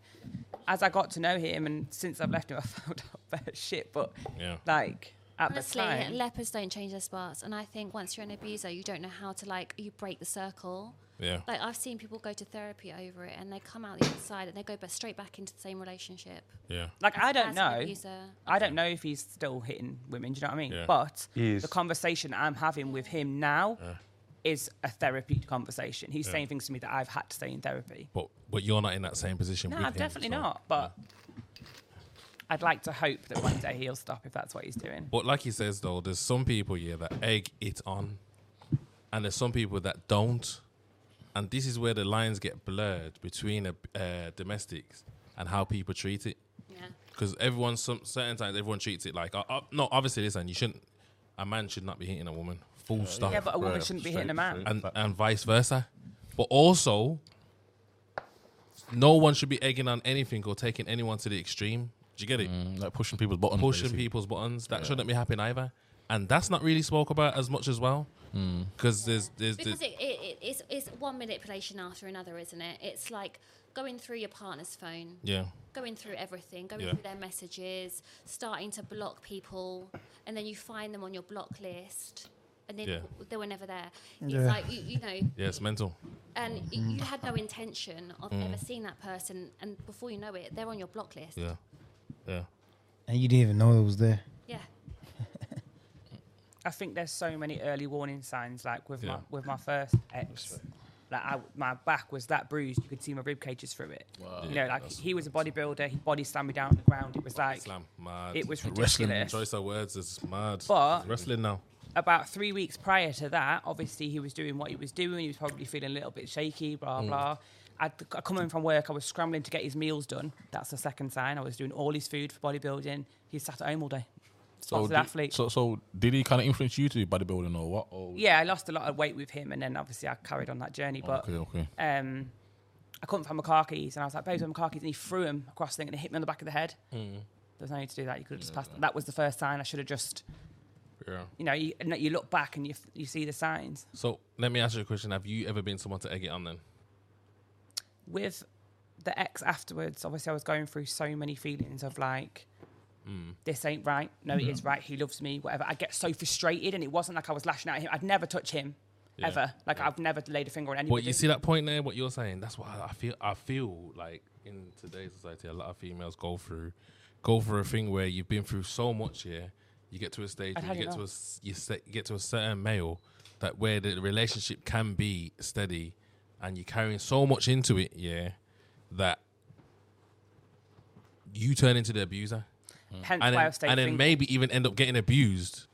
Speaker 6: as I got to know him, and since I've left him, I found out better shit. But
Speaker 1: Yeah.
Speaker 6: like at
Speaker 2: Honestly,
Speaker 6: the time,
Speaker 2: lepers don't change their spots, and I think once you're an abuser, you don't know how to like you break the circle.
Speaker 1: Yeah.
Speaker 2: Like I've seen people go to therapy over it, and they come out the other side, and they go but straight back into the same relationship.
Speaker 1: Yeah.
Speaker 6: like I don't
Speaker 2: as an
Speaker 6: know.
Speaker 2: abuser.
Speaker 6: I don't know if he's still hitting women. Do you know what I mean?
Speaker 1: Yeah.
Speaker 6: But
Speaker 3: He is.
Speaker 6: the conversation I'm having with him now is a therapy conversation. He's saying things to me that I've had to say in therapy.
Speaker 1: But but you're not in that same position.
Speaker 6: No,
Speaker 1: with
Speaker 6: I'm
Speaker 1: him,
Speaker 6: definitely
Speaker 1: so-
Speaker 6: not. But I'd like to hope that one day he'll stop if that's what he's doing.
Speaker 1: But like he says though, there's some people yeah that egg it on, and there's some people that don't, and this is where the lines get blurred between a, uh, domestics and how people treat it.
Speaker 2: Yeah.
Speaker 1: Because everyone, some certain times, everyone treats it like uh, uh, no. Obviously, listen, you shouldn't. A man should not be hitting a woman. Full stop.
Speaker 6: Yeah, but a woman
Speaker 5: Bruh,
Speaker 6: shouldn't be hitting a
Speaker 5: straight-
Speaker 6: man.
Speaker 5: straight
Speaker 1: and
Speaker 5: back.
Speaker 1: and vice versa. But also, no one should be egging on anything or taking anyone to the extreme. Do you get it?
Speaker 5: like pushing people's buttons.
Speaker 1: pushing
Speaker 5: basically.
Speaker 1: people's buttons. That shouldn't be happening either. And that's not really spoke about as much as well. Because there's, there's,
Speaker 2: Because
Speaker 1: there's
Speaker 2: it, it, it, it's, it's one manipulation after another, isn't it? It's like going through your partner's phone,
Speaker 1: yeah,
Speaker 2: going through everything, going
Speaker 1: Yeah.
Speaker 2: through their messages, starting to block people, and then you find them on your block list. And then
Speaker 1: Yeah.
Speaker 2: they were never there. It's
Speaker 4: Yeah.
Speaker 2: like, you, you know,
Speaker 1: yeah, it's mental.
Speaker 2: and y- you had no intention of ever seeing that person. And before you know it, they're on your block list.
Speaker 1: Mm. Yeah, yeah.
Speaker 4: And you didn't even know it was there.
Speaker 2: Yeah.
Speaker 6: I think there's so many early warning signs. Like with my
Speaker 1: Yeah.
Speaker 6: with my first ex, like I, my back was that bruised, you could see my rib cages through it. You know, like he was a bodybuilder. He body slammed me down on the ground. It was like
Speaker 1: Slam, mad.
Speaker 6: it was
Speaker 1: wrestling.
Speaker 6: ridiculous.
Speaker 1: Choice of words is mad.
Speaker 6: But-
Speaker 1: It's wrestling now.
Speaker 6: about three weeks prior to that, obviously he was doing what he was doing. He was probably feeling a little bit shaky,
Speaker 5: Mm.
Speaker 6: blah blah. I'd I come in from work. I was scrambling to get his meals done. That's the second sign. I was doing all his food for bodybuilding. He sat at home all day.
Speaker 5: So
Speaker 6: Sponsored
Speaker 5: did,
Speaker 6: athlete.
Speaker 5: So, so did he kind of influence you to do bodybuilding or what? Or
Speaker 6: yeah, I lost a lot of weight with him, and then obviously I carried on that journey. But
Speaker 5: okay, okay.
Speaker 6: um, I couldn't find my car keys, and I was like, "Babes, where are my car keys," and he threw him across the thing and it hit me on the back of the head. There
Speaker 5: Mm.
Speaker 6: was no need to do that. You could have just passed. That was the first sign. I should have just,
Speaker 1: Yeah.
Speaker 6: you know, you, you look back and you f- you see the signs.
Speaker 1: So let me ask you a question. Have you ever been someone to egg it on then?
Speaker 6: with the ex afterwards, obviously I was going through so many feelings of like,
Speaker 1: Mm.
Speaker 6: this ain't right. No, it is right. He loves me, whatever. I get so frustrated, and it wasn't like I was lashing out at him. I'd never touch him
Speaker 1: Yeah,
Speaker 6: ever. Like I've never laid a finger on anybody.
Speaker 1: But you see that point there, what you're saying. That's why I feel. I feel like in today's society, a lot of females go through, go through a thing where you've been through so much. Yeah, you get to a stage, where
Speaker 6: And
Speaker 1: you
Speaker 6: how do you
Speaker 1: get to
Speaker 6: know?
Speaker 1: a, s- you se- you get to a certain male that where the relationship can be steady, and you're carrying so much into it. Yeah, that you turn into the abuser,
Speaker 6: Hence
Speaker 1: and
Speaker 6: why
Speaker 1: then,
Speaker 6: I've stayed
Speaker 1: and then
Speaker 6: single.
Speaker 1: maybe even end up getting abused.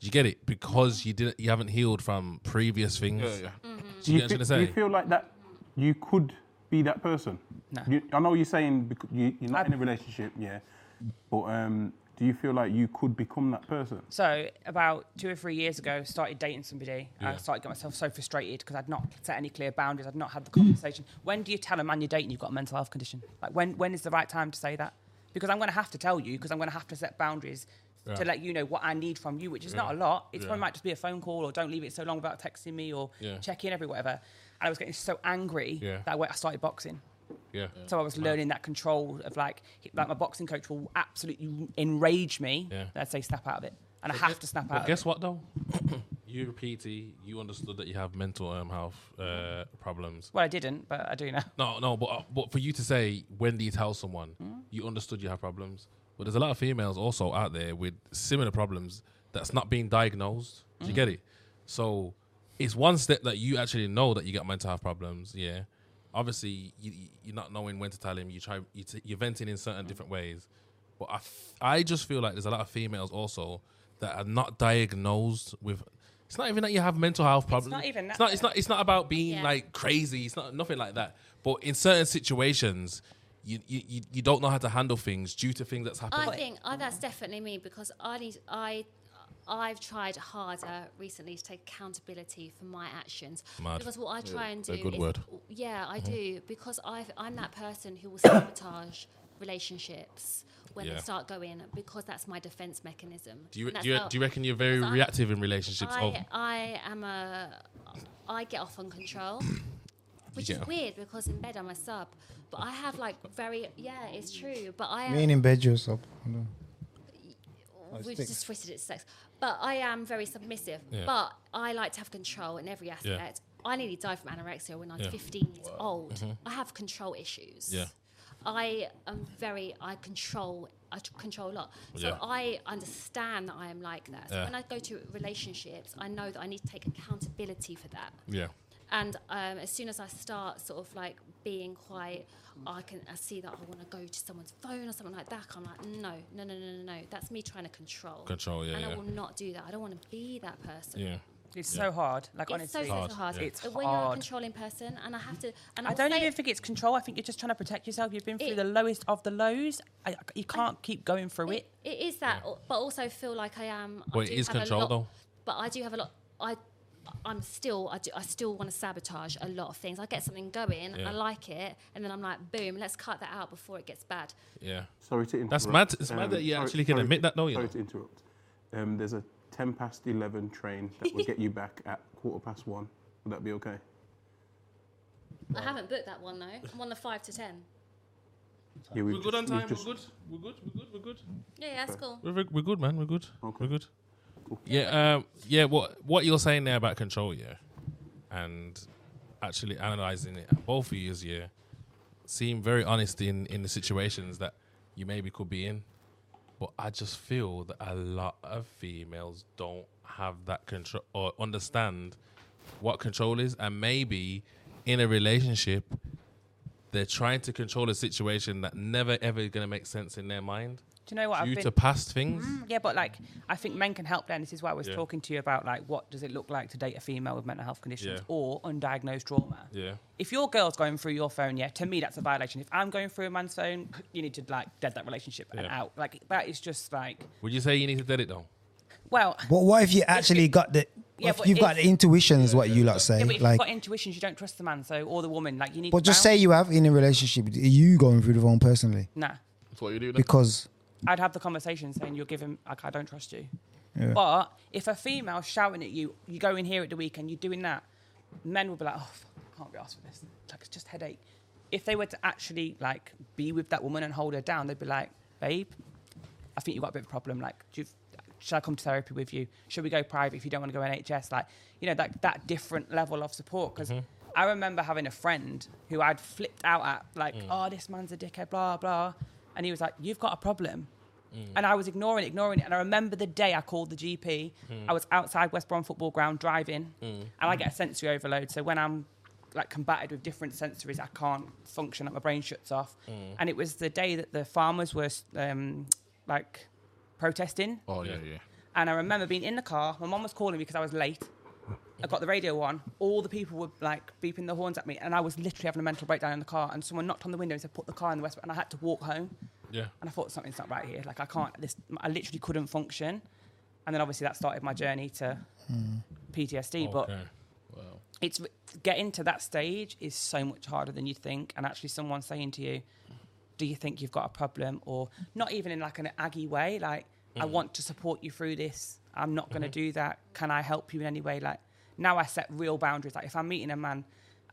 Speaker 1: You get it because you didn't, you haven't healed from previous things.
Speaker 5: Yeah, yeah.
Speaker 6: Mm.
Speaker 1: Do you get what I'm
Speaker 3: fe-
Speaker 1: trying to
Speaker 3: you
Speaker 1: say?
Speaker 3: feel like that you could be that person.
Speaker 6: No.
Speaker 3: You, I know you're saying bec- you, you're not
Speaker 6: I-
Speaker 3: in a relationship, yeah, but um, do you feel like you could become that person?
Speaker 6: So about two or three years ago, started dating somebody.
Speaker 1: Yeah.
Speaker 6: I started getting myself so frustrated because I'd not set any clear boundaries. I'd not had the conversation. when do you tell a man you're dating you've got a mental health condition? Like when when is the right time to say that? Because I'm going to have to tell you because I'm going to have to set boundaries
Speaker 1: Yeah.
Speaker 6: to let you know what I need from you, which is not a lot. It's probably might just be a phone call or don't leave it so long without texting me or
Speaker 1: Yeah.
Speaker 6: check in every whatever. And I was getting so angry
Speaker 1: Yeah.
Speaker 6: that I went- I started boxing.
Speaker 1: Yeah.
Speaker 6: So I was learning that control of like, he- like my boxing coach will absolutely enrage me.
Speaker 1: Yeah.
Speaker 6: I'd say snap out of it, and I
Speaker 1: But
Speaker 6: have
Speaker 1: gue-
Speaker 6: to snap
Speaker 1: but
Speaker 6: out. of
Speaker 1: Guess what though? you PT, you understood that you have mental um, health uh, problems.
Speaker 6: it. Well, I didn't, but I do now.
Speaker 1: No, no, but uh, but for you to say when do you tell someone
Speaker 6: Hmm?
Speaker 1: you understood you have problems, but there's a lot of females also out there with similar problems that's not being diagnosed. Do you
Speaker 6: Hmm.
Speaker 1: get it? So it's one step that you actually know that you got mental health problems. Yeah, obviously you, you- you're not knowing when to tell him. You try you t- you're venting in
Speaker 6: Hmm.
Speaker 1: certain different ways, but I f- I just feel like there's a lot of females also that are not diagnosed with. It's not even that you have mental health problems.
Speaker 6: not even
Speaker 1: It's
Speaker 6: that.
Speaker 1: not. It's not. It's not about being
Speaker 2: Yeah.
Speaker 1: like crazy. It's not nothing like that. But in certain situations, you you, you, you don't know how to handle things due to things that's happened.
Speaker 2: I think oh, that's definitely me because I need I. I've tried harder recently to take accountability for my actions
Speaker 1: Mad. Mm-hmm.
Speaker 2: because what I try and do
Speaker 5: a good
Speaker 2: is,
Speaker 5: word.
Speaker 2: yeah, I do because I I'm that person who will sabotage relationships when
Speaker 1: Yeah.
Speaker 2: they start going because that's my defense mechanism.
Speaker 1: do you
Speaker 2: And that's
Speaker 1: do you,
Speaker 2: how-
Speaker 1: do you reckon you're very
Speaker 2: that's how- Oh,
Speaker 1: reactive in relationships? Oh,
Speaker 2: I,
Speaker 1: of,
Speaker 2: I am a. I get off on control, which
Speaker 1: get
Speaker 2: is
Speaker 1: off-
Speaker 2: weird because in bed I'm a sub, but I have like very yeah, it's true. But I
Speaker 4: Me and
Speaker 2: am.
Speaker 4: in bed yourself.
Speaker 2: We've
Speaker 4: sticks.
Speaker 2: just twisted it to sex, but I am very submissive.
Speaker 1: Yeah.
Speaker 2: But I like to have control in every aspect. I nearly died from anorexia when I was
Speaker 1: Yeah. Mm-hmm.
Speaker 2: 15 years old. I have control issues.
Speaker 1: Yeah.
Speaker 2: I am very. I control. I t- control a lot. So
Speaker 1: Yeah.
Speaker 2: I understand that I am like that. So
Speaker 1: Yeah.
Speaker 2: when I go to relationships, I know that I need to take accountability for that.
Speaker 1: yeah,
Speaker 2: And um, as soon as I start sort of like being quite, I can I see that I want to go to someone's phone or something like that. I'm like, no, no, no, no, no, no. That's me trying to control.
Speaker 1: control. Yeah,
Speaker 2: and I
Speaker 1: yeah,
Speaker 2: will not do that. I don't want to be that person.
Speaker 1: yeah.
Speaker 6: It's
Speaker 1: Yeah.
Speaker 6: so hard. Like
Speaker 2: It's so,
Speaker 6: honestly,
Speaker 2: so hard.
Speaker 1: yeah.
Speaker 6: It's
Speaker 2: But When you're a
Speaker 6: hard.
Speaker 2: controlling person, and I have to, and
Speaker 6: I
Speaker 2: I'll
Speaker 6: don't
Speaker 2: say
Speaker 6: even think it's control. I think you're just trying to protect yourself. You've been through
Speaker 2: It-
Speaker 6: the lowest of the lows. I, you can't keep going through it.
Speaker 2: it, it is that, al- but also feel like I am. I
Speaker 1: Well, it
Speaker 2: do
Speaker 1: is
Speaker 2: have a
Speaker 1: control,
Speaker 2: lot-
Speaker 1: though.
Speaker 2: But I do have a lot. I, I'm still. I, do, I still want to sabotage a lot of things. I get something going.
Speaker 1: Yeah.
Speaker 2: I like it, and then I'm like, boom, let's cut that out before it gets bad.
Speaker 1: yeah.
Speaker 3: Sorry to interrupt. Um,
Speaker 1: That's mad- it's mad that you
Speaker 3: sorry-
Speaker 1: actually can
Speaker 3: sorry
Speaker 1: admit
Speaker 3: to-
Speaker 1: that, though, you
Speaker 3: Sorry
Speaker 1: know.
Speaker 3: to interrupt. Um, there's a 10 past 11 train that will get you back at quarter past one. Would that be okay?
Speaker 2: I haven't booked that one though. I'm on the five to ten.
Speaker 3: Yeah, we've
Speaker 1: We're good on
Speaker 3: just- we've
Speaker 1: time. We're
Speaker 3: just-
Speaker 1: good. We're good. We're good. We're good.
Speaker 2: Yeah, yeah, that's cool.
Speaker 1: We're, we're, we're good, man. We're good.
Speaker 3: Okay.
Speaker 1: We're good. Yeah. Um, yeah. What What you're saying there about control, yeah, and actually analyzing it, both of you, yeah, seem very honest in in the situations that you maybe could be in. But I just feel that a lot of females don't have that control or understand what control is, and maybe in a relationship they're trying to control a situation that never ever gonna make sense in their mind
Speaker 6: Do you know what
Speaker 1: due
Speaker 6: I've been? Mm.
Speaker 1: to past things.
Speaker 6: yeah, but like I think men can help there, and This is why I was
Speaker 1: Yeah.
Speaker 6: talking to you about like what does it look like to date a female with mental health conditions
Speaker 1: Yeah.
Speaker 6: or undiagnosed trauma.
Speaker 1: Yeah.
Speaker 6: if your girl's going through your phone, yeah, to me that's a violation. If I'm going through a man's phone, you need to like dead that relationship and
Speaker 1: Yeah.
Speaker 6: out. Like that is just like,
Speaker 1: Would you say you need to dead it though?
Speaker 6: well,
Speaker 4: But what if you actually got the?
Speaker 6: Yeah,
Speaker 4: if
Speaker 6: but
Speaker 4: you've got
Speaker 6: if-
Speaker 4: the intuition, is what you lot say.
Speaker 6: yeah, but if
Speaker 4: like,
Speaker 6: you've got intuitions, you don't trust the man, so or the woman, like you need.
Speaker 4: but
Speaker 6: to
Speaker 4: just say
Speaker 6: bounce.
Speaker 4: you have in a relationship. Are you going through the phone personally?
Speaker 6: nah.
Speaker 5: That's what you do. Then.
Speaker 4: Because
Speaker 6: I'd have the conversation saying you're giving like I don't trust you. But if a female shouting at you, you go in here at the weekend, you're doing that, men will be like, oh, fuck, I can't be asked for this. Like it's just headache. If they were to actually like be with that woman and hold her down, they'd be like, babe, I think you've got a bit of a problem. Like, do you, should I come to therapy with you? Should we go private if you don't want to go NHS? Like, you know, that, that different level of support. Because I remember having a friend who I'd flipped out at, like, oh, this man's a dickhead, blah, blah. And he was like, you've got a problem. And I was ignoring it, ignoring it. And I remember the day I called the GP. I was outside West Brom football ground driving, and I get a sensory overload. So when I'm like combated with different sensories, I can't function. Like my brain shuts off. And it was the day that the farmers were um, like protesting.
Speaker 5: Oh yeah, yeah.
Speaker 6: And I remember being in the car. My mum was calling me because I was late. I got the radio on. All the people were like beeping their horns at me, and I was literally having a mental breakdown in the car. And someone knocked on the window and said, "Put the car in the west," and I had to walk home.
Speaker 1: Yeah.
Speaker 6: And I thought something's not right here. Like I can't. This I literally couldn't function. And then obviously that started my journey to PTSD. But
Speaker 1: Okay.
Speaker 6: it's getting to that stage is so much harder than you think and actually someone saying to you do you think you've got a problem or not even in like an aggy way like i want to support you through this i'm not going to do that can i help you in any way like now i set real boundaries like if i'm meeting a man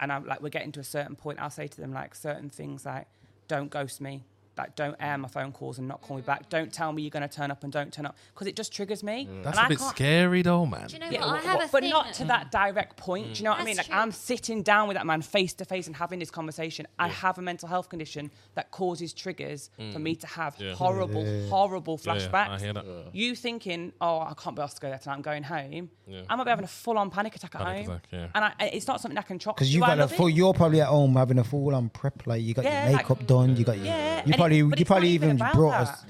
Speaker 6: and i'm like we're getting to a certain point i'll say to them like certain things like don't ghost me like don't air my phone calls and not call
Speaker 1: Mm.
Speaker 6: me back don't tell me you're going to turn up and don't turn up because it just triggers me
Speaker 1: That's
Speaker 6: and
Speaker 1: a
Speaker 6: I
Speaker 1: bit
Speaker 6: can't-
Speaker 1: scary though, man.
Speaker 2: Do you know
Speaker 6: yeah,
Speaker 2: what? I have a
Speaker 6: but
Speaker 2: thing.
Speaker 6: not to that direct point. Do you know what I
Speaker 2: That's
Speaker 6: mean? Like
Speaker 2: true.
Speaker 6: I'm sitting down with that man face to face and having this conversation. I have a mental health condition that causes triggers for me to have
Speaker 1: Yeah.
Speaker 6: horrible, horrible
Speaker 1: Yeah, yeah,
Speaker 6: flashbacks.
Speaker 1: I hear that.
Speaker 6: You thinking, oh, I can't be asked to go there tonight. I'm going home.
Speaker 1: Yeah.
Speaker 6: I might be having a full-on panic attack at
Speaker 1: Panic
Speaker 6: home,
Speaker 1: attack, yeah.
Speaker 6: and I, it's not something I can control.
Speaker 4: Because you
Speaker 6: Do I
Speaker 4: got a
Speaker 6: love it?
Speaker 4: full, you're probably at home having a full on prep. Like you got
Speaker 6: Yeah,
Speaker 4: your
Speaker 6: like-
Speaker 4: makeup done. You got your.
Speaker 6: Yeah, and
Speaker 4: You
Speaker 6: it-
Speaker 4: probably
Speaker 6: but
Speaker 4: you
Speaker 6: it's not
Speaker 4: probably
Speaker 6: even
Speaker 4: even
Speaker 6: about
Speaker 4: brought
Speaker 6: that.
Speaker 4: us.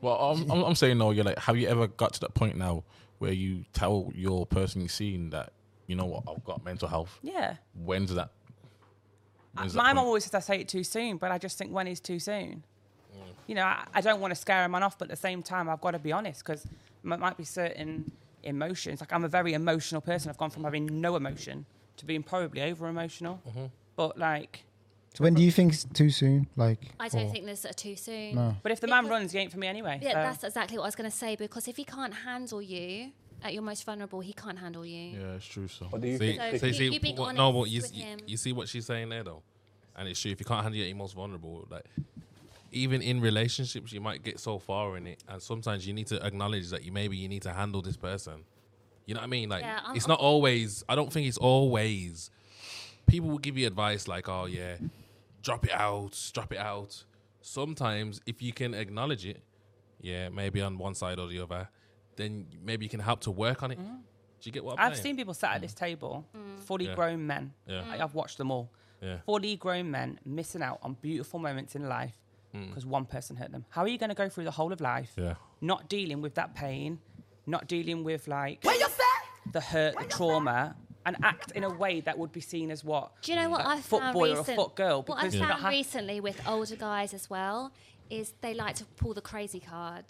Speaker 5: Well, I'm, I'm, I'm saying no. You're like, have you ever got to that point now where you tell your person you've seen that you know what I've got mental health?
Speaker 6: Yeah.
Speaker 5: When's that? when's that
Speaker 6: My mum
Speaker 5: point?
Speaker 6: always says I say it too soon, but I just think when is too soon. You know, I, I don't want to scare a man off, but at the same time, I've got to be honest because there might be certain emotions. Like I'm a very emotional person. I've gone from having no emotion to being probably over emotional.
Speaker 1: Mm-hmm.
Speaker 6: But like,
Speaker 4: So when do you think it's too soon? Like
Speaker 2: I don't
Speaker 4: or-
Speaker 2: think there's a too soon.
Speaker 6: but if the man runs, he ain't for me anyway.
Speaker 2: Yeah,
Speaker 6: so-
Speaker 2: that's exactly what I was going to say because if he can't handle you at your most vulnerable, he can't handle you.
Speaker 5: Yeah, it's true. So
Speaker 3: But do you
Speaker 1: See,
Speaker 2: So
Speaker 3: think-
Speaker 1: see,
Speaker 2: you-
Speaker 1: see,
Speaker 2: you being
Speaker 1: what, no,
Speaker 2: honest
Speaker 1: what you,
Speaker 2: with
Speaker 1: you,
Speaker 2: him.
Speaker 1: you see what she's saying there though, and it's true. If you can't handle your most vulnerable, like even in relationships, you might get so far in it, and sometimes you need to acknowledge that you maybe you need to handle this person. You know what I mean? Like
Speaker 2: Yeah, I'm-
Speaker 1: it's not always. I don't think it's always. People will give you advice like, "Oh yeah, drop it out, drop it out." Sometimes if you can acknowledge it, yeah, maybe on one side or the other, then maybe you can help to work on it. Do you get what I'm
Speaker 6: I've
Speaker 1: saying?
Speaker 6: seen people sat at this table,
Speaker 2: Mm.
Speaker 6: fully
Speaker 1: Mm. Yeah.
Speaker 6: grown men.
Speaker 1: Yeah.
Speaker 6: Like, I've watched them all.
Speaker 1: Yeah.
Speaker 6: Fully grown men missing out on beautiful moments in life because one person hurt them. How are you going to go through the whole of life
Speaker 1: Mm. Yeah.
Speaker 6: not dealing with that pain, not dealing with like the hurt, the trauma, and act in a way that would be seen as what?
Speaker 2: Do you know what
Speaker 6: A
Speaker 2: I found
Speaker 6: footboy or a
Speaker 2: recent-
Speaker 6: footgirl,
Speaker 2: What I
Speaker 6: because you're not
Speaker 2: found
Speaker 6: happy.
Speaker 2: recently with older guys as well is they like to pull the crazy card.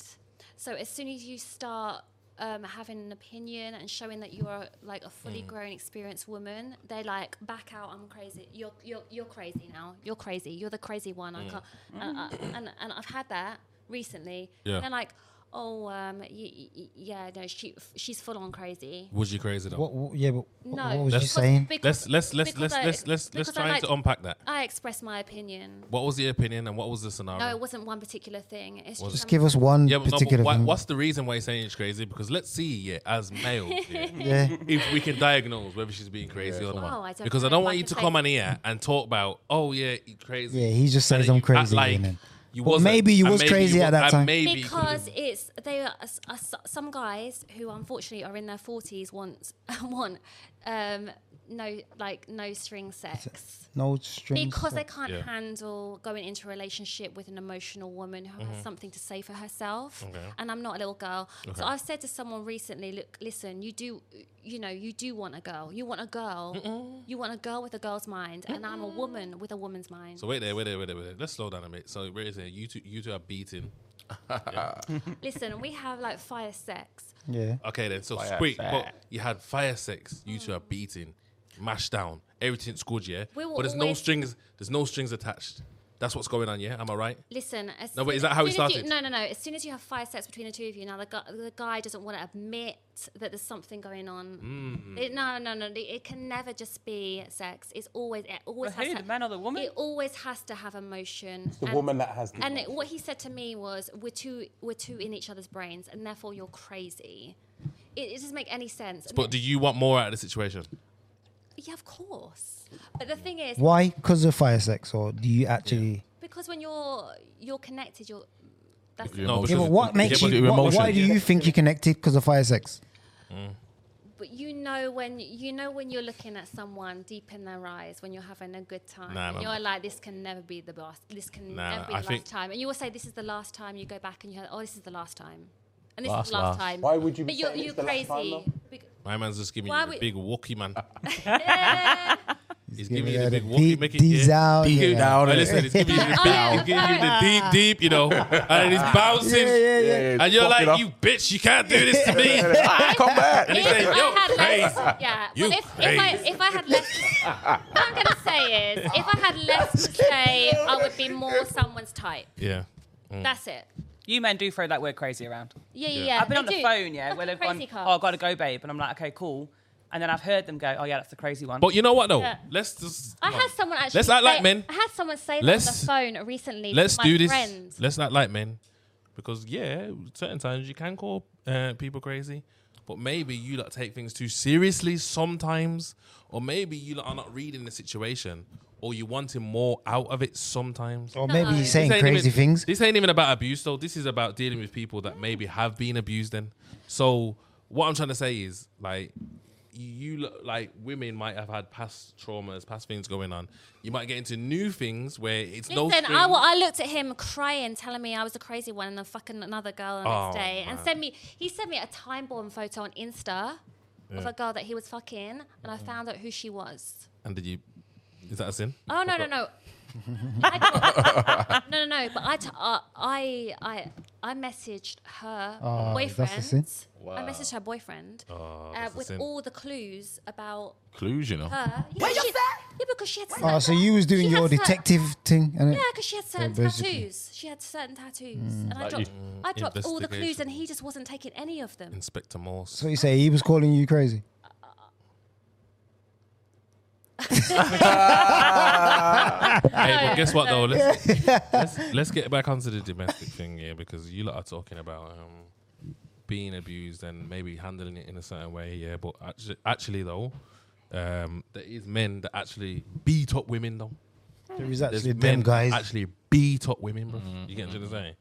Speaker 2: So as soon as you start um, having an opinion and showing that you are like a
Speaker 1: Mm.
Speaker 2: fully grown, experienced woman, they like back out. I'm crazy. You're you're you're crazy now. You're crazy. You're the crazy one.
Speaker 1: Mm.
Speaker 2: I can't. And, I- and and I've had that recently.
Speaker 1: Yeah.
Speaker 2: They're like, oh um, y- y- y- yeah, no, she she's full on crazy.
Speaker 1: Was you crazy though?
Speaker 4: What, what- yeah, but what-
Speaker 2: No,
Speaker 4: what was you
Speaker 1: That's-
Speaker 4: saying?
Speaker 1: let's let's let's
Speaker 2: because
Speaker 1: let's
Speaker 2: I-
Speaker 1: let's let's let's
Speaker 2: because I
Speaker 1: try
Speaker 2: like
Speaker 1: to unpack that.
Speaker 2: I express my opinion.
Speaker 1: What was the opinion and what was the scenario?
Speaker 2: No, it wasn't one particular thing. It's
Speaker 1: Was
Speaker 2: just
Speaker 4: Just give us one
Speaker 1: yeah, but, no, but
Speaker 4: particular
Speaker 1: why,
Speaker 4: thing.
Speaker 1: what's the reason why you're saying it's crazy? Because let's see, yeah, as males, yeah,
Speaker 4: yeah.
Speaker 1: if we can diagnose whether she's being crazy or not.
Speaker 2: Oh, I don't
Speaker 1: because I
Speaker 2: know.
Speaker 1: don't
Speaker 2: I
Speaker 1: want you
Speaker 2: can
Speaker 1: to
Speaker 2: say-
Speaker 1: come on here and talk about, oh yeah, he's crazy.
Speaker 4: Yeah, he just
Speaker 1: And
Speaker 4: says
Speaker 1: then
Speaker 4: I'm
Speaker 1: you act
Speaker 4: crazy.
Speaker 1: like
Speaker 4: and then-
Speaker 1: you
Speaker 4: But
Speaker 1: wasn't,
Speaker 4: maybe you
Speaker 1: and
Speaker 4: was crazy
Speaker 1: wa-
Speaker 4: at that
Speaker 1: and
Speaker 4: time.
Speaker 1: maybe you could've-
Speaker 2: because it's they are, s- are s- some guys who unfortunately are in their forties want want um, no like no string sex
Speaker 4: no strings.
Speaker 2: because they
Speaker 4: like-
Speaker 2: can't
Speaker 1: Yeah.
Speaker 2: handle going into a relationship with an emotional woman who
Speaker 1: Mm-hmm.
Speaker 2: has something to say for herself. And I'm not a little girl, so I've said to someone recently, look, listen, you do, you know, you do want a girl. You want a girl. You want a girl with a girl's mind, and I'm a woman with a woman's mind.
Speaker 1: So wait there, wait there, wait there, wait there. Let's slow down a bit. So wait there, you two, you two are beating.
Speaker 2: Listen, we have like fire sex.
Speaker 4: yeah.
Speaker 1: Okay then, so quick, but you had fire sex. You two are beating, mashed down, everything's good, yeah.
Speaker 2: We will
Speaker 1: but there's no
Speaker 2: always-
Speaker 1: strings. There's no strings attached. That's what's going on, yeah. Am I right?
Speaker 2: Listen, as
Speaker 1: No, but
Speaker 2: soon-
Speaker 1: is that
Speaker 2: as
Speaker 1: how it
Speaker 2: soon as you-
Speaker 1: started?
Speaker 2: no, no, no. As soon as you have fire sex between the two of you, now the, gu- the guy doesn't want to admit that there's something going on.
Speaker 1: Mm.
Speaker 2: It, no, no, no. It can never just be sex. It's always it always
Speaker 6: But
Speaker 2: has
Speaker 6: who,
Speaker 2: to,
Speaker 6: the man or the woman?
Speaker 2: It always has to have emotion.
Speaker 3: the woman that has the
Speaker 2: and it,
Speaker 3: emotion.
Speaker 2: what he said to me was, "We're too we're too in each other's brains, and therefore you're crazy." It, it doesn't make any sense. And
Speaker 1: But do you want more out of the situation?
Speaker 2: yeah, of course. But the thing is,
Speaker 4: Why? Because of fire sex, or do you actually?
Speaker 2: because when you're you're connected, you're that's
Speaker 5: Yeah,
Speaker 1: No,
Speaker 5: but
Speaker 1: because
Speaker 4: Yeah, but what
Speaker 1: yeah,
Speaker 4: makes
Speaker 1: but
Speaker 4: you?
Speaker 5: your
Speaker 4: What, why
Speaker 5: emotion.
Speaker 4: do you think you connected? Because of fire sex.
Speaker 2: But you know when you know when you're looking at someone deep in their eyes when you're having a good time.
Speaker 1: Nah,
Speaker 2: and
Speaker 1: nah,
Speaker 2: you're
Speaker 1: nah.
Speaker 2: like, this can never be the last. This can
Speaker 1: Nah,
Speaker 2: never be
Speaker 1: I
Speaker 2: the
Speaker 1: think-
Speaker 2: last time. And you will say, this is the last time. You go back and you hear, oh, this is the last time. And this
Speaker 5: Last,
Speaker 2: is the last,
Speaker 5: last.
Speaker 2: time.
Speaker 3: Why would you be
Speaker 2: But you're,
Speaker 3: saying it's
Speaker 2: you're
Speaker 3: the last time,
Speaker 2: crazy.
Speaker 3: though?
Speaker 2: Bec-
Speaker 1: My man's just giving
Speaker 2: Why
Speaker 1: you the
Speaker 2: would-
Speaker 1: big walkie, man. He's
Speaker 4: Give
Speaker 1: giving you
Speaker 4: me
Speaker 1: the
Speaker 4: that
Speaker 1: big
Speaker 4: deep
Speaker 1: walkie. Make it
Speaker 4: D's
Speaker 1: yeah.
Speaker 4: out.
Speaker 5: Deep
Speaker 4: yeah.
Speaker 5: down.
Speaker 1: Hey, listen, he's giving you
Speaker 2: Oh,
Speaker 1: the deep, he's giving you the deep, deep, you know, and it's bouncing.
Speaker 4: Yeah, yeah, yeah.
Speaker 5: Yeah,
Speaker 1: And you're
Speaker 5: fuck it
Speaker 1: like,
Speaker 5: up.
Speaker 1: you bitch, you can't do this to me.
Speaker 5: Ah, come back.
Speaker 2: If
Speaker 1: said, "Yo,
Speaker 2: I had less,
Speaker 1: crazy.
Speaker 2: yeah.
Speaker 1: You
Speaker 2: well, if, if I
Speaker 1: crazy.
Speaker 2: if I had less, what I'm gonna say is, if I had less to say, I would be more someone's type.
Speaker 1: Yeah.
Speaker 2: That's it.
Speaker 6: You men do throw that word crazy around.
Speaker 2: Yeah, yeah.
Speaker 1: Mm. Yeah.
Speaker 2: yeah
Speaker 6: I've been
Speaker 2: they
Speaker 6: on the
Speaker 2: do.
Speaker 6: phone, yeah,
Speaker 2: Fucking
Speaker 6: where they've gone,
Speaker 2: crazy
Speaker 6: oh, I've got
Speaker 2: cunts.
Speaker 6: to go, babe. And I'm like, okay, cool. And then I've heard them go, oh, yeah, that's the crazy one.
Speaker 1: But you know what though?
Speaker 2: Yeah.
Speaker 1: Let's just
Speaker 2: I had someone actually.
Speaker 1: Let's act like
Speaker 2: say-
Speaker 1: men.
Speaker 2: I had someone say
Speaker 1: Let's-
Speaker 2: that on the phone recently.
Speaker 1: let's
Speaker 2: to my
Speaker 1: do this.
Speaker 2: friends.
Speaker 1: Let's not like men, because yeah, certain times you can call uh, people crazy, but maybe you lot take things too seriously sometimes, or maybe you lot are not reading the situation, or you wanting more out of it sometimes.
Speaker 4: Or maybe he's
Speaker 2: This
Speaker 4: saying
Speaker 1: This ain't
Speaker 4: crazy
Speaker 1: even-
Speaker 4: things.
Speaker 1: This ain't even about abuse, though. This is about dealing with people that maybe have been abused. Then, so what I'm trying to say is like. You look like women might have had past traumas, past things going on. You might get into new things where it's no.
Speaker 2: Listen, I,
Speaker 1: strings.
Speaker 2: wa- I looked at him crying, telling me I was a crazy one and a fucking another girl the next
Speaker 1: Oh,
Speaker 2: day, and
Speaker 1: man.
Speaker 2: sent me. He sent me a time bomb photo on Insta of
Speaker 1: Yeah. Mm.
Speaker 2: a girl that he was fucking, and I found out who she was.
Speaker 1: And did you? Is that a sin?
Speaker 2: Oh no no no. I got- no no no. But I t- uh, I I I messaged her
Speaker 4: Oh, that's the
Speaker 2: boyfriend.
Speaker 4: sin.
Speaker 2: I messaged her boyfriend uh,
Speaker 1: Ah, that's the
Speaker 2: with
Speaker 1: sin.
Speaker 2: all the clues about
Speaker 5: Clues, you know.
Speaker 2: her. Uh, Yeah, she, yeah because she had.
Speaker 4: Oh,
Speaker 2: certain
Speaker 4: so
Speaker 2: ta-
Speaker 4: you was doing
Speaker 2: she had
Speaker 4: your
Speaker 2: certain-
Speaker 4: detective thing, and
Speaker 2: Yeah, because she had certain
Speaker 4: basically. Hmm.
Speaker 2: tattoos. She had certain tattoos, and I dropped I dropped all the clues, and he just wasn't taking any of them.
Speaker 1: Inspector Morse.
Speaker 4: so you say he was calling you crazy.
Speaker 1: hey, but guess what though? Let's, let's let's get back onto the domestic thing here because you lot are talking about um, being abused and maybe handling it in a certain way. Yeah, but actually, actually though, um, there is men that actually beat up women though.
Speaker 4: There is
Speaker 1: There's
Speaker 4: actually them
Speaker 1: men
Speaker 4: guys.
Speaker 1: actually beat up women, bro. You get what I'm saying?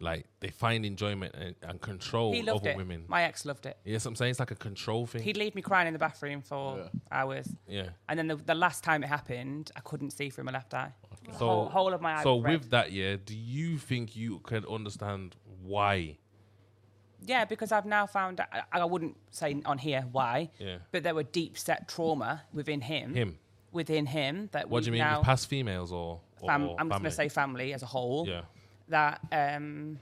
Speaker 1: Like they find enjoyment and, and control
Speaker 6: he loved
Speaker 1: over
Speaker 6: it.
Speaker 1: women.
Speaker 6: My ex loved it.
Speaker 1: Yes, I'm saying it's like a control thing.
Speaker 6: He'd leave me crying in the bathroom for hours.
Speaker 1: yeah.
Speaker 6: And then the, the last time it happened, I couldn't see through my left eye.
Speaker 1: So-
Speaker 6: The whole, whole of my eye.
Speaker 1: So
Speaker 6: was red.
Speaker 1: with that, yeah, do you think you can understand why?
Speaker 6: Yeah, because I've now found I, I wouldn't say on here why,
Speaker 1: Yeah.
Speaker 6: but there were deep set trauma within him.
Speaker 1: Him.
Speaker 6: Within him that
Speaker 1: What
Speaker 6: we've
Speaker 1: do you mean
Speaker 6: now
Speaker 1: with past females or, or
Speaker 6: fam- I'm just
Speaker 1: family?
Speaker 6: gonna say family as a whole.
Speaker 1: yeah.
Speaker 6: That um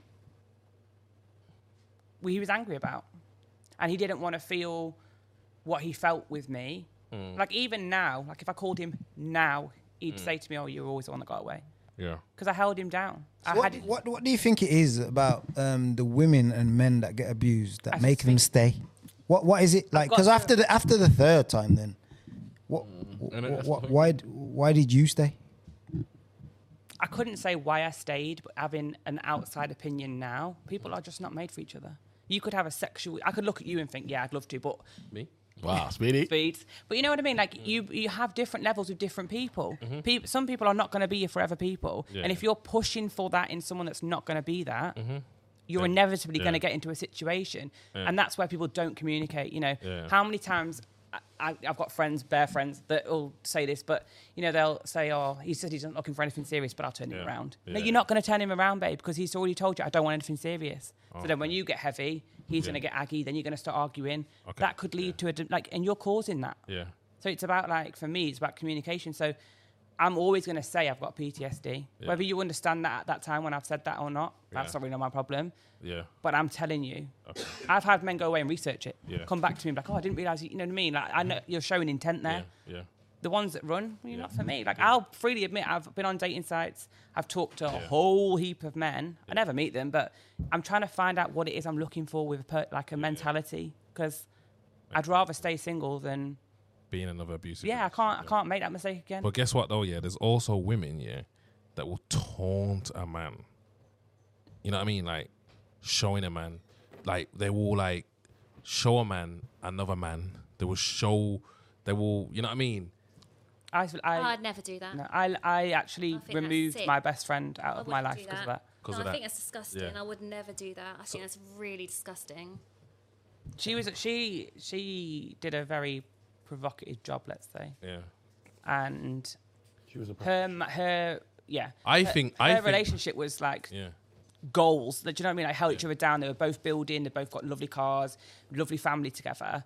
Speaker 6: we, he was angry about. And he didn't want to feel what he felt with me.
Speaker 1: Hmm.
Speaker 6: Like even now, like if I called him now, he'd say to me, Oh, you're always the one that got away.
Speaker 1: Yeah.
Speaker 6: Because I held him down. I
Speaker 4: What,
Speaker 6: had it-
Speaker 4: what, what do you think it is about um, the women and men that get abused that
Speaker 6: I
Speaker 4: make
Speaker 6: think-
Speaker 4: them stay? What what is it like?
Speaker 6: got
Speaker 4: Because
Speaker 6: to-
Speaker 4: after the after the third time, then what,
Speaker 1: Mm.
Speaker 4: what, what why d- why did you stay?
Speaker 6: I couldn't say why I stayed, but having an outside opinion now, people are just not made for each other. You could have a sexual. I could look at you and think, yeah, I'd love to, but
Speaker 1: Me?
Speaker 5: Wow, speedy.
Speaker 6: speeds. But you know what I mean? Like
Speaker 1: Mm.
Speaker 6: you, you have different levels with different people. Peop some people are not going to be your forever people,
Speaker 1: Mm-hmm. Yeah. Mm-hmm.
Speaker 6: and if you're pushing for that in someone that's not going to be that. You're
Speaker 1: Yeah.
Speaker 6: inevitably going to
Speaker 1: Yeah.
Speaker 6: get into a situation, and that's where people don't communicate. You know,
Speaker 1: Yeah.
Speaker 6: how many times I, I, I've got friends, bare friends, that all say this, but you know they'll say, "Oh, he said he's not looking for anything serious, but I'll turn
Speaker 1: Yeah.
Speaker 6: him around." No,
Speaker 1: Yeah.
Speaker 6: you're not going to turn him around, babe, because he's already told you, "I don't want anything serious." So then, when you get heavy, he's going to get aggy. Then you're going to start arguing.
Speaker 1: Okay.
Speaker 6: That could lead
Speaker 1: Yeah.
Speaker 6: to to a d- like and you're causing that
Speaker 1: Yeah.
Speaker 6: so it's about like for me it's about communication so i'm always going to say i've got ptsd
Speaker 1: Yeah.
Speaker 6: whether you understand that at that time when i've said that or not that's
Speaker 1: Yeah.
Speaker 6: not really my problem
Speaker 1: Yeah.
Speaker 6: but i'm telling you i've had men go away and research it
Speaker 1: Yeah.
Speaker 6: come back to me and be like oh i didn't realize you you know what i mean like i know you're showing intent there
Speaker 1: Yeah. Yeah.
Speaker 6: the ones that run, well, you're
Speaker 1: Yeah.
Speaker 6: not for me. Like I'll freely admit, I've been on dating sites. I've talked to a
Speaker 1: Yeah.
Speaker 6: whole heap of men. I never meet them, but I'm trying to find out what it is I'm looking for with a per- like a mentality because I'd rather stay single than
Speaker 1: Being another abusive.
Speaker 6: yeah. I
Speaker 1: relationship,
Speaker 6: can't I
Speaker 1: yeah.
Speaker 6: can't make that mistake again.
Speaker 1: But guess what though? Yeah, there's also women yeah that will taunt a man. You know what I mean? Like showing a man, like they will like show a man another man. They will show. They will. You know what I mean?
Speaker 6: I
Speaker 2: Oh,
Speaker 6: I,
Speaker 2: I'd never do that.
Speaker 6: no, I I actually
Speaker 2: I think that's
Speaker 6: removed
Speaker 2: sick.
Speaker 6: my best friend out
Speaker 2: I
Speaker 6: of my
Speaker 2: wouldn't
Speaker 6: life
Speaker 2: do
Speaker 6: because of that.
Speaker 2: No,
Speaker 1: 'Cause of
Speaker 2: I
Speaker 1: that.
Speaker 2: think it's disgusting.
Speaker 1: Yeah.
Speaker 2: I would never do that. I think that's really disgusting.
Speaker 6: She was she she did a very provocative job, let's say,
Speaker 1: Yeah.
Speaker 6: and
Speaker 3: She was a
Speaker 6: her ma- her yeah.
Speaker 1: I
Speaker 6: her,
Speaker 1: think.
Speaker 6: her
Speaker 1: I think.
Speaker 6: relationship was like
Speaker 1: Yeah.
Speaker 6: goals. That do you know what I mean? They held each other down. They were both building. They both got lovely cars, lovely family together.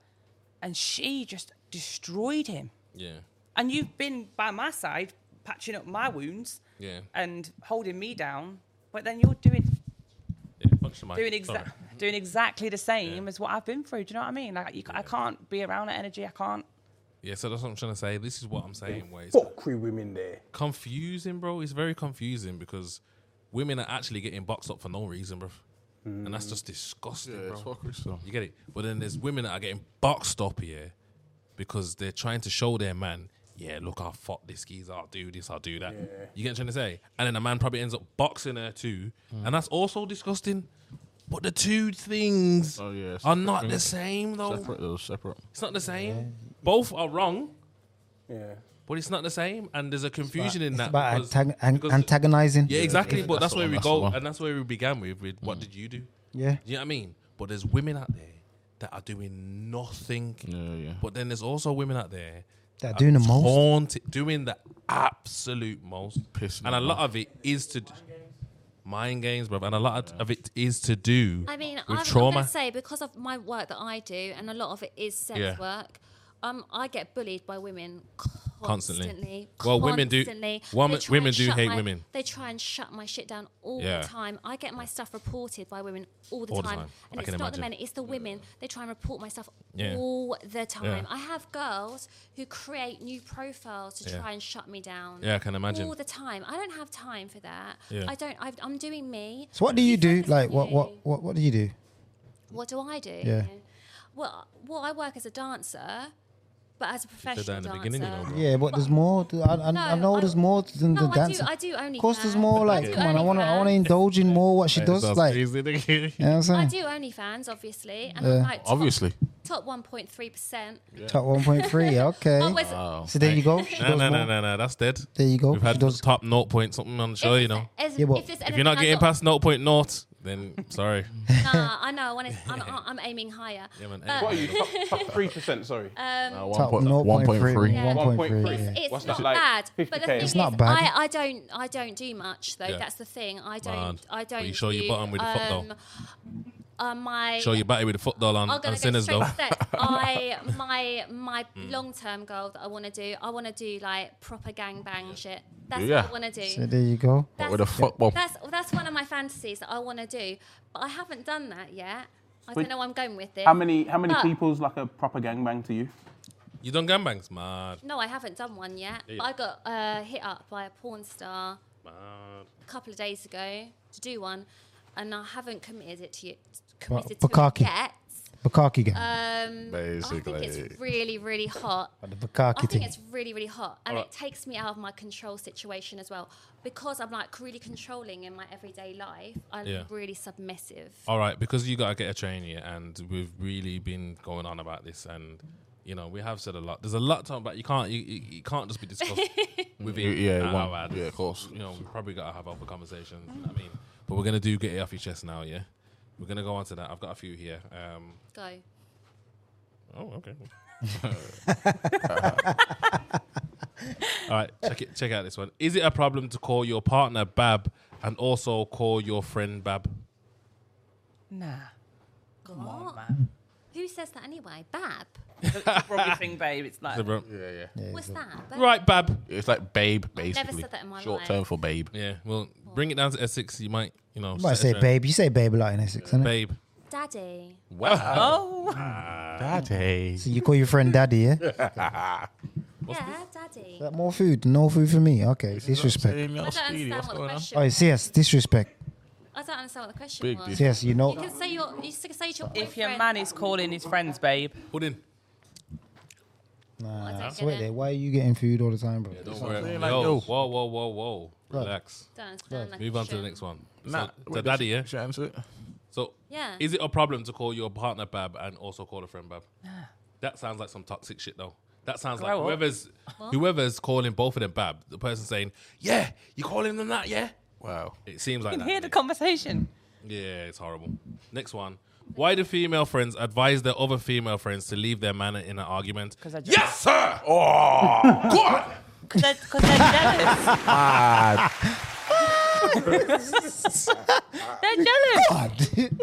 Speaker 6: and she just destroyed him.
Speaker 1: Yeah.
Speaker 6: And you've been by my side, patching up my wounds
Speaker 1: Yeah.
Speaker 6: and holding me down, but then you're doing
Speaker 1: yeah. Punch the mic.
Speaker 6: doing exactly
Speaker 1: Sorry.
Speaker 6: doing exactly the same
Speaker 1: Yeah.
Speaker 6: as what I've been through. Do you know what I mean? Like you, ca I can't be around that energy. I can't.
Speaker 1: Yeah, so that's what I'm trying to say. This is what I'm saying. Where it's
Speaker 3: Fuckery women there.
Speaker 1: confusing, bro. It's very confusing because women are actually getting boxed up for no reason, bro. And that's just disgusting,
Speaker 5: Yeah, it's
Speaker 1: bro.
Speaker 5: fuckery still.
Speaker 1: You get it? But then there's women that are getting boxed up here because they're trying to show their man, yeah, look, I'll fuck this geezer, I'll do this, I'll do that. You get what I'm trying to say? And then the man probably ends up boxing her too. And that's also disgusting. But the two things
Speaker 5: Oh, yeah, it's
Speaker 1: are not
Speaker 5: different.
Speaker 1: the same, though.
Speaker 5: Separate those, separate.
Speaker 1: It's not the same. Both are wrong,
Speaker 3: Yeah.
Speaker 1: but it's not the same. And there's a confusion in
Speaker 4: It's
Speaker 1: that.
Speaker 4: about
Speaker 1: because-
Speaker 4: antag- an-
Speaker 1: because-
Speaker 4: antagonizing.
Speaker 1: yeah, exactly. But that's,
Speaker 5: That's the
Speaker 1: where
Speaker 5: one,
Speaker 1: we
Speaker 5: that's Mm. the
Speaker 1: go,
Speaker 5: one.
Speaker 1: and that's where we began with. With what did you do?
Speaker 4: Yeah.
Speaker 1: Do you know what I mean? But there's women out there that are doing nothing.
Speaker 5: Yeah, yeah.
Speaker 1: But then there's also women out there
Speaker 4: That are doing the most.
Speaker 1: taunted- doing the absolute most.
Speaker 5: Pissing
Speaker 1: and a
Speaker 5: them
Speaker 1: lot of it is to d- mind games, bro. And a lot of it is to do
Speaker 2: I mean,
Speaker 1: with
Speaker 2: I'm, I'm
Speaker 1: trauma.
Speaker 2: going to say because of my work that I do, and a lot of it is sex
Speaker 1: Yeah.
Speaker 2: work. Um, I get bullied by women
Speaker 1: Constantly.
Speaker 2: constantly.
Speaker 1: Well, women do-
Speaker 2: constantly.
Speaker 1: women-
Speaker 2: They try
Speaker 1: women
Speaker 2: and
Speaker 1: do
Speaker 2: shut
Speaker 1: hate
Speaker 2: my-
Speaker 1: women.
Speaker 2: They try and shut my shit down all
Speaker 1: Yeah.
Speaker 2: the time. I get my stuff reported by women all the,
Speaker 1: All the
Speaker 2: time.
Speaker 1: time.
Speaker 2: and
Speaker 1: I
Speaker 2: it's
Speaker 1: can
Speaker 2: not the
Speaker 1: imagine.
Speaker 2: men; it's the women. They try and report my stuff
Speaker 1: Yeah.
Speaker 2: all the time.
Speaker 1: Yeah.
Speaker 2: I have girls who create new profiles to
Speaker 1: Yeah.
Speaker 2: try and shut me down.
Speaker 1: Yeah, I can imagine.
Speaker 2: All the time. I don't have time for that.
Speaker 1: Yeah.
Speaker 2: I don't. I've, I'm doing me.
Speaker 4: So what do you do?
Speaker 2: focus
Speaker 4: Like
Speaker 2: on
Speaker 4: what what
Speaker 2: you.
Speaker 4: what, what do you do?
Speaker 2: What do I do?
Speaker 4: Yeah.
Speaker 2: Well, well, I work as a dancer, but as a professional
Speaker 1: in the
Speaker 2: dancer.
Speaker 1: beginning, you know, bro.
Speaker 4: Yeah, but there's more. To, I, I, I
Speaker 2: No,
Speaker 4: know
Speaker 2: I-
Speaker 4: there's more than
Speaker 2: No,
Speaker 4: the
Speaker 2: I do-
Speaker 4: dancing.
Speaker 2: I do
Speaker 4: Of course, there's
Speaker 2: OnlyFans.
Speaker 4: more.
Speaker 2: I
Speaker 4: Like,
Speaker 2: do
Speaker 4: come on, I want to I want to
Speaker 2: OnlyFans.
Speaker 4: indulge in more what she does.
Speaker 5: That's
Speaker 4: Like, you
Speaker 5: crazy, nigga.
Speaker 4: know what I'm
Speaker 2: I
Speaker 4: saying?
Speaker 2: do OnlyFans, obviously, and
Speaker 4: Yeah.
Speaker 2: I'm like top,
Speaker 5: Obviously.
Speaker 2: top 1.3 percent.
Speaker 4: Top 1.3. Okay.
Speaker 2: Always,
Speaker 4: So there you go. She
Speaker 1: No,
Speaker 4: does
Speaker 1: no,
Speaker 4: more.
Speaker 1: no, no, no. That's dead.
Speaker 4: There you go.
Speaker 1: We've had
Speaker 4: She does-
Speaker 1: top naught point something on the show,
Speaker 2: if,
Speaker 1: you know.
Speaker 2: as-
Speaker 4: Yeah, but
Speaker 2: if, there's
Speaker 1: If you're not
Speaker 2: anything I
Speaker 1: getting
Speaker 2: got-
Speaker 1: past naught point naught, then sorry.
Speaker 2: nah, I know. I wanna, I'm, I'm aiming higher.
Speaker 1: Yeah, man,
Speaker 2: But
Speaker 3: What are you? Top, top 3%, sorry.
Speaker 5: Uh,
Speaker 4: Top
Speaker 5: 1.3.
Speaker 4: 1.3
Speaker 2: Yeah.
Speaker 4: 1.3
Speaker 2: It's,
Speaker 4: yeah.
Speaker 2: it's
Speaker 3: What's
Speaker 2: not
Speaker 3: that, like,
Speaker 2: bad, but the
Speaker 3: 50K?
Speaker 2: thing
Speaker 3: It's
Speaker 2: is,
Speaker 4: not bad.
Speaker 2: I, I don't, I don't do much though.
Speaker 1: Yeah.
Speaker 2: That's the thing. I don't,
Speaker 1: Mad.
Speaker 2: I
Speaker 1: But
Speaker 2: don't.
Speaker 1: you show your
Speaker 2: do,
Speaker 1: bottom with the fuck, though.
Speaker 2: um, uh, my
Speaker 1: Show your battery with a foot doll on,
Speaker 2: I'm
Speaker 1: on
Speaker 2: gonna go
Speaker 1: sinners
Speaker 2: straight
Speaker 1: though.
Speaker 2: to sex. I my my long term goal that I want to do. I want to do like proper gangbang shit. That's
Speaker 5: Yeah.
Speaker 2: what I want to do.
Speaker 4: So there you go.
Speaker 2: that's,
Speaker 5: With a fuck bomb.
Speaker 2: that's that's one of my fantasies that I want to do, but I haven't done that yet. I
Speaker 3: Wait.
Speaker 2: don't know where I'm going with this.
Speaker 3: How many how many
Speaker 2: But-
Speaker 3: people's like a proper gangbang to you?
Speaker 1: You done gangbangs? Mad.
Speaker 2: No, I haven't done one yet.
Speaker 1: Yeah.
Speaker 2: I got uh, hit up by a porn star a couple of days ago to do one, and I haven't committed it to you. Committed
Speaker 4: Bukkake.
Speaker 2: to it yet.
Speaker 4: Bukkake game.
Speaker 2: Um, I think
Speaker 5: Basically.
Speaker 2: it's really, really hot.
Speaker 4: the
Speaker 2: I
Speaker 4: Bukkake
Speaker 2: think
Speaker 4: thing.
Speaker 2: it's really, really hot, and
Speaker 1: Alright.
Speaker 2: it takes me out of my control situation as well because I'm like really controlling in my everyday life. I'm
Speaker 1: Yeah.
Speaker 2: really submissive.
Speaker 1: All right, because you gotta get a train here, and we've really been going on about this, and you know we have said a lot. There's a lot to talk about. You can't you, you, you can't just be discussed with it.
Speaker 5: Yeah,
Speaker 1: one.
Speaker 5: one. Yeah, of course.
Speaker 1: You know we probably gotta have other conversations. I mean, but we're gonna do get it off your chest now. Yeah, we're gonna go on to that. I've got a few here. Um,
Speaker 2: Go.
Speaker 1: oh, okay. All right, check it. Check out this one. Is it a problem to call your partner Bab and also call your friend Bab?
Speaker 6: Nah. Come
Speaker 2: What?
Speaker 6: on, man.
Speaker 2: Who says that anyway? Bab.
Speaker 6: It's a rugby thing, babe. It's like
Speaker 5: Yeah, yeah.
Speaker 2: What's that? Bab?
Speaker 1: Right, Bab.
Speaker 5: It's like babe,
Speaker 2: I've never
Speaker 5: basically.
Speaker 2: said that in my
Speaker 5: Short
Speaker 2: life.
Speaker 5: term for babe.
Speaker 1: Yeah, well, bring it down to Essex. You might, you know,
Speaker 4: You might
Speaker 1: set
Speaker 4: say
Speaker 1: a trend.
Speaker 4: babe. You say babe a lot in Essex, innit?
Speaker 1: babe.
Speaker 2: Daddy.
Speaker 5: Wow.
Speaker 6: oh,
Speaker 5: Daddy.
Speaker 4: So you call your friend daddy, yeah? Is
Speaker 2: yeah, daddy.
Speaker 4: that more food? No food for me. Okay, disrespect.
Speaker 5: Damn,
Speaker 2: I
Speaker 5: y'all
Speaker 2: don't understand
Speaker 5: speedy. What's
Speaker 2: what the
Speaker 5: going on?
Speaker 2: question
Speaker 4: Oh,
Speaker 2: was.
Speaker 4: it's yes, disrespect.
Speaker 2: I don't understand what the question
Speaker 5: Big
Speaker 2: was.
Speaker 5: dis-
Speaker 4: It's yes, you know.
Speaker 2: You can say your, you can say to your boyfriend.
Speaker 6: if your man is calling his friends, babe.
Speaker 1: Pudding.
Speaker 2: I
Speaker 4: Nah,
Speaker 2: don't
Speaker 4: so
Speaker 2: get
Speaker 4: wait
Speaker 2: it.
Speaker 4: there. Why are you getting food all the time, bro?
Speaker 1: Don't worry.
Speaker 5: saying, like,
Speaker 1: yo,
Speaker 5: yo.
Speaker 1: whoa, whoa, whoa, whoa. Relax.
Speaker 2: Don't understand that
Speaker 1: Move on to the
Speaker 2: question.
Speaker 1: next one.
Speaker 5: Nah,
Speaker 1: so, so
Speaker 5: wait,
Speaker 1: daddy,
Speaker 5: should-
Speaker 1: yeah?
Speaker 5: Should I answer it?
Speaker 1: So,
Speaker 2: Yeah.
Speaker 1: is it a problem to call your partner Bab and also call a friend Bab? that sounds like some toxic shit, though. That sounds like
Speaker 6: Grow up.
Speaker 1: whoever's whoever's calling both of them Bab, the person saying, yeah, you calling them that, yeah?
Speaker 5: Wow.
Speaker 1: It seems like
Speaker 6: You can
Speaker 1: that.
Speaker 6: hear the conversation.
Speaker 1: Yeah, it's horrible. Next one. Why do female friends advise their other female friends to leave their man in an argument?
Speaker 6: 'Cause I just-
Speaker 1: yes, sir.
Speaker 5: Ah,
Speaker 1: Oh, God.
Speaker 6: Because they're, 'cause they're jealous.
Speaker 5: Uh,
Speaker 6: they're jealous.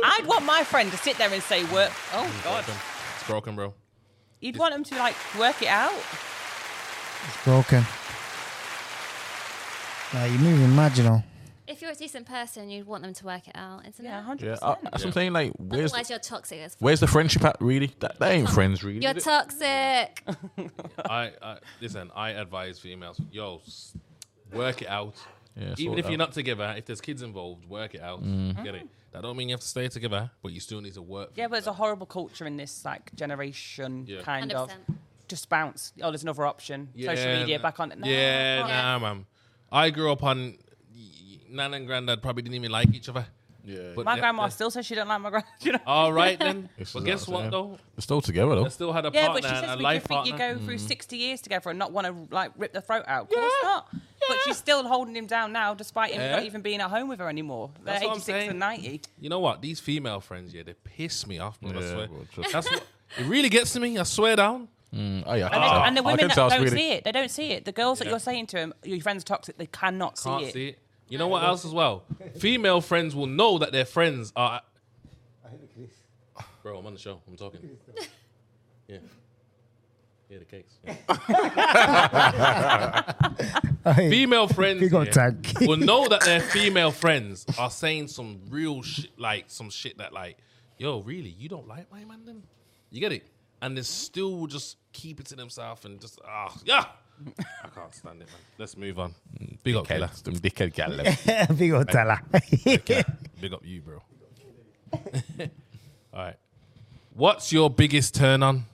Speaker 6: I'd want my friend to sit there and say, "Work." Oh God,
Speaker 1: It's broken, bro.
Speaker 6: You'd want them to like work it out.
Speaker 4: It's broken. Nah, you're moving mad, you know.
Speaker 2: If you're a decent person, you'd want them to work it out, isn't
Speaker 6: Yeah,
Speaker 2: it?
Speaker 6: hundred
Speaker 5: Yeah, uh,
Speaker 6: percent.
Speaker 5: that's what I'm saying. Like, where's
Speaker 2: Otherwise, you're toxic as f-
Speaker 5: where's the friendship at? Really, that, that ain't friends, really.
Speaker 2: You're
Speaker 5: is it?
Speaker 2: toxic.
Speaker 1: I, I listen. I advise females, yo, s- work it out.
Speaker 5: Yeah,
Speaker 1: Even
Speaker 5: sort
Speaker 1: if
Speaker 5: out. Mm-hmm.
Speaker 1: you're not together, if there's kids involved, work it out. Get it? That don't mean you have to stay together, but you still need to work.
Speaker 6: Yeah, but there's a horrible culture in this like generation
Speaker 1: Yeah.
Speaker 6: kind of
Speaker 2: 100%.
Speaker 6: just bounce. Oh, there's another option. Social
Speaker 1: Yeah,
Speaker 6: media
Speaker 1: nah.
Speaker 6: back on it. No,
Speaker 1: yeah,
Speaker 6: not-
Speaker 1: nah, man. I grew up on y- y- nan and granddad probably didn't even like each other.
Speaker 5: Yeah.
Speaker 1: But
Speaker 6: My
Speaker 1: they-
Speaker 6: grandma
Speaker 1: they-
Speaker 6: still says she don't like my grandma. You know?
Speaker 1: All right then.
Speaker 5: This is
Speaker 1: but
Speaker 5: what
Speaker 1: guess
Speaker 5: I'm
Speaker 1: what
Speaker 5: saying.
Speaker 1: though?
Speaker 5: They're still together though.
Speaker 1: I still had a
Speaker 6: Yeah,
Speaker 1: partner,
Speaker 6: but she says
Speaker 1: and a
Speaker 6: we you
Speaker 1: life
Speaker 6: think
Speaker 1: partner. Mm.
Speaker 6: you go through 60 years together and not want to like rip the throat out. Of course not. But she's still holding him down now, despite him
Speaker 1: Yeah.
Speaker 6: not even being at home with her anymore. They're
Speaker 1: That's what I'm
Speaker 6: 86
Speaker 1: saying.
Speaker 6: and 90.
Speaker 1: You know what? These female friends, yeah, they piss me off, man. I
Speaker 5: Yeah,
Speaker 1: swear.
Speaker 5: well, trust-
Speaker 1: That's what, it really gets to me. I swear down.
Speaker 5: Mm, oh yeah, I can
Speaker 6: And,
Speaker 5: tell.
Speaker 6: they, and the
Speaker 5: I can
Speaker 6: women that
Speaker 5: tell
Speaker 6: don't
Speaker 5: it's really-
Speaker 6: see it, they don't see it. The girls that
Speaker 1: Yeah.
Speaker 6: you're saying to them, your friend's toxic, they cannot see
Speaker 1: Can't
Speaker 6: it.
Speaker 1: see it. You know what else as well? Female friends will know that their friends are. Bro, I'm on the show. I'm talking. Yeah. Yeah, the cakes. Female friends
Speaker 4: We got
Speaker 1: yeah,
Speaker 4: tag.
Speaker 1: will know that their female friends are saying some real shit, like some shit that, like, yo, really, you don't like my man then? You get it? And they still will just keep it to themselves and just, ah, yeah. I can't stand it, man. Let's move on. Big up, Killer.
Speaker 5: Dickheads, them dickhead gal, them.
Speaker 4: Big old tala.
Speaker 1: Big up you, bro. All right. What's your biggest turn on?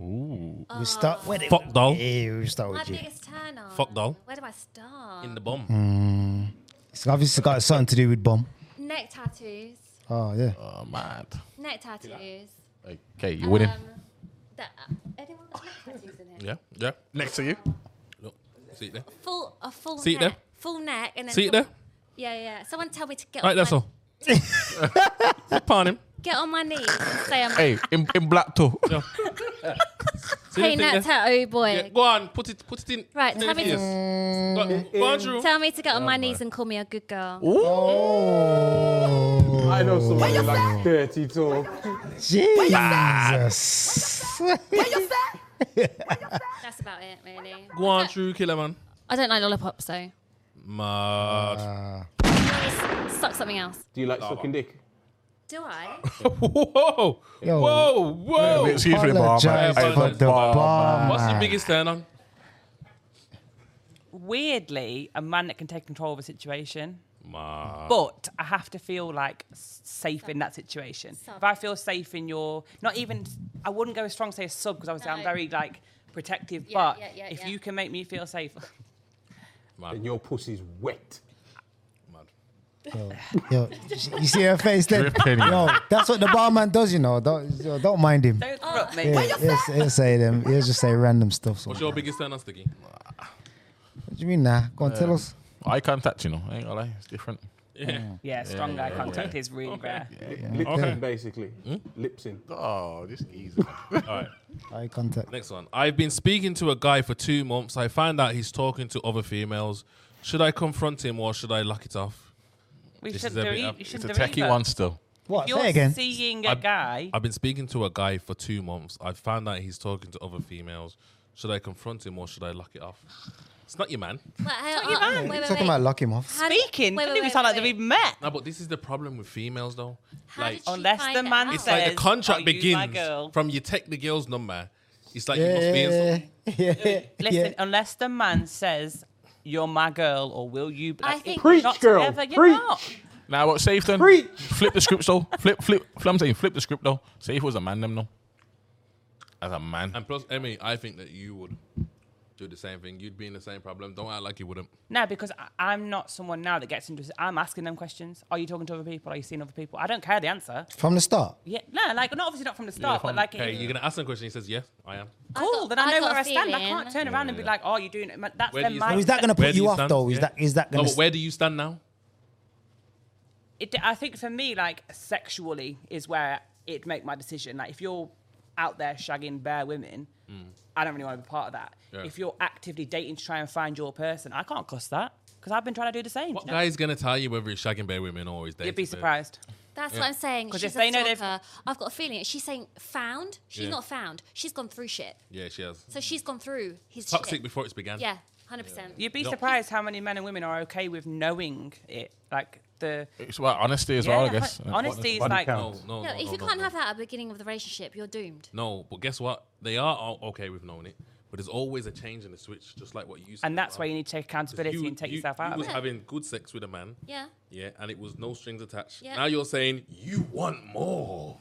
Speaker 4: we start with it.
Speaker 1: Fuck doll.
Speaker 4: Yeah, we start
Speaker 2: My
Speaker 4: with you.
Speaker 2: biggest turn on.
Speaker 1: Fuck doll. Mm.
Speaker 2: Where do I start?
Speaker 1: In the bomb.
Speaker 4: It's obviously got something to do with bomb.
Speaker 2: Neck tattoos.
Speaker 4: Oh yeah.
Speaker 5: Oh, mad.
Speaker 2: Neck tattoos.
Speaker 5: Okay, you're winning.
Speaker 2: Um, that, anyone got neck tattoos in here?
Speaker 1: Yeah, yeah.
Speaker 5: Next to you.
Speaker 1: Look, see it there.
Speaker 2: Full, a full
Speaker 1: See it
Speaker 2: neck.
Speaker 1: there?
Speaker 2: Full neck. And then
Speaker 1: See it
Speaker 2: someone-
Speaker 1: there.
Speaker 2: Yeah, yeah. Someone tell me to get
Speaker 1: All
Speaker 2: on
Speaker 1: right, that's
Speaker 2: my,
Speaker 1: all. Upon him.
Speaker 2: Get on my knees and say I'm
Speaker 5: Hey, in, in black too.
Speaker 1: See
Speaker 2: Hey,
Speaker 1: the thing
Speaker 2: neck
Speaker 1: there?
Speaker 2: tattoo boy.
Speaker 1: Yeah, go on, put it, put it in.
Speaker 2: Right,
Speaker 1: Put it
Speaker 2: tell me
Speaker 1: in here. Go, go on, Oh, Drew.
Speaker 2: Tell me to get on my knees and call me a good girl.
Speaker 4: Oh,
Speaker 3: I know someone who likes dirty talk.
Speaker 4: Jesus.
Speaker 2: That's about it, really.
Speaker 1: Go on, Drew Killer man.
Speaker 2: I don't like lollipop, so
Speaker 1: Mad.
Speaker 2: suck something else.
Speaker 3: Do you like sucking dick?
Speaker 2: Do I?
Speaker 1: whoa,
Speaker 4: Yo.
Speaker 1: whoa, whoa.
Speaker 5: Excuse me, Bob.
Speaker 4: Apologize
Speaker 1: Hey,
Speaker 4: for the
Speaker 5: Bob.
Speaker 4: bomb.
Speaker 1: What's your biggest turn on?
Speaker 6: Weirdly, a man that can take control of a situation.
Speaker 1: Mad.
Speaker 6: but I have to feel like s- safe in that situation.
Speaker 2: Sub.
Speaker 6: If I feel safe in your, not even, I wouldn't go as strong say a sub because obviously I'm
Speaker 2: No.
Speaker 6: very like protective.
Speaker 2: Yeah,
Speaker 6: but
Speaker 2: yeah, yeah,
Speaker 6: if
Speaker 2: yeah.
Speaker 6: you can make me feel safe,
Speaker 3: And your pussy's wet.
Speaker 1: Mad.
Speaker 4: Yo, you see her face there?
Speaker 5: Dripping.
Speaker 4: Yo, that's what the barman does, you know. Don't, yo, don't mind him.
Speaker 6: don't
Speaker 2: Oh.
Speaker 6: throw up me.
Speaker 4: Yeah, he'll, he'll say them. He'll just say random stuff. So.
Speaker 1: What's your biggest turn on, Sticky?
Speaker 4: What do you mean, nah? Go on,
Speaker 1: Um,
Speaker 4: tell us.
Speaker 5: Eye contact, you know. I ain't gonna lie, it's different.
Speaker 1: Yeah.
Speaker 6: Yeah, strong eye contact is really rare.
Speaker 3: Lips in, basically. Lips in.
Speaker 5: Oh, this easy.
Speaker 1: All right.
Speaker 4: Eye contact.
Speaker 1: Next one. I've been speaking to a guy for two months. I find out he's talking to other females. Should I confront him or should I lock it off?
Speaker 6: We
Speaker 1: This
Speaker 6: shouldn't
Speaker 1: is a
Speaker 6: do,
Speaker 1: bit
Speaker 6: e-
Speaker 1: up-
Speaker 6: you
Speaker 5: it's
Speaker 6: shouldn't
Speaker 5: a
Speaker 6: do
Speaker 5: techie
Speaker 6: either.
Speaker 5: one still.
Speaker 4: What?
Speaker 6: If you're
Speaker 4: Say again.
Speaker 6: seeing a guy,
Speaker 1: I've been speaking to a guy for two months. I found out he's talking to other females. Should I confront him or should I lock it off? It's not your man.
Speaker 2: uh, Wait, hang
Speaker 6: your
Speaker 2: on,
Speaker 6: man.
Speaker 2: wait, wait,
Speaker 4: Talking
Speaker 2: wait.
Speaker 4: about lock him off.
Speaker 2: How did-
Speaker 6: speaking,
Speaker 2: wait,
Speaker 6: doesn't
Speaker 2: wait,
Speaker 6: even
Speaker 2: wait,
Speaker 6: sound like they've
Speaker 2: wait.
Speaker 6: even met.
Speaker 1: No, but this is the problem with females though.
Speaker 2: How
Speaker 1: like
Speaker 2: did she
Speaker 6: Unless the
Speaker 2: find
Speaker 6: man
Speaker 2: out?
Speaker 1: it's like the
Speaker 6: says,
Speaker 1: contract
Speaker 6: "Oh, you my
Speaker 1: begins
Speaker 6: girl."
Speaker 1: from you take the girl's number. It's like you must be in
Speaker 4: Yeah,
Speaker 1: something.
Speaker 4: yeah, yeah.
Speaker 6: Listen, unless the man says, you're my girl or will you? be-"
Speaker 2: I
Speaker 6: Like,
Speaker 2: think-
Speaker 6: it's
Speaker 3: Preach,
Speaker 6: not
Speaker 3: girl,
Speaker 6: Together, you're
Speaker 3: preach.
Speaker 6: not.
Speaker 5: Now what? Safe then.
Speaker 3: Preach.
Speaker 5: Flip the script though. Flip, flip. flip I'm saying flip the script though. Safe was a man them though. As a man.
Speaker 1: And plus, Emmy, I think that you would do the same thing. You'd be in the same problem. Don't act like you wouldn't.
Speaker 6: No, because I, I'm not someone now that gets into. I'm asking them questions. Are you talking to other people? Are you seeing other people? I don't care the answer.
Speaker 4: From the start.
Speaker 6: Yeah, no, like not obviously not from the start,
Speaker 5: from-
Speaker 6: but like
Speaker 1: Hey,
Speaker 6: it-
Speaker 1: you're gonna ask him a question. He says, "Yes, I am."
Speaker 2: I
Speaker 6: cool.
Speaker 2: got-
Speaker 6: then I, know
Speaker 2: got
Speaker 6: where
Speaker 2: a
Speaker 6: I stand. I
Speaker 2: feeling. Oh,
Speaker 6: can't turn around and be like, "Oh, you're doing it." That's
Speaker 1: Where do
Speaker 6: their
Speaker 1: you stand?
Speaker 6: mindset.
Speaker 4: Well, is that going to
Speaker 1: Where
Speaker 4: put
Speaker 1: do
Speaker 4: you
Speaker 1: you
Speaker 4: off
Speaker 1: stand?
Speaker 4: though? Is
Speaker 1: Yeah.
Speaker 4: that is that
Speaker 1: No,
Speaker 4: going
Speaker 1: but Oh, where do you stand now?
Speaker 6: It, I think for me, like sexually, is where it make my decision. Like if you're out there shagging bare women, I don't really want to be part of that.
Speaker 1: Mm. Yeah.
Speaker 6: If you're actively dating to try and find your person, I can't cuss that because I've been trying to do the same.
Speaker 1: What
Speaker 6: you know?
Speaker 1: guy's gonna tell you whether he's shagging bare women or he's dating?
Speaker 6: You'd be
Speaker 1: bare-
Speaker 6: surprised.
Speaker 2: That's what I'm saying.
Speaker 6: 'Cause
Speaker 2: She's
Speaker 6: if they
Speaker 2: a
Speaker 6: know they've-
Speaker 2: stalker. I've got a feeling. She's saying found. She's
Speaker 1: Yeah.
Speaker 2: not found. She's gone through shit.
Speaker 1: Yeah, she has.
Speaker 2: So she's gone through his
Speaker 1: Toxic
Speaker 2: shit.
Speaker 1: before it's began.
Speaker 2: Yeah, hundred percent.
Speaker 6: You'd be
Speaker 1: No.
Speaker 6: surprised how many men and women are okay with knowing it. Like the
Speaker 5: It's about honesty as well, I guess.
Speaker 6: hon- honesty is
Speaker 3: body
Speaker 6: like
Speaker 3: count.
Speaker 1: No, no, no.
Speaker 2: No, if
Speaker 1: no,
Speaker 2: you
Speaker 1: no,
Speaker 2: can't
Speaker 1: no.
Speaker 2: have that at the beginning of the relationship, you're doomed.
Speaker 1: No, but guess what? They are all okay with knowing it, but there's always a change in the switch, just like what you said.
Speaker 6: and that's why you need to take accountability
Speaker 1: You-
Speaker 6: and take
Speaker 1: you-
Speaker 6: yourself out
Speaker 1: You
Speaker 6: of
Speaker 1: was
Speaker 6: it.
Speaker 1: having good sex with a man,
Speaker 2: Yeah.
Speaker 1: yeah, and it was no strings attached.
Speaker 2: Yeah.
Speaker 1: Now you're saying you want more.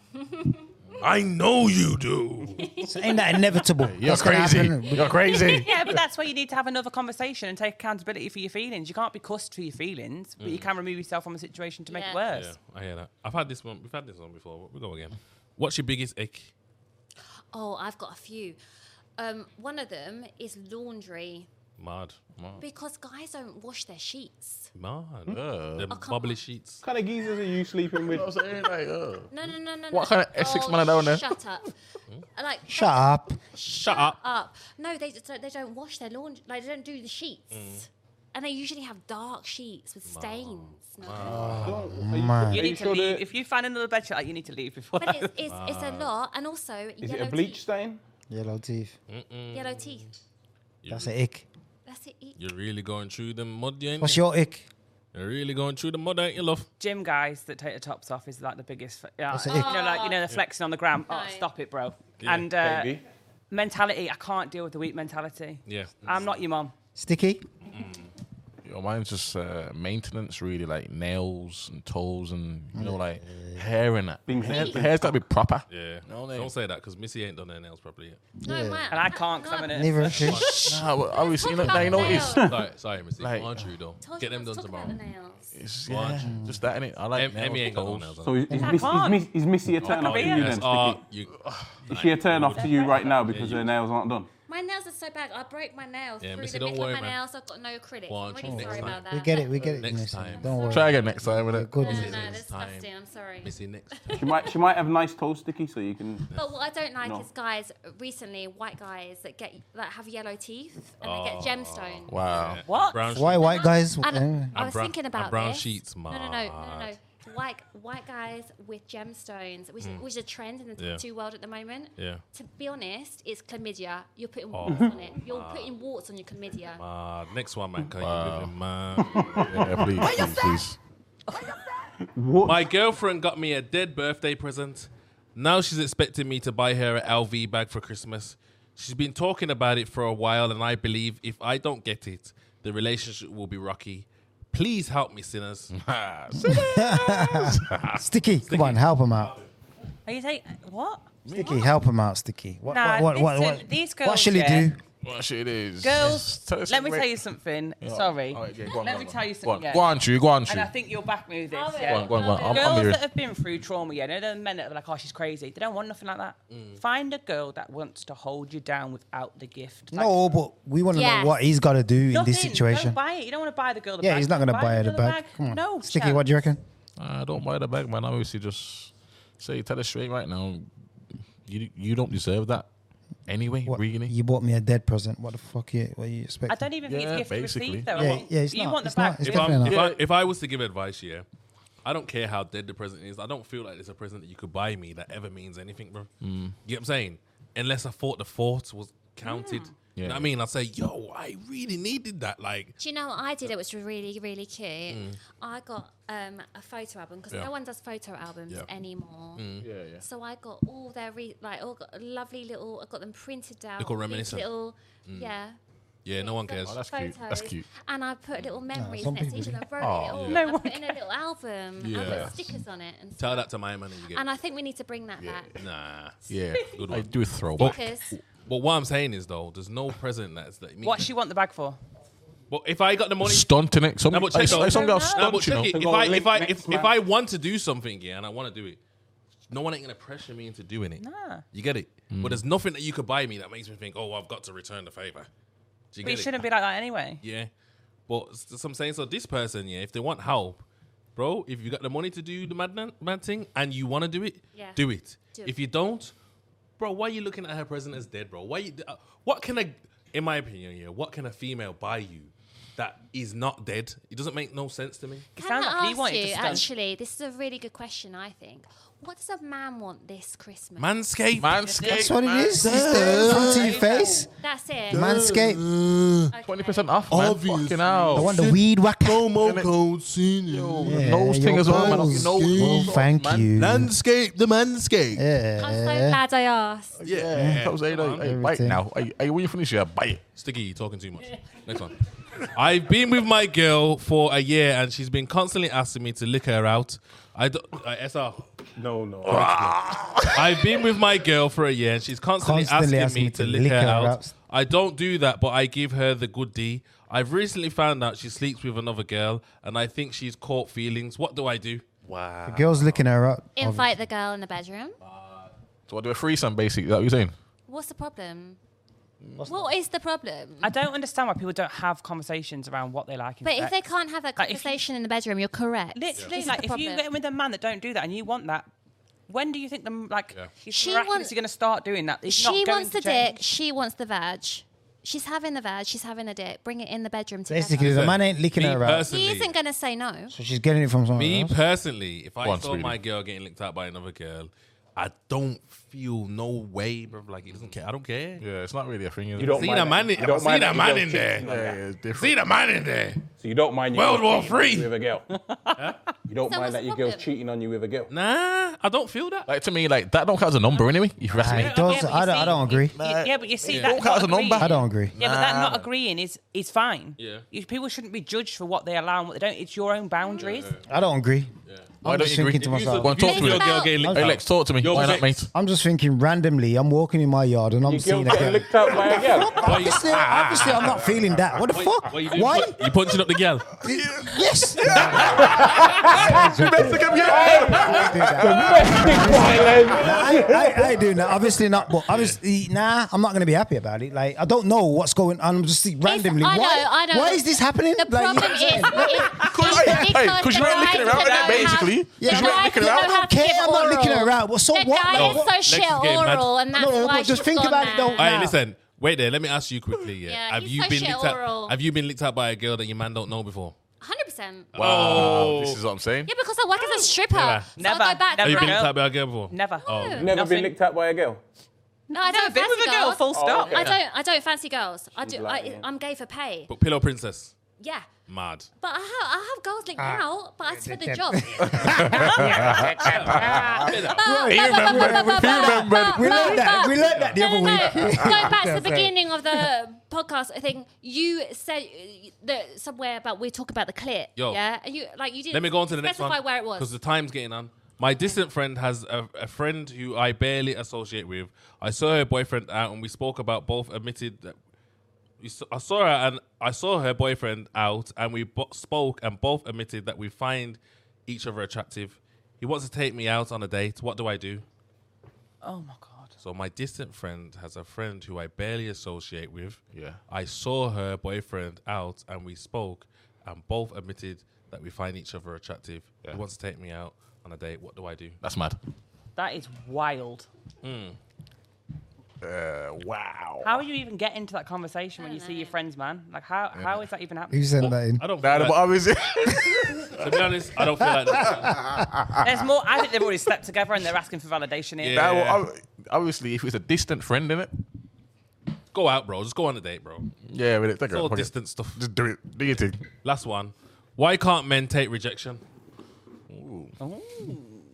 Speaker 1: I know you do.
Speaker 4: Ain't that inevitable?
Speaker 5: You're
Speaker 4: That's gonna
Speaker 5: crazy.
Speaker 4: happen.
Speaker 5: You're crazy.
Speaker 6: Yeah, but that's why you need to have another conversation and take accountability for your feelings. You can't be cussed for your feelings, but you can remove yourself from a situation to make
Speaker 2: Yeah.
Speaker 6: it worse.
Speaker 1: yeah, I hear that. I've had this one. We've had this one before. We will go again. What's your biggest ick?
Speaker 2: Oh, I've got a few. Um, one of them is laundry
Speaker 1: Mad, mad,
Speaker 2: because guys don't wash their sheets.
Speaker 1: mad.
Speaker 6: Hmm?
Speaker 5: Uh.
Speaker 1: Them
Speaker 2: Oh, come
Speaker 1: bubbly
Speaker 2: on.
Speaker 1: sheets.
Speaker 3: kind of geezers are you sleeping
Speaker 5: Oh,
Speaker 3: with?
Speaker 5: Uh.
Speaker 2: No, no, no, no. no.
Speaker 5: What kind of Essex
Speaker 2: oh,
Speaker 5: man are down there?
Speaker 2: Shut up. like
Speaker 4: Shut up.
Speaker 2: shut
Speaker 1: up.
Speaker 2: No, they just don't, they don't wash their laundry. Like they don't do the sheets,
Speaker 1: Mm.
Speaker 2: and they usually have dark sheets with stains. No.
Speaker 3: Don't-
Speaker 4: man.
Speaker 3: Are you,
Speaker 6: You
Speaker 3: are you
Speaker 6: need to
Speaker 3: sure
Speaker 6: leave.
Speaker 3: the, is
Speaker 6: If you find another bed sheet, like, you need to leave before.
Speaker 2: But it's, it's, it's a lot, and also yellow
Speaker 3: it a bleach
Speaker 2: teeth.
Speaker 3: stain?
Speaker 4: Yellow teeth.
Speaker 2: Yellow teeth.
Speaker 4: That's an ick.
Speaker 2: That's it.
Speaker 1: You're really going through the mud, you ain't
Speaker 4: What's
Speaker 1: you?
Speaker 4: your ick?
Speaker 1: You're really going through the mud, ain't you, love?
Speaker 6: Gym guys that take the tops off is like the biggest. f- Yeah,
Speaker 4: That's
Speaker 6: you
Speaker 4: it.
Speaker 6: know, like you know, they're flexing on the ground. Oh,
Speaker 2: No.
Speaker 6: stop it, bro.
Speaker 1: Yeah,
Speaker 6: and uh,
Speaker 3: Baby.
Speaker 6: mentality, I can't deal with the weak mentality.
Speaker 1: Yeah.
Speaker 6: I'm not your mom.
Speaker 4: Sticky?
Speaker 5: Yo, mine's just uh, maintenance, really, like nails and toes and, you know, like hair and that.
Speaker 3: Things
Speaker 5: Hair,
Speaker 3: that you-
Speaker 5: hair's got to be proper.
Speaker 1: Yeah.
Speaker 5: No, they-
Speaker 1: Don't say that because Missy ain't done her nails properly yet.
Speaker 2: No,
Speaker 4: Yeah.
Speaker 2: wow.
Speaker 6: And I can't come in it.
Speaker 4: Neither is she.
Speaker 5: Nah, well, obviously, you know, now you notice.
Speaker 1: sorry, sorry, Missy.
Speaker 5: Like-
Speaker 1: Aren't you though?
Speaker 2: Told
Speaker 1: Get
Speaker 2: you
Speaker 1: them
Speaker 2: not
Speaker 1: done
Speaker 2: to talk about
Speaker 1: tomorrow.
Speaker 2: the nails.
Speaker 5: It's,
Speaker 1: What?
Speaker 5: yeah, just that, innit? I like
Speaker 1: Em-
Speaker 5: nails
Speaker 1: Emmy ain't got no
Speaker 5: toes.
Speaker 1: nails.
Speaker 3: So
Speaker 1: on.
Speaker 3: is, is,
Speaker 6: I
Speaker 3: Miss, is,
Speaker 6: can't.
Speaker 3: Miss, is Missy a turn
Speaker 6: can't
Speaker 3: off
Speaker 6: be
Speaker 3: to you
Speaker 6: here.
Speaker 3: then?
Speaker 1: Yes,
Speaker 3: Sticky?
Speaker 1: oh, you.
Speaker 3: is she a turn off to you right now because her nails aren't done?
Speaker 2: My nails are so bad. I broke my nails
Speaker 1: Yeah,
Speaker 2: through
Speaker 1: Missy,
Speaker 2: the
Speaker 1: don't
Speaker 2: middle
Speaker 1: worry,
Speaker 2: of my
Speaker 1: man.
Speaker 2: nails. I've got no credit.
Speaker 1: Why
Speaker 2: I'm
Speaker 1: don't you
Speaker 2: really
Speaker 1: next
Speaker 2: sorry
Speaker 1: time?
Speaker 2: about that.
Speaker 4: We get it, we get it.
Speaker 1: Next
Speaker 4: Next
Speaker 1: time.
Speaker 4: Don't worry.
Speaker 5: Try again next time with it.
Speaker 4: Good.
Speaker 2: No, no, no,
Speaker 1: Next
Speaker 2: that's
Speaker 1: time.
Speaker 2: disgusting. I'm sorry.
Speaker 1: Missy next.
Speaker 3: She might, she might have nice toes, Sticky, so you can.
Speaker 2: But what I don't like
Speaker 3: No.
Speaker 2: is guys recently, white guys that get that have yellow teeth and they get gemstone.
Speaker 1: Oh.
Speaker 5: Wow.
Speaker 6: What?
Speaker 1: Brown sheets.
Speaker 4: Why white guys?
Speaker 2: And
Speaker 4: eh,
Speaker 2: I
Speaker 1: And
Speaker 2: was
Speaker 1: brown-
Speaker 2: thinking
Speaker 1: and
Speaker 2: about
Speaker 1: brown
Speaker 2: this.
Speaker 1: sheets,
Speaker 2: No, no, no, no, no,
Speaker 1: mad.
Speaker 2: no. White white guys with gemstones, which is which is a trend in the
Speaker 1: Hmm. Yeah.
Speaker 2: tattoo world at the moment.
Speaker 1: Yeah.
Speaker 2: To be honest, it's chlamydia. You're putting warts on it. You're putting warts on your chlamydia.
Speaker 1: Uh, next one, man. Can you
Speaker 5: Wow.
Speaker 1: live in man?
Speaker 5: Yeah, please, please, please.
Speaker 3: What?
Speaker 1: My girlfriend got me a dead birthday present. Now she's expecting me to buy her an LV bag for Christmas. She's been talking about it for a while, and I believe if I don't get it, the relationship will be rocky. Please help me, sinners.
Speaker 4: Sticky, come on, help him out.
Speaker 6: Are you saying what?
Speaker 4: Sticky, help him out, Sticky. What,
Speaker 6: Nah,
Speaker 4: what, what,
Speaker 6: listen,
Speaker 4: what, what,
Speaker 6: these
Speaker 4: what
Speaker 6: girls,
Speaker 4: should he
Speaker 6: yeah.
Speaker 4: do?
Speaker 5: What shit is?
Speaker 6: Girls,
Speaker 5: Tell us
Speaker 6: let me
Speaker 5: wait.
Speaker 6: tell you something. Sorry.
Speaker 5: Oh, All right, yeah, go on,
Speaker 6: Let
Speaker 5: go on,
Speaker 6: me
Speaker 5: go on.
Speaker 6: tell you
Speaker 5: Go on,
Speaker 6: something, yeah.
Speaker 5: go on, Drew. Go on,
Speaker 6: And
Speaker 5: Drew.
Speaker 6: I think you'll back me with this.
Speaker 2: it.
Speaker 6: yeah.
Speaker 5: Go on, go on, go on. I'm, I'm
Speaker 6: girls
Speaker 5: here.
Speaker 6: that have been through trauma, yeah, know, the men that are like, oh, she's crazy. They don't want nothing like that.
Speaker 5: Mm.
Speaker 6: Find a girl that wants to hold you down without the gift. Like,
Speaker 4: No, but we want to
Speaker 2: Yes.
Speaker 4: know what he's got to do in
Speaker 6: nothing.
Speaker 4: this situation.
Speaker 6: Don't buy it. You don't want to buy the girl the
Speaker 4: Yeah,
Speaker 6: bag.
Speaker 4: he's not going to buy her the
Speaker 6: girl
Speaker 4: bag. Come on.
Speaker 6: No,
Speaker 4: Sticky,
Speaker 6: chap.
Speaker 4: what do you reckon?
Speaker 5: Uh, don't buy the bag, man. I'm Obviously, just say, tell us straight right now. You you don't deserve that anyway,
Speaker 4: What,
Speaker 5: really.
Speaker 4: You bought me a dead present. What the fuck you, what you expect?
Speaker 6: I don't even think
Speaker 5: Yeah,
Speaker 6: it's gift
Speaker 5: basically.
Speaker 6: to receive, though. I
Speaker 4: Yeah,
Speaker 6: want-
Speaker 4: yeah, it's
Speaker 6: you
Speaker 4: not-
Speaker 6: want the
Speaker 4: it's not-
Speaker 6: bag.
Speaker 4: it's
Speaker 1: if,
Speaker 6: yeah.
Speaker 1: I'm,
Speaker 4: Definitely
Speaker 1: if,
Speaker 5: not.
Speaker 1: I, if I was to give advice, yeah, I don't care how dead the present is. I don't feel like there's a present that you could buy me that ever means anything, bro.
Speaker 5: Mm.
Speaker 1: You get what I'm saying? Unless I thought the thought was counted. You know
Speaker 5: Yeah.
Speaker 1: what I mean? I'd say, yo, I really needed that. Like,
Speaker 2: Do you know what I did? It was really, really cute. I got um, a photo album because
Speaker 1: Yeah.
Speaker 2: no one does photo albums
Speaker 1: Yeah.
Speaker 2: anymore.
Speaker 5: Yeah, yeah.
Speaker 2: So I got all their re- like all got lovely little. I got them printed out.
Speaker 1: Look all
Speaker 2: these
Speaker 1: reminiscent.
Speaker 2: Little, yeah.
Speaker 1: yeah, no one cares.
Speaker 5: Oh, that's cute. That's
Speaker 2: photos,
Speaker 5: cute.
Speaker 2: And I put little memories
Speaker 4: some
Speaker 2: next to
Speaker 4: people
Speaker 2: each
Speaker 4: do.
Speaker 2: other. I wrote it all.
Speaker 6: No
Speaker 2: I
Speaker 6: one
Speaker 2: put in a little album. I
Speaker 1: Yeah.
Speaker 2: put stickers on it and stuff.
Speaker 1: Tell that to my man and you get
Speaker 2: And I think we need to bring that back.
Speaker 1: Nah.
Speaker 5: Yeah,
Speaker 1: Good
Speaker 5: I
Speaker 1: one.
Speaker 5: do throw back.
Speaker 2: Because
Speaker 1: But what I'm saying is, though, there's no present that's that.
Speaker 6: What she want the bag for?
Speaker 1: But if I got the money.
Speaker 5: Stunting it. Some,
Speaker 1: Nah, but
Speaker 5: like,
Speaker 1: check it
Speaker 5: like
Speaker 1: out.
Speaker 5: some girls
Speaker 1: Nah,
Speaker 5: stunt,
Speaker 1: but
Speaker 5: you know.
Speaker 1: check it. If
Speaker 3: Go
Speaker 1: I
Speaker 3: on,
Speaker 1: if I
Speaker 3: next
Speaker 1: if,
Speaker 3: man.
Speaker 1: if I want to do something, yeah, and I want to do it, no one ain't gonna pressure me into doing it.
Speaker 6: Nah.
Speaker 1: You get it? But there's nothing that you could buy me that makes me think, oh, I've got to return the favor. Do you get
Speaker 6: But it
Speaker 1: it?
Speaker 6: shouldn't be like that anyway.
Speaker 1: Yeah. But s- so I'm saying, so this person, yeah, if they want help, bro, if you got the money to do the mad, mad thing and you want to do it,
Speaker 2: Yeah.
Speaker 1: do it.
Speaker 2: Do
Speaker 1: if
Speaker 2: it.
Speaker 1: you don't, bro, why are you looking at her present as dead, bro? Why? You, uh, what can a, in my opinion, yeah, what can a female buy you that is not dead. It doesn't make no sense to me.
Speaker 2: Can
Speaker 6: sounds like
Speaker 2: I
Speaker 6: he
Speaker 2: ask
Speaker 6: wanted to
Speaker 2: you,
Speaker 6: stunt.
Speaker 2: actually, this is a really good question, I think. What does a man want this Christmas?
Speaker 1: Manscaped.
Speaker 4: That's
Speaker 5: Manscaped.
Speaker 4: what it is. It's there in front of your face.
Speaker 2: That's it.
Speaker 4: Manscaped.
Speaker 2: Okay.
Speaker 5: Twenty percent off, man.
Speaker 7: Obvious.
Speaker 5: Fucking
Speaker 4: I
Speaker 5: hell.
Speaker 4: want the weed whacker.
Speaker 7: Promo code senior.
Speaker 4: Yeah,
Speaker 5: nose
Speaker 4: your
Speaker 5: thing as well, man.
Speaker 4: balls.
Speaker 5: Your nose-
Speaker 4: Well,
Speaker 5: nose,
Speaker 4: thank
Speaker 5: man.
Speaker 4: you.
Speaker 7: Landscape, the manscape.
Speaker 2: I'm so glad I asked.
Speaker 5: Yeah, that was it. Like, hey, bite
Speaker 4: Everything.
Speaker 5: now. Hey, hey, when you finish, yeah, bite.
Speaker 1: Sticky, you're talking too much. Next one. I've been with my girl for a year and she's been constantly asking me to lick her out. I do, uh, SR.
Speaker 3: No, no.
Speaker 5: Ah.
Speaker 1: I've been with my girl for a year and she's constantly,
Speaker 4: Constantly
Speaker 1: asking,
Speaker 4: asking
Speaker 1: me
Speaker 4: me
Speaker 1: to,
Speaker 4: to
Speaker 1: lick,
Speaker 4: lick
Speaker 1: her,
Speaker 4: her
Speaker 1: out.
Speaker 4: out.
Speaker 1: I don't do that, but I give her the good D. I've recently found out she sleeps with another girl and I think she's caught feelings. What do I do?
Speaker 4: The girl's licking her up.
Speaker 2: Invite the girl in the bedroom.
Speaker 5: So I do a threesome, basically. Is that what you're saying?
Speaker 2: What's the problem? What is the problem?
Speaker 6: I don't understand why people don't have conversations around what they like. uh, in
Speaker 2: But if they
Speaker 6: sex.
Speaker 2: can't have that
Speaker 6: Like, if you-
Speaker 2: conversation in the bedroom, you're correct.
Speaker 6: literally,
Speaker 2: This is
Speaker 6: like,
Speaker 2: the
Speaker 6: if you
Speaker 2: problem.
Speaker 6: get with a man that don't do that and you want that, when do you think them like he's
Speaker 2: She
Speaker 6: miraculously
Speaker 2: want-
Speaker 6: going to start doing that? It's not
Speaker 2: she
Speaker 6: going
Speaker 2: wants the
Speaker 6: to change.
Speaker 2: dick, she wants the vag. She's having the vag, she's having the dick. Bring it in the bedroom together.
Speaker 4: Basically, the man ain't licking
Speaker 1: Me
Speaker 4: her out.
Speaker 1: personally-
Speaker 2: he isn't going to say no.
Speaker 4: So she's getting it from someone
Speaker 1: Me
Speaker 4: else.
Speaker 1: personally, if I
Speaker 5: Once,
Speaker 1: saw
Speaker 5: really.
Speaker 1: my girl getting licked out by another girl, I don't feel no way, bro. Like it doesn't care. I don't care.
Speaker 5: Yeah, it's not really a thing. Is
Speaker 3: You
Speaker 5: it?
Speaker 3: don't
Speaker 1: See
Speaker 3: mind
Speaker 1: that
Speaker 3: that-
Speaker 1: man.
Speaker 3: you
Speaker 1: In, I
Speaker 3: don't
Speaker 1: see
Speaker 3: mind
Speaker 1: that
Speaker 3: that
Speaker 1: man
Speaker 3: you
Speaker 1: in
Speaker 3: don't
Speaker 1: there.
Speaker 3: cheat.
Speaker 5: Yeah, it's different.
Speaker 1: See the man in there.
Speaker 3: So you don't mind your
Speaker 1: World
Speaker 3: girl
Speaker 1: War
Speaker 3: cheating
Speaker 1: Three.
Speaker 3: with a girl. You don't
Speaker 2: So what's
Speaker 3: mind that
Speaker 2: the
Speaker 3: your girl's
Speaker 2: problem?
Speaker 3: cheating on you with a girl.
Speaker 1: Nah, I don't feel that.
Speaker 5: Like to me, like that don't count as a number anyway. If you ask me,
Speaker 4: It does.
Speaker 6: but you
Speaker 4: I, don't, I
Speaker 6: see-
Speaker 4: don't agree.
Speaker 6: Y- yeah, but you see,
Speaker 5: Don't count
Speaker 6: that
Speaker 5: as
Speaker 6: not
Speaker 5: a
Speaker 6: agreeing.
Speaker 5: number.
Speaker 4: I don't agree.
Speaker 6: Yeah, but that not agreeing is is fine.
Speaker 1: Yeah.
Speaker 6: You, people shouldn't be judged for what they allow and what they don't. It's your own boundaries.
Speaker 4: I don't agree. I'm
Speaker 5: don't
Speaker 4: just
Speaker 5: you agree?
Speaker 4: thinking to
Speaker 1: If you saw-
Speaker 4: myself.
Speaker 5: Go on, talk
Speaker 1: if
Speaker 5: to
Speaker 1: you
Speaker 5: me.
Speaker 1: saw a girl getting licked
Speaker 5: Hey,
Speaker 1: out-
Speaker 5: Lex, talk to me.
Speaker 1: Yo,
Speaker 5: Why not,
Speaker 1: Lex.
Speaker 5: mate?
Speaker 4: I'm just thinking randomly. I'm walking in my yard and I'm
Speaker 3: Your girl
Speaker 4: seeing a
Speaker 3: getting
Speaker 4: girl.
Speaker 3: licked out by a girl.
Speaker 4: Obviously,
Speaker 1: Ah,
Speaker 4: obviously, I'm not feeling that. What the fuck?
Speaker 1: What you doing?
Speaker 4: Why?
Speaker 1: You punching up the girl?
Speaker 4: Yes. I do that.
Speaker 3: Domestic violence.
Speaker 4: I, I, I ain't doing that. Obviously not. But obviously, nah. I'm not gonna be happy about it. Like I don't know what's going on. I'm just see- randomly.
Speaker 2: I know,
Speaker 4: why?
Speaker 2: I know.
Speaker 4: Why is this happening?
Speaker 2: The
Speaker 4: Like, you know
Speaker 2: problem
Speaker 4: what
Speaker 2: is,
Speaker 4: I'm saying?
Speaker 2: it's
Speaker 5: because you ain't licking her out, innit, basically.
Speaker 4: Yeah,
Speaker 5: Because
Speaker 4: but
Speaker 5: you ain't
Speaker 4: I
Speaker 5: licking her
Speaker 4: don't
Speaker 5: out.
Speaker 4: have- care, I'm not licking her out, but so
Speaker 2: the
Speaker 4: what?
Speaker 2: guy
Speaker 4: No,
Speaker 2: is
Speaker 4: what-
Speaker 2: so
Speaker 1: Lex is
Speaker 2: shit
Speaker 1: getting mad.
Speaker 2: oral, and that's
Speaker 4: No,
Speaker 2: why
Speaker 4: but
Speaker 2: she's
Speaker 4: just think
Speaker 2: gone
Speaker 4: about it,
Speaker 2: mad.
Speaker 4: though.
Speaker 1: Hey,
Speaker 4: Nah.
Speaker 1: listen. Wait there. Let me ask you quickly. Yeah.
Speaker 2: Yeah,
Speaker 1: have
Speaker 2: he's
Speaker 1: you
Speaker 2: so
Speaker 1: been
Speaker 2: shit
Speaker 1: licked out?
Speaker 2: oral.
Speaker 1: Have you been licked out by a girl that your man don't know before?
Speaker 2: 100%.
Speaker 5: Wow, this is what I'm saying.
Speaker 2: Yeah, because I work as a stripper.
Speaker 1: Never.
Speaker 2: So
Speaker 6: Never.
Speaker 2: I go back
Speaker 1: Oh. Have
Speaker 2: to
Speaker 1: you
Speaker 6: Never.
Speaker 1: been licked
Speaker 2: my-
Speaker 1: out by a girl before?
Speaker 6: Never.
Speaker 2: No.
Speaker 3: Never
Speaker 6: Nothing.
Speaker 3: been licked out by a girl.
Speaker 2: No, I
Speaker 6: Never
Speaker 2: don't
Speaker 6: been
Speaker 2: fancy
Speaker 6: with a girl.
Speaker 2: girls.
Speaker 1: Oh,
Speaker 6: Full stop.
Speaker 2: I don't. I don't fancy girls. I do.
Speaker 3: like,
Speaker 2: I,
Speaker 3: yeah.
Speaker 2: I'm gay for pay.
Speaker 1: But Pillow Princess,
Speaker 2: Yeah,
Speaker 1: mad.
Speaker 2: but I have, I have girls like
Speaker 4: Ah.
Speaker 2: now, but it's for the job.
Speaker 5: He remembered. He remembered.
Speaker 4: We learned that. We learned that the
Speaker 2: No,
Speaker 4: other
Speaker 2: no, no. Going
Speaker 4: week.
Speaker 2: back to the
Speaker 4: That's right.
Speaker 2: beginning of the podcast, I think you said uh, that somewhere about we talk about the clit.
Speaker 1: Yo.
Speaker 2: Yeah, and you like you didn't.
Speaker 1: Let me go on to the next
Speaker 2: specify
Speaker 1: one.
Speaker 2: where it
Speaker 1: Because
Speaker 2: was.
Speaker 1: the time's getting on. My distant friend has a, a friend who I barely associate with. I saw her boyfriend out and we spoke about both admitted that we s- I saw her and I saw her boyfriend out and we bo- spoke and both admitted that we find each other attractive. He wants to take me out on a date. What do I do?
Speaker 6: Oh my god.
Speaker 1: So my distant friend has a friend who I barely associate with.
Speaker 5: Yeah.
Speaker 1: I saw her boyfriend out and we spoke and both admitted that we find each other attractive.
Speaker 5: Yeah.
Speaker 1: He wants to take me out on a date. What do I do?
Speaker 5: That's mad.
Speaker 6: That is wild.
Speaker 5: Uh, wow.
Speaker 6: How are you even getting to that conversation when you see your friends, man? Like, how how is that even happening?
Speaker 4: Who sent that in?
Speaker 1: I don't
Speaker 5: Nah,
Speaker 1: feel
Speaker 5: but
Speaker 1: like,
Speaker 5: obviously,
Speaker 1: to be honest, I don't feel like that.
Speaker 4: Ah.
Speaker 6: There's more. I think they've already slept together and they're asking for validation here.
Speaker 1: Yeah.
Speaker 5: nah, well, ob- obviously, if it's a distant friend, innit?
Speaker 1: Go out, bro. Just go on a date, bro.
Speaker 5: Yeah, but it's like
Speaker 1: It's all distant stuff.
Speaker 5: Just do it. Do your thing.
Speaker 1: Last one. Why can't men take rejection?
Speaker 6: Ooh,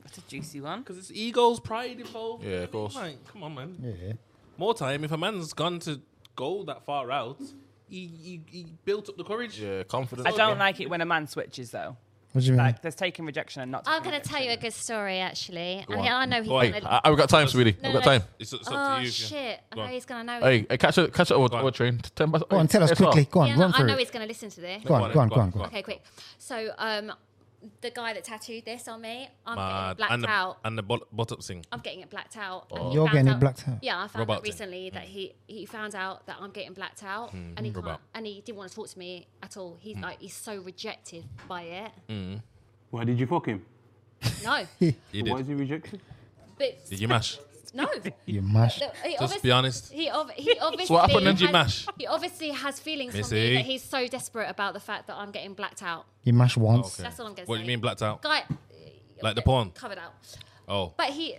Speaker 6: that's a juicy one.
Speaker 1: Because it's egos, pride involved.
Speaker 5: Yeah, of course.
Speaker 1: Like, come on, man.
Speaker 4: Yeah.
Speaker 1: More time. If a man's gone to go that far out, he, he, he built up the courage.
Speaker 5: Yeah, confidence.
Speaker 6: I don't like it when a man switches though.
Speaker 4: What do you mean?
Speaker 6: Like, there's taking rejection and not.
Speaker 2: I'm
Speaker 6: taking
Speaker 2: gonna tell you a good story actually. I,
Speaker 5: on.
Speaker 2: I know he's
Speaker 1: Go on.
Speaker 2: gonna.
Speaker 5: I, I've got time, sweetie.
Speaker 2: No,
Speaker 5: I've got
Speaker 2: no.
Speaker 5: time.
Speaker 1: It's, it's up
Speaker 2: oh
Speaker 1: to you. if you-
Speaker 2: shit! I
Speaker 1: Go
Speaker 2: know
Speaker 1: on.
Speaker 2: he's gonna know. it.
Speaker 5: Hey, hey, catch it, catch it over,
Speaker 1: on.
Speaker 5: over train. Ten past.
Speaker 4: Go on, tell us quickly. Go on,
Speaker 2: Yeah, no,
Speaker 4: run
Speaker 2: I
Speaker 4: through
Speaker 2: know
Speaker 4: it.
Speaker 2: he's gonna listen to this.
Speaker 4: Go on, go on, go on, go on.
Speaker 2: Okay, quick. So, um, the guy that tattooed this on me, I'm
Speaker 1: Mad.
Speaker 2: getting it
Speaker 1: and
Speaker 2: blacked
Speaker 1: the,
Speaker 2: out.
Speaker 1: And the bot- bottom thing.
Speaker 2: I'm getting it blacked out.
Speaker 1: Oh.
Speaker 2: and he
Speaker 4: You're
Speaker 2: found
Speaker 4: getting it blacked out?
Speaker 2: Yeah, I found
Speaker 1: Robot
Speaker 2: out
Speaker 1: thing.
Speaker 2: recently that
Speaker 1: Hmm.
Speaker 2: he he found out that I'm getting blacked out, and he
Speaker 1: Robot.
Speaker 2: can't, and he didn't want to talk to me at all. He's
Speaker 1: Hmm.
Speaker 2: like he's so rejected by it.
Speaker 3: Why did you fuck him?
Speaker 2: No,
Speaker 1: You
Speaker 3: Why
Speaker 1: did.
Speaker 3: is he rejected?
Speaker 2: but
Speaker 1: Did you mash?
Speaker 2: No.
Speaker 4: You mash.
Speaker 2: Look, he
Speaker 1: Just
Speaker 2: obvious-
Speaker 1: be honest.
Speaker 2: He, ob- he obviously
Speaker 1: what happened in
Speaker 2: has-
Speaker 1: Mash.
Speaker 2: He obviously has feelings for
Speaker 1: Missy.
Speaker 2: me that he's so desperate about the fact that I'm getting blacked out.
Speaker 4: You mash once.
Speaker 1: Okay.
Speaker 2: That's all I'm gonna
Speaker 1: What do
Speaker 2: say.
Speaker 1: you mean blacked out?
Speaker 2: Guy,
Speaker 1: Like the porn?
Speaker 2: covered out.
Speaker 1: Oh,
Speaker 2: But he.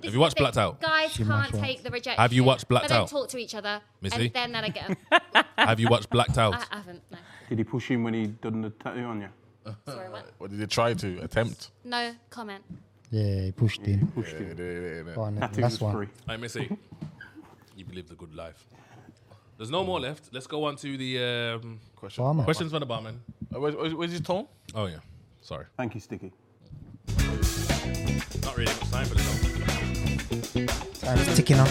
Speaker 2: this
Speaker 1: you
Speaker 2: is
Speaker 1: watched
Speaker 2: the thing.
Speaker 1: Blacked Out?
Speaker 2: Guys
Speaker 4: She might
Speaker 2: can't
Speaker 4: want.
Speaker 2: take the rejection.
Speaker 1: Have you watched Blacked
Speaker 2: they don't
Speaker 1: Out?
Speaker 2: talk to each other,
Speaker 1: Missy?
Speaker 2: and then they don't get 'em.
Speaker 1: have you watched Blacked Out?
Speaker 2: I haven't. No.
Speaker 3: Did he push him when he done the tattoo on you?
Speaker 2: Sorry, what?
Speaker 1: Uh,
Speaker 5: Or did they try to attempt?
Speaker 2: No comment.
Speaker 4: Yeah, he pushed in.
Speaker 3: Pushed him.
Speaker 4: Go on,
Speaker 3: Tattoo
Speaker 4: last
Speaker 3: was
Speaker 4: one.
Speaker 3: free.
Speaker 1: Hey, Missy, you've lived a good life. There's no more left. Let's go on to the um,
Speaker 5: Question.
Speaker 4: Farmer.
Speaker 1: questions from the barman.
Speaker 5: Uh, Where's, where's, where's his tone?
Speaker 1: Oh, yeah. Sorry.
Speaker 3: Thank you, Sticky.
Speaker 1: Not really much time for this.
Speaker 4: Time's ticking up.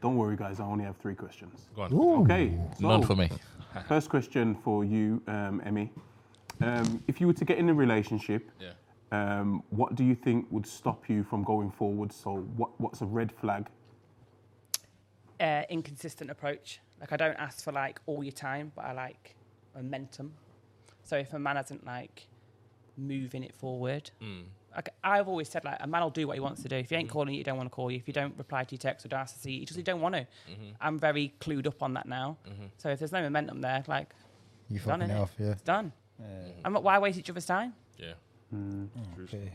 Speaker 3: Don't worry, guys. I only have three questions.
Speaker 1: Go on.
Speaker 3: Okay. so-
Speaker 5: None for me.
Speaker 3: First question for you, um, Emmy. Um, if you were to get in a relationship,
Speaker 1: Yeah.
Speaker 3: um, what do you think would stop you from going forward? So, what, what's a red flag?
Speaker 6: uh, inconsistent approach. Like I don't ask for like all your time, but I like momentum. So if a man hasn't like moving it forward, like I've always said, like a man will do what he wants to do. If he ain't calling you, he don't want to call you. If you don't reply to your text or don't ask to see, you, he just he don't want to. I'm very clued up on that now. So if there's no momentum there, like
Speaker 4: You
Speaker 6: done
Speaker 4: fucking it
Speaker 6: innit?
Speaker 4: off, yeah.
Speaker 6: It's done. I'm not. Why waste each other's time?
Speaker 1: Yeah.
Speaker 4: Okay.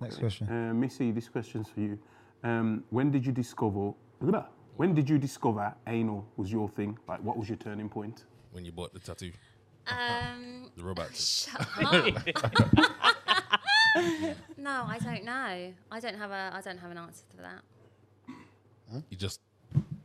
Speaker 4: Next question.
Speaker 3: Uh, Missy, this question's for you. Um, when did you discover? Look at that. When did you discover anal was your thing? Like, what was your turning point?
Speaker 1: When you bought the tattoo,
Speaker 2: Um,
Speaker 1: the robot. tattoo.
Speaker 2: shut up. no, I don't know. I don't have a. I don't have an answer for that.
Speaker 1: You just,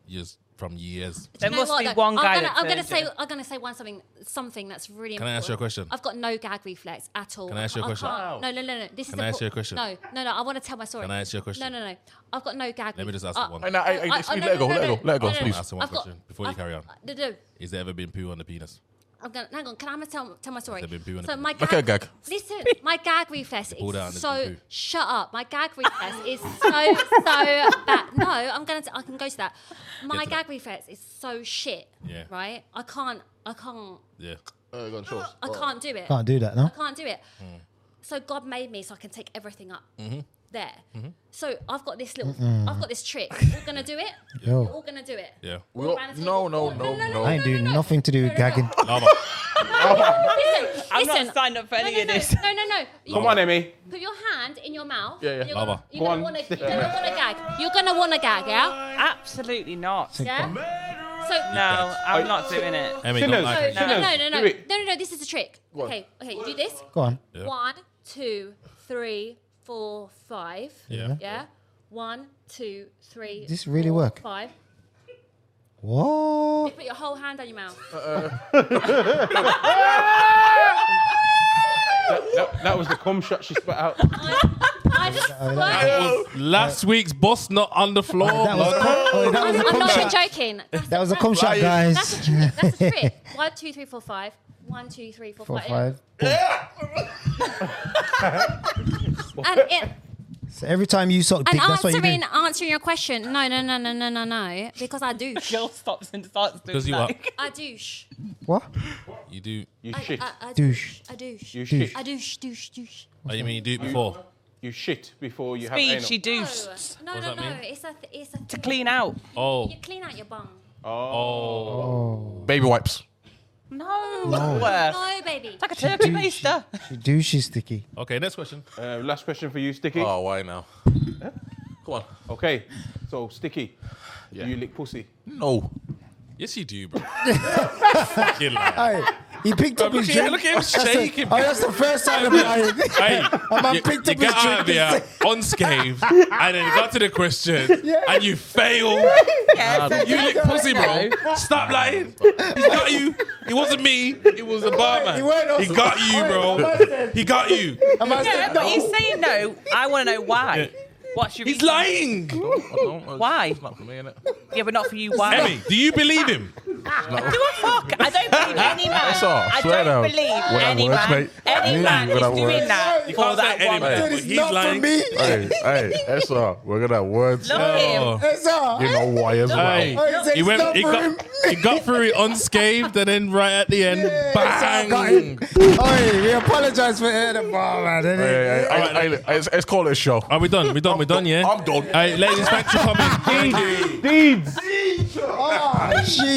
Speaker 1: you just from years.
Speaker 6: There
Speaker 2: You know
Speaker 6: must
Speaker 2: what,
Speaker 6: be
Speaker 2: though?
Speaker 6: one
Speaker 2: I'm
Speaker 6: guy.
Speaker 2: Gonna,
Speaker 6: that's
Speaker 2: I'm gonna
Speaker 6: urgent.
Speaker 2: say. I'm gonna say one something. Something that's really.
Speaker 1: Can I
Speaker 2: important.
Speaker 1: ask you a question?
Speaker 2: I've got no gag reflex at all.
Speaker 1: Can I ask you a
Speaker 2: can't-
Speaker 1: question?
Speaker 2: can't- No, no, no, no. This is.
Speaker 1: Can I ask
Speaker 2: impor-
Speaker 1: you a question?
Speaker 2: No, no, no. I want to tell my story.
Speaker 1: Can I ask you a question?
Speaker 2: No, no, no. I've got no gag.
Speaker 1: Let me
Speaker 2: reflex.
Speaker 1: just ask you
Speaker 2: Uh,
Speaker 1: one.
Speaker 5: I- I- I-
Speaker 2: uh,
Speaker 5: excuse me,
Speaker 2: no,
Speaker 5: let
Speaker 2: no,
Speaker 5: it go,
Speaker 2: no,
Speaker 5: let it
Speaker 2: no,
Speaker 5: go, let it go,
Speaker 2: no, no, no.
Speaker 5: please.
Speaker 1: Ask you one
Speaker 2: I've got-
Speaker 1: question before you
Speaker 2: I've-
Speaker 1: carry on.
Speaker 2: No, no.
Speaker 1: Is there ever been poo on the penis?
Speaker 2: I'm gonna hang on. Can I tell tell my story?
Speaker 1: They've been pooing
Speaker 2: So
Speaker 1: on
Speaker 2: my
Speaker 5: Make a
Speaker 2: gag,
Speaker 5: gag.
Speaker 2: Listen, my gag reflex
Speaker 1: pulled out and
Speaker 2: is
Speaker 1: there's
Speaker 2: so
Speaker 1: been poo.
Speaker 2: shut up. My gag reflex is so so bad. No, I'm gonna t- I can go to that. My
Speaker 1: Get to
Speaker 2: gag reflex is so shit.
Speaker 1: Yeah.
Speaker 2: Right. I can't. I can't.
Speaker 1: Yeah.
Speaker 5: Uh, go on, show us.
Speaker 2: I can't do it.
Speaker 4: Can't do that, no?
Speaker 2: I can't do it.
Speaker 1: Hmm.
Speaker 2: So God made me so I can take everything up
Speaker 1: Mm-hmm.
Speaker 2: there. So I've got this little. I've got this trick. We're gonna do it.
Speaker 4: Yo.
Speaker 2: We're all gonna do it.
Speaker 1: Yeah.
Speaker 5: We all-
Speaker 2: Round the
Speaker 5: no,
Speaker 2: table.
Speaker 5: no, Oh, no,
Speaker 4: I
Speaker 5: no.
Speaker 4: ain't doing nothing to do with gagging.
Speaker 1: Lava.
Speaker 2: Listen,
Speaker 6: I'm
Speaker 2: listen.
Speaker 6: not signed up for
Speaker 2: no,
Speaker 6: any
Speaker 2: no,
Speaker 6: of
Speaker 2: no,
Speaker 6: this.
Speaker 2: no, no, no. You-
Speaker 3: Come on, Emmy.
Speaker 2: Put your hand in your mouth.
Speaker 5: Yeah, yeah.
Speaker 2: You're gonna,
Speaker 1: Lava.
Speaker 2: you're gonna
Speaker 3: Go
Speaker 2: wanna,
Speaker 3: on.
Speaker 2: you're gonna wanna gag. You're gonna wanna gag, yeah?
Speaker 6: Absolutely not.
Speaker 2: Yeah? So,
Speaker 6: No, I'm not doing it.
Speaker 1: Emmy,
Speaker 3: Sinners.
Speaker 1: don't like
Speaker 2: so
Speaker 1: it.
Speaker 2: no, no,
Speaker 3: Sinners,
Speaker 2: no, no, no,
Speaker 3: do
Speaker 2: no,
Speaker 3: it.
Speaker 2: no, no, this is a trick. Okay, okay, do this.
Speaker 4: Go on.
Speaker 1: Yeah.
Speaker 2: One, two, three, four, five.
Speaker 1: Yeah.
Speaker 2: Yeah? One, two, three.
Speaker 4: Does this really
Speaker 2: four,
Speaker 4: work?
Speaker 2: Five.
Speaker 4: What?
Speaker 2: Put your whole hand on your mouth.
Speaker 3: Uh, That, that was the cum shot she spat out.
Speaker 2: I, I just swear.
Speaker 1: That was last week's bus not on the floor.
Speaker 4: That was, cum- oh, that was a
Speaker 2: I'm
Speaker 4: cum
Speaker 2: not even
Speaker 4: shot.
Speaker 2: joking. That's
Speaker 4: That was a
Speaker 2: that's-
Speaker 4: cum shot,
Speaker 2: That's
Speaker 4: guys.
Speaker 2: a trick. That's a trick. One, two, three, four, five. One, two, three, four,
Speaker 4: Four,
Speaker 2: five.
Speaker 4: five.
Speaker 2: And it,
Speaker 4: So every time you suck
Speaker 2: And
Speaker 4: dick, that's what you do.
Speaker 2: answering answering your question, no, no, no, no, no, no, no, because I douche.
Speaker 6: Girl stops and starts doing
Speaker 1: Because you
Speaker 6: that.
Speaker 1: are,
Speaker 2: I douche.
Speaker 4: What?
Speaker 1: you do.
Speaker 3: You
Speaker 2: I,
Speaker 3: shit.
Speaker 2: I, I
Speaker 4: Douche.
Speaker 2: douche. I douche.
Speaker 3: you shit.
Speaker 2: I douche, douche, douche.
Speaker 1: Oh, you mean you do it before?
Speaker 3: You shit before you
Speaker 6: Speed,
Speaker 3: have anal.
Speaker 6: she
Speaker 2: No,
Speaker 6: doos
Speaker 2: no,
Speaker 1: What
Speaker 2: no,
Speaker 1: does that
Speaker 2: no.
Speaker 1: mean?
Speaker 2: It's a, th- it's a
Speaker 6: to clean out.
Speaker 1: Oh,
Speaker 2: You clean out your bum.
Speaker 1: oh,
Speaker 5: Baby wipes.
Speaker 6: No,
Speaker 2: No, baby.
Speaker 6: like a turkey baster.
Speaker 4: She do, she's sticky.
Speaker 1: okay. Next question.
Speaker 3: Uh, last question for you, Sticky.
Speaker 5: Oh, why now? Come on.
Speaker 3: Okay, so Sticky,
Speaker 5: Yeah.
Speaker 3: do you lick pussy?
Speaker 5: No.
Speaker 1: Yes, you do, bro. Fucking liar.
Speaker 4: Hey, he picked up his
Speaker 1: Look at,
Speaker 4: drink.
Speaker 1: look at him shaking.
Speaker 4: Oh, that's the first time about it.
Speaker 1: Hey,
Speaker 4: man
Speaker 1: you,
Speaker 4: picked
Speaker 1: you
Speaker 4: up his
Speaker 1: get out of
Speaker 4: drink
Speaker 1: here
Speaker 4: and
Speaker 1: unscathed, and then you got to the question, and you fail. You lick pussy, bro. Stop lying. He got you. It wasn't me. It was the barman.
Speaker 4: He weren't
Speaker 1: He got you, bro. He got you.
Speaker 4: Am I
Speaker 6: Yeah,
Speaker 4: saying
Speaker 6: but
Speaker 4: no?
Speaker 6: he's saying no. I want to know why. What's your
Speaker 1: He's
Speaker 6: reason?
Speaker 1: lying.
Speaker 5: I don't-
Speaker 6: Why?
Speaker 5: It's not for me, innit?
Speaker 6: Yeah, but not for you. Why?
Speaker 1: Emmy, do you believe him?
Speaker 6: Do a fuck. I don't believe any man.
Speaker 5: That's all,
Speaker 6: I
Speaker 5: swear
Speaker 6: don't
Speaker 5: now.
Speaker 6: believe
Speaker 5: Without
Speaker 6: any
Speaker 5: words,
Speaker 6: man.
Speaker 5: mate.
Speaker 6: Any
Speaker 5: Me,
Speaker 6: man is
Speaker 5: without
Speaker 6: doing
Speaker 5: words.
Speaker 6: that.
Speaker 8: You
Speaker 6: for
Speaker 8: can't
Speaker 6: that
Speaker 8: say any
Speaker 6: one
Speaker 8: man.
Speaker 6: girl.
Speaker 4: That is
Speaker 8: He's
Speaker 4: not
Speaker 8: lying.
Speaker 4: for me.
Speaker 5: hey, hey, SR, we're gonna have words.
Speaker 6: Look at him.
Speaker 8: Oh.
Speaker 4: It's all.
Speaker 5: You know why as well.
Speaker 8: Hey. He went. He got, he got through it unscathed, and then right at the end, bang!
Speaker 4: Oi, we apologize for air the ball, man. didn't
Speaker 5: Hey,
Speaker 4: it?
Speaker 5: hey, hey, hey, hey, let's, let's call it a show.
Speaker 8: Are we done? We done? We done? Yeah.
Speaker 5: I'm done.
Speaker 8: Hey, ladies, thanks for coming.
Speaker 9: Deeds.
Speaker 4: Oh, jeez.